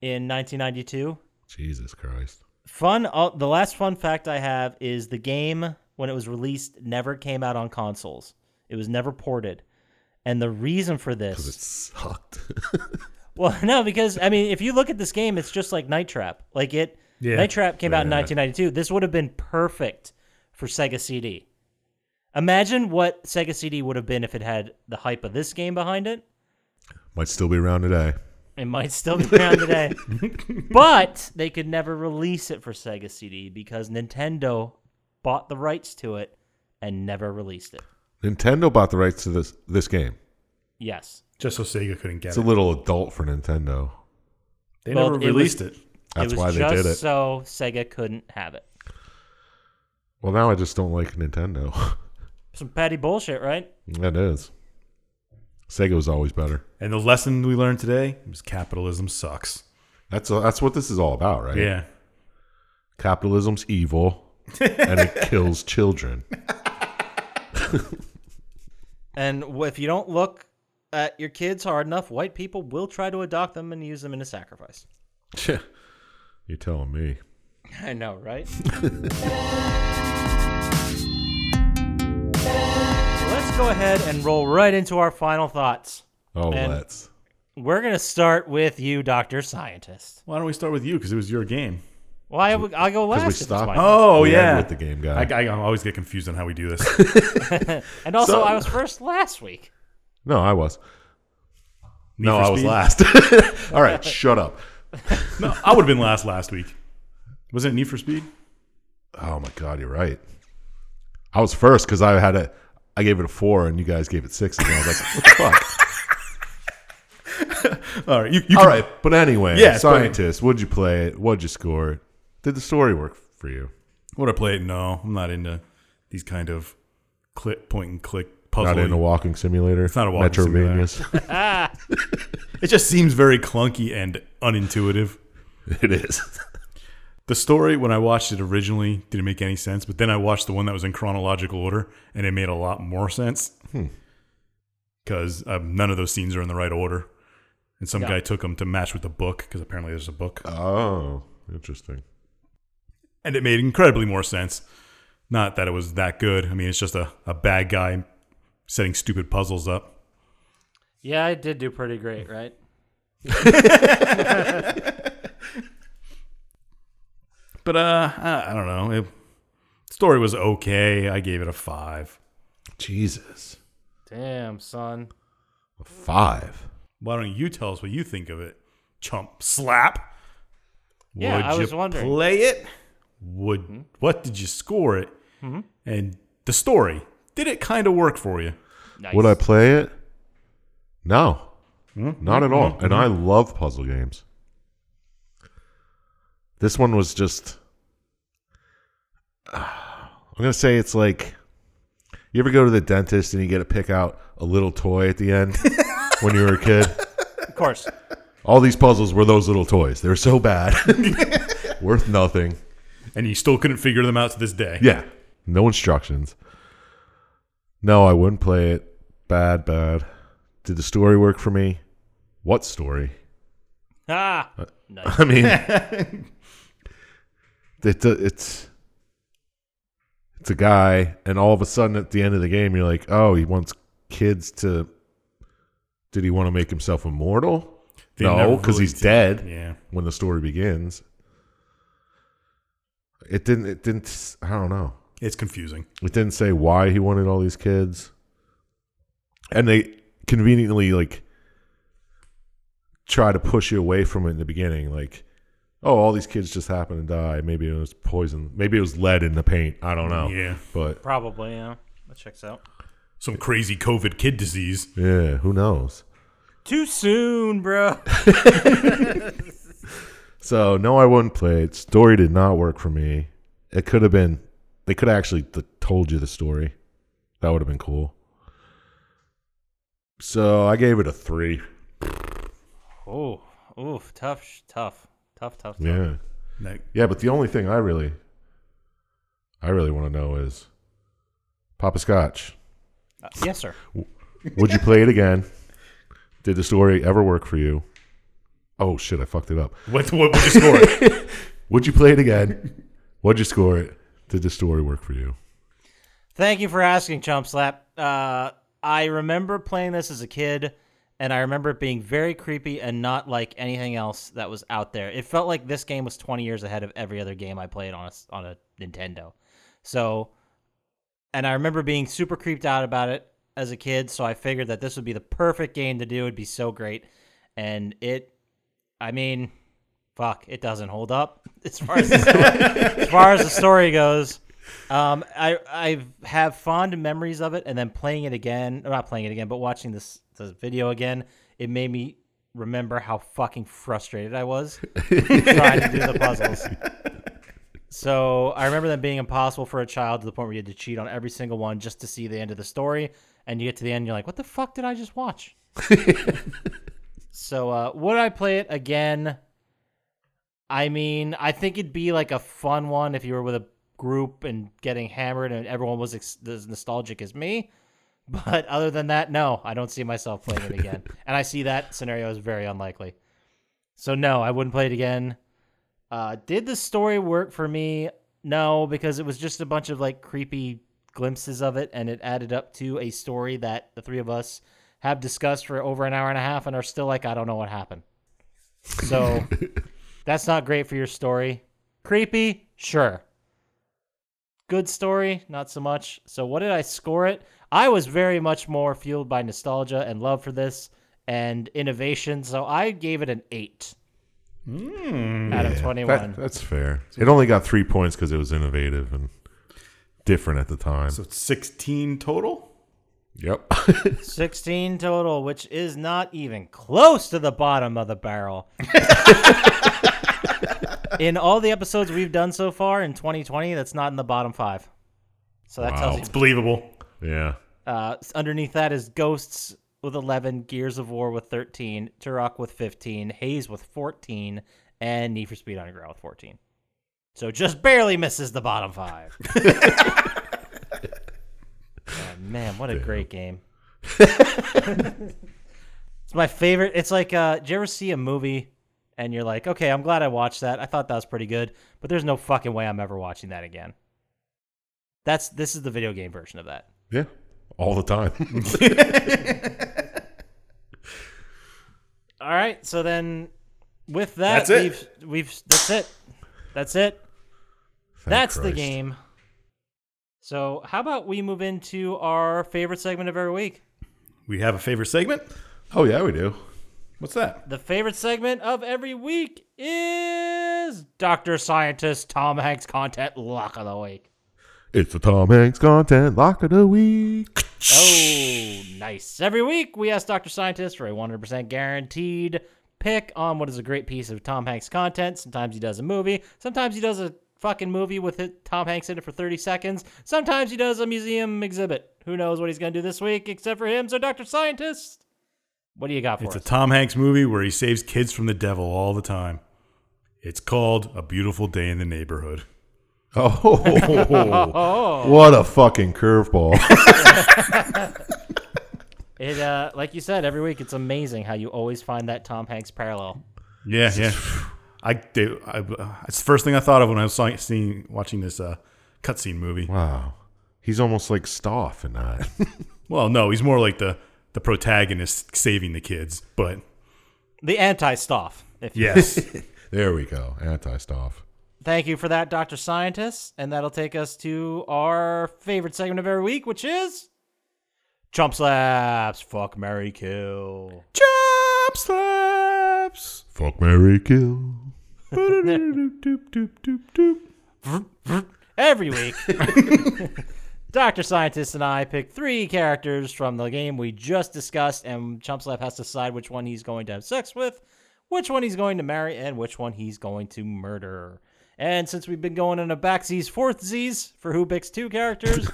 Speaker 1: in 1992.
Speaker 3: Jesus Christ.
Speaker 1: Fun. Uh, the last fun fact I have is the game when it was released never came out on consoles. It was never ported, and the reason for
Speaker 3: Because it
Speaker 1: this,
Speaker 3: sucked.
Speaker 1: *laughs*
Speaker 3: *laughs*
Speaker 1: well, no, because I mean, if you look at this game, it's just like Night Trap. Like it,
Speaker 2: Yeah.
Speaker 1: Night Trap came out in
Speaker 3: Yeah.
Speaker 1: 1992. This would have been perfect for Sega CD. Imagine what Sega CD would have been if it had the hype of this game behind it.
Speaker 3: Might still be around today.
Speaker 1: It might still
Speaker 3: *laughs*
Speaker 1: be around today. but they could never release it for Sega CD because Nintendo bought the rights to it and never released it.
Speaker 3: Nintendo bought the rights to this this game.
Speaker 1: Yes.
Speaker 2: Just so Sega couldn't get
Speaker 3: It's a
Speaker 2: it.
Speaker 3: little adult for Nintendo.
Speaker 2: They
Speaker 1: Well,
Speaker 2: never
Speaker 1: it was-
Speaker 2: released it.
Speaker 3: That's
Speaker 1: it was
Speaker 3: why they
Speaker 1: just
Speaker 3: did it.
Speaker 1: so Sega couldn't have it.
Speaker 3: Well, now I just don't like Nintendo. *laughs*
Speaker 1: Some petty bullshit, right?
Speaker 3: that is. Sega was always better.
Speaker 2: And the lesson we learned today was capitalism sucks.
Speaker 3: That's uh, that's what this is all about, right?
Speaker 2: Yeah.
Speaker 3: Capitalism's evil, and
Speaker 1: *laughs*
Speaker 3: it
Speaker 2: *laughs*
Speaker 3: kills children.
Speaker 1: And w- if you don't look at your kids hard enough, white people will try to adopt them and use them in a sacrifice. *laughs*
Speaker 3: You're telling me.
Speaker 1: I know,
Speaker 3: *laughs*
Speaker 1: right? Let's go ahead and roll right into our final thoughts.
Speaker 3: Oh,
Speaker 1: And-
Speaker 3: let's.
Speaker 1: We're gonna start with you, Doctor Scientist.
Speaker 2: Why don't we start with you? Because it was your game.
Speaker 1: Why well, I
Speaker 3: *laughs*
Speaker 1: go last?
Speaker 3: we
Speaker 1: if it's
Speaker 3: stopped.
Speaker 1: my-
Speaker 2: Oh,
Speaker 3: We
Speaker 2: yeah.
Speaker 3: end with the game guy.
Speaker 2: I, I always get confused on how we do this. *laughs*
Speaker 1: and also,
Speaker 3: So-
Speaker 1: I was first last week.
Speaker 3: No, I was.
Speaker 2: Need
Speaker 3: no,
Speaker 2: for
Speaker 3: I was
Speaker 2: Speed?
Speaker 3: last. *laughs* all right, shut up.
Speaker 2: No, I would have been last last week. Wasn't it Need for Speed?
Speaker 3: Oh my god, you're right. I was first because I had a. I gave it a four, and you guys gave it six. And I was like, what the
Speaker 2: *laughs*
Speaker 3: fuck?
Speaker 2: All right. You, you
Speaker 3: All
Speaker 2: can-
Speaker 3: right, but anyway,
Speaker 2: Yeah, it's funny.
Speaker 3: scientist, would you play it? What'd you score it? Did the story work for you?
Speaker 2: Would I play it? No, I'm not into these kind of click, point and click
Speaker 3: Not
Speaker 2: puzzle.
Speaker 3: in a walking simulator. It's
Speaker 2: Oh, not a walking simulator.
Speaker 3: simulator.
Speaker 2: it just seems very clunky and unintuitive.
Speaker 3: *laughs* it is.
Speaker 2: The story when I watched it originally didn't make any sense, but then I watched the one that was in chronological order, and it made a lot more sense. because um, none of those scenes are in the right order. And some
Speaker 1: Yeah.
Speaker 2: guy took them to match with the book because apparently there's a book,
Speaker 3: Oh, interesting.
Speaker 2: and it made incredibly more sense. Not that it was that good. I mean, it's just a, a bad guy setting stupid puzzles up.
Speaker 1: Yeah, I did do pretty great, right?
Speaker 2: But uh, I, I don't know. It, story was okay. I gave it a five.
Speaker 3: Jesus,
Speaker 1: Damn, son.
Speaker 3: a five.
Speaker 2: Why don't you tell us what you think of it, chump slap?
Speaker 1: Yeah, I was wondering. Mm-hmm.
Speaker 2: Play it. Would what did you score it? And the story did it kind of work for you?
Speaker 4: Nice.
Speaker 3: Would I play it? No, not at all. And I love puzzle games. This one was just. *sighs* I'm gonna say it's like. You ever go to the dentist and you get to pick out a little toy at the end when you were a kid?
Speaker 1: Of course.
Speaker 3: All these puzzles were those little toys. They're so bad, *laughs* worth nothing.
Speaker 2: And you still couldn't figure them out to this day.
Speaker 3: Yeah. No instructions. No, I wouldn't play it. Bad, bad. Did the story work for me? What story? *laughs*
Speaker 1: Ah,
Speaker 3: Uh,
Speaker 4: Nice.
Speaker 2: *laughs*
Speaker 3: I mean, it, it's it's a guy, and all of a sudden at the end of the game, you're like, oh, he wants kids to. Did he want to make himself immortal?
Speaker 2: They
Speaker 3: no,
Speaker 2: never
Speaker 3: because
Speaker 2: really
Speaker 3: he's
Speaker 2: did.
Speaker 3: dead
Speaker 2: Yeah.
Speaker 3: when the story begins. It didn't. It didn't. I don't know.
Speaker 2: It's confusing.
Speaker 3: It didn't say why he wanted all these kids. And they conveniently like try to push you away from it in the beginning, like, oh, all these kids just happen to die. Maybe it was poison. Maybe it was lead in the paint. I don't know.
Speaker 2: Yeah.
Speaker 3: But
Speaker 1: probably, yeah. That checks out.
Speaker 2: Some crazy COVID kid disease.
Speaker 3: yeah, who knows?
Speaker 1: Too soon, bro.
Speaker 3: *laughs* So no, I wouldn't play it. Story did not work for me. It could have been. They could have actually t- told you the story. That would have been cool. So I gave it a three.
Speaker 1: Oh, oof, tough, sh- tough, tough, tough, tough.
Speaker 3: Yeah.
Speaker 2: Like,
Speaker 3: Yeah, but the only thing I really, I really want to know is, Papa Scotch,
Speaker 1: Uh, yes, sir.
Speaker 3: would you play it again? Did the story ever work for you? Oh shit, I fucked it up.
Speaker 2: what what would you score?
Speaker 3: Would you play it again? Would you score it? Did the story work for you?
Speaker 1: Thank you for asking, Chump Slap. Uh, I remember playing this as a kid, and I remember it being very creepy and not like anything else that was out there. It felt like this game was 20 years ahead of every other game I played on a, s- on a Nintendo. So, and I remember being super creeped out about it as a kid, so I figured that this would be the perfect game to do. It'd be so great. And it, I mean, fuck, it doesn't hold up *laughs* as far as the story, as far as the story goes. Um, I I have fond memories of it, and then playing it again, or not playing it again, but watching this this video again, it made me remember how fucking frustrated I was trying to do the puzzles. So I remember them being impossible for a child to the point where you had to cheat on every single one just to see the end of the story. And you get to the end, you're like, "What the fuck did I just watch?" so uh, would I play it again? I mean, I think it'd be like a fun one if you were with a group and getting hammered and everyone was ex- as nostalgic as me. But other than that, no, I don't see myself playing it again. and I see that scenario as very unlikely. So no, I wouldn't play it again. Uh, did the story work for me? No, because it was just a bunch of like creepy glimpses of it, and it added up to a story that the three of us have discussed for over an hour and a half and are still like, I don't know what happened. So that's not great for your story. Creepy, sure. Good story, not so much. So what did I score it? I was very much more fueled by nostalgia and love for this and innovation, so I gave it an eight out of twenty-one.
Speaker 3: That, that's fair. It only got three points because it was innovative and different at the time.
Speaker 2: so it's sixteen total.
Speaker 3: yep. *laughs*
Speaker 1: 16 total, which is not even close to the bottom of the barrel. in all the episodes we've done so far in 2020, that's not in the bottom five. So that tells you.
Speaker 2: It's believable.
Speaker 3: yeah.
Speaker 1: Uh, s- underneath that is Ghosts with 11, Gears of War with 13, Turok with 15, Haze with 14, and Need for Speed Underground with 14. So just barely misses the bottom five. And Man, what a great game. it's my favorite. It's like, uh, do you ever see a movie and you're like, okay, I'm glad I watched that. I thought that was pretty good, but there's no fucking way I'm ever watching that again. That's this is the video game version of that.
Speaker 3: Yeah, all the time. *laughs*
Speaker 1: All right, so then with that,
Speaker 2: That's it.
Speaker 1: we've we've that's it, that's it.
Speaker 3: Thank
Speaker 1: That's the
Speaker 3: Christ.
Speaker 1: game. So how about we move into our favorite segment of every week?
Speaker 2: We have a favorite segment.
Speaker 3: Oh yeah, we do.
Speaker 2: What's that?
Speaker 1: The favorite segment of every week is Dr. Scientist Tom Hanks content lock of the week.
Speaker 3: It's the Tom Hanks content lock of the week.
Speaker 1: Oh, nice. Every week we ask Dr. Scientist for a 100% guaranteed pick on what is a great piece of Tom Hanks content. Sometimes he does a movie, sometimes he does a fucking movie with it, Tom Hanks in it for 30 seconds, sometimes he does a museum exhibit. Who knows what he's going to do this week except for him. So Dr. Scientist, what do you got for
Speaker 2: It's a
Speaker 1: us?
Speaker 2: Tom Hanks movie where he saves kids from the devil all the time. It's called A Beautiful Day in the Neighborhood.
Speaker 3: Oh, what a fucking curveball!
Speaker 1: It uh, like you said, every week it's amazing how you always find that Tom Hanks parallel.
Speaker 2: Yeah, yeah. *sighs* I, they, I uh, it's the first thing I thought of when I was saw- seeing watching this uh, cutscene movie.
Speaker 3: wow, he's almost like Stoff in that.
Speaker 2: Well, no, he's more like the the protagonist saving the kids, but
Speaker 1: The anti-Stoff. If you
Speaker 2: yes,
Speaker 3: *laughs* there we go, anti-Stoff.
Speaker 1: Thank you for that, Doctor Scientist, and that'll take us to our favorite segment of every week, which is Chump Slaps. Fuck Mary Kill.
Speaker 2: chop slaps.
Speaker 3: Fuck Mary Kill.
Speaker 2: Doop, doop, doop, doop, doop.
Speaker 1: Every week, *laughs* Doctor Scientist and I pick three characters from the game we just discussed, and Chump Slap has to decide which one he's going to have sex with, which one he's going to marry, and which one he's going to murder. And since we've been going in a back Z's fourth Z's for who picks two characters,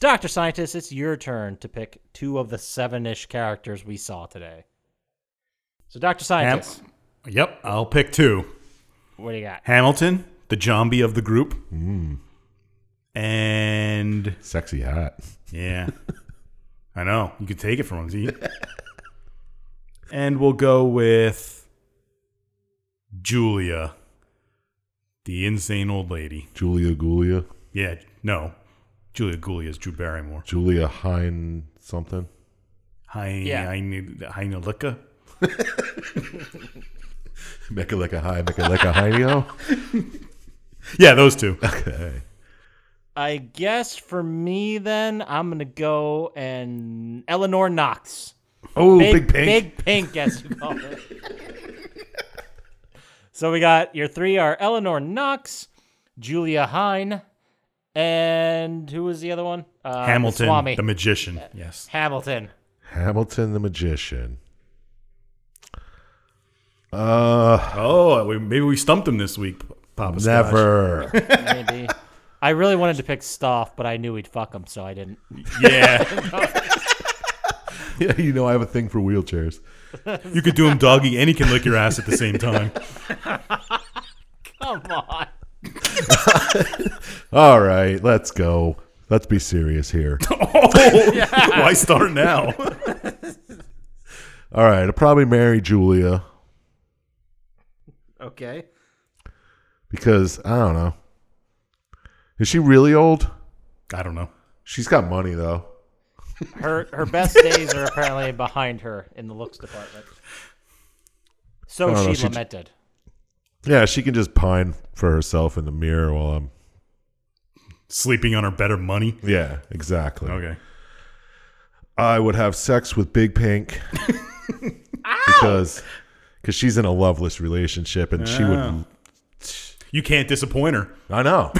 Speaker 1: Doctor Scientist, it's your turn to pick two of the seven-ish characters we saw today. So, Doctor
Speaker 2: Ham-
Speaker 1: Scientist,
Speaker 2: yep, I'll pick two.
Speaker 1: what do you got?
Speaker 2: Hamilton, the zombie of the group, Mm. and
Speaker 3: Sexy hat.
Speaker 2: *laughs* yeah, I know you could take it from him. Z. and we'll go with Julia, the insane old lady.
Speaker 3: Julia Gulia.
Speaker 2: Yeah, no, Julia Gulia is Drew Barrymore.
Speaker 3: Julia Hein something.
Speaker 2: Hi,
Speaker 1: Yeah.
Speaker 2: I need Heinelika.
Speaker 3: Make it like a high, make it like a high.
Speaker 2: Yeah, those two.
Speaker 1: Uh,
Speaker 3: Okay.
Speaker 1: I guess for me, then I'm gonna go and Eleanor Knox.
Speaker 3: Oh, big, pink.
Speaker 1: Big pink, as you call it. so we got your three are Eleanor Knox, Julia Hine, and who was the other one? Uh, the
Speaker 2: Hamilton,
Speaker 1: Swami.
Speaker 2: the magician. Yes.
Speaker 1: Hamilton.
Speaker 3: Hamilton the magician. Uh,
Speaker 2: Oh, we, maybe we stumped him this week, Papa. Scotch.
Speaker 3: never.
Speaker 1: Maybe. I really wanted to pick Stoff, but I knew he'd fuck him, so I didn't.
Speaker 2: Yeah,
Speaker 3: *laughs* yeah, you know I have a thing for wheelchairs.
Speaker 2: you could do him doggy, and he can lick your ass at the same time.
Speaker 1: *laughs* Come on.
Speaker 3: All right, let's go. Let's be serious here.
Speaker 2: Oh, *laughs* why start now?
Speaker 3: All right, I'll probably marry Julia
Speaker 1: Okay.
Speaker 3: because I don't know. Is she really old?
Speaker 2: I don't know.
Speaker 3: She's got money though.
Speaker 1: Her her best days are apparently behind her in the looks department. So
Speaker 3: don't know,
Speaker 1: she
Speaker 3: she j-
Speaker 1: lamented.
Speaker 3: Yeah, she can just pine for herself in the mirror while I'm.
Speaker 2: Sleeping on her better money.
Speaker 3: Yeah, exactly.
Speaker 2: Okay.
Speaker 3: I would have sex with Big Pink because because she's in a loveless relationship and she would.
Speaker 2: You can't disappoint her.
Speaker 3: I know.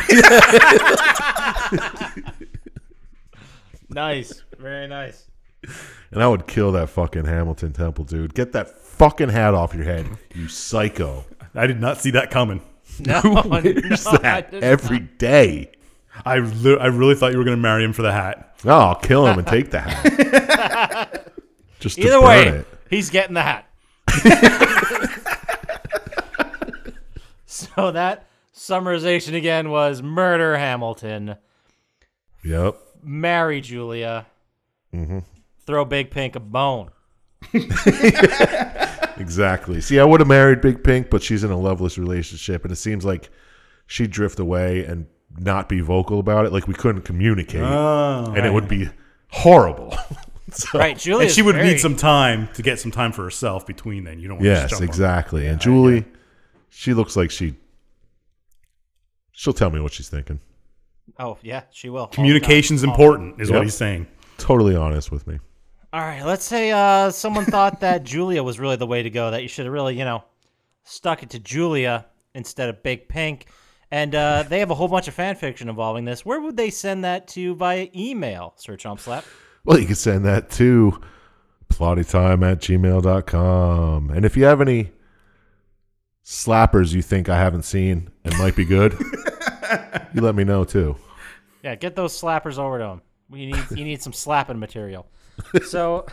Speaker 1: Nice. Very *laughs* nice.
Speaker 3: And I would kill that fucking Hamilton Temple dude. Get that fucking hat off your head, you psycho.
Speaker 2: I did not see that coming.
Speaker 1: No, *laughs*
Speaker 3: There's
Speaker 1: Oh,
Speaker 3: that every day.
Speaker 2: I, li- I really thought you were going to marry him for the hat.
Speaker 3: No, I'll kill him and take the hat. Just to
Speaker 1: Either
Speaker 3: burn
Speaker 1: way,
Speaker 3: it.
Speaker 1: he's getting the hat. *laughs* so that summarization again was murder Hamilton,
Speaker 3: Yep.
Speaker 1: marry Julia, Throw Big Pink a bone.
Speaker 3: Exactly. See, I would have married Big Pink, but she's in a loveless relationship, and it seems like she'd drift away and not be vocal about it. Like we couldn't communicate,
Speaker 2: Oh,
Speaker 3: and it would be horrible. *laughs* so,
Speaker 1: Right, Julie.
Speaker 2: and she
Speaker 1: is
Speaker 2: would
Speaker 1: very-
Speaker 2: need some time to get some time for herself between then. You don't want to
Speaker 3: Yes,
Speaker 2: just jump on-
Speaker 3: exactly. and Julie, she looks like she. She'll tell me what she's thinking.
Speaker 1: Oh yeah, she will. all the time.
Speaker 2: Communication's important, is
Speaker 3: Yep.
Speaker 2: what he's saying.
Speaker 3: Totally honest with me.
Speaker 1: All right, let's say uh, someone thought that Julia was really the way to go. That you should have really, you know, stuck it to Julia instead of Big Pink. And uh, they have a whole bunch of fan fiction involving this. Where would they send that to via email, Sir Chompslap?
Speaker 3: Well, you can send that to plottytime at gmail.com. And if you have any slappers you think I haven't seen and might be good, you let me know too.
Speaker 1: Yeah, get those slappers over to him. We need you need some slapping material. So,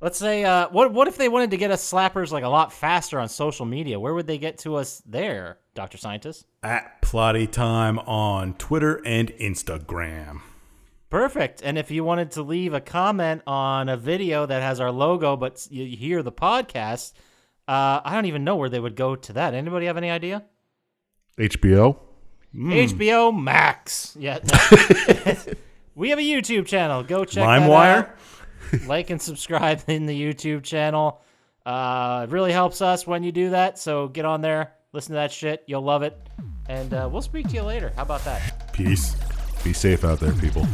Speaker 1: let's say uh, what what if they wanted to get us slappers like a lot faster on social media? Where would they get to us there, Doctor Scientist?
Speaker 2: At Plotty Time on Twitter and Instagram.
Speaker 1: Perfect. And if you wanted to leave a comment on a video that has our logo, but s- you hear the podcast, uh, I don't even know where they would go to that. Anybody have any idea?
Speaker 3: HBO?
Speaker 1: HBO Max. Yeah. no. *laughs* we have a YouTube channel. Go check that out.
Speaker 2: LimeWire?
Speaker 1: like and subscribe in the YouTube channel. Uh, it really helps us when you do that. So get on there, listen to that shit. You'll love it. And uh, we'll speak to you later. How about that?
Speaker 2: Peace.
Speaker 3: Be safe out there, people.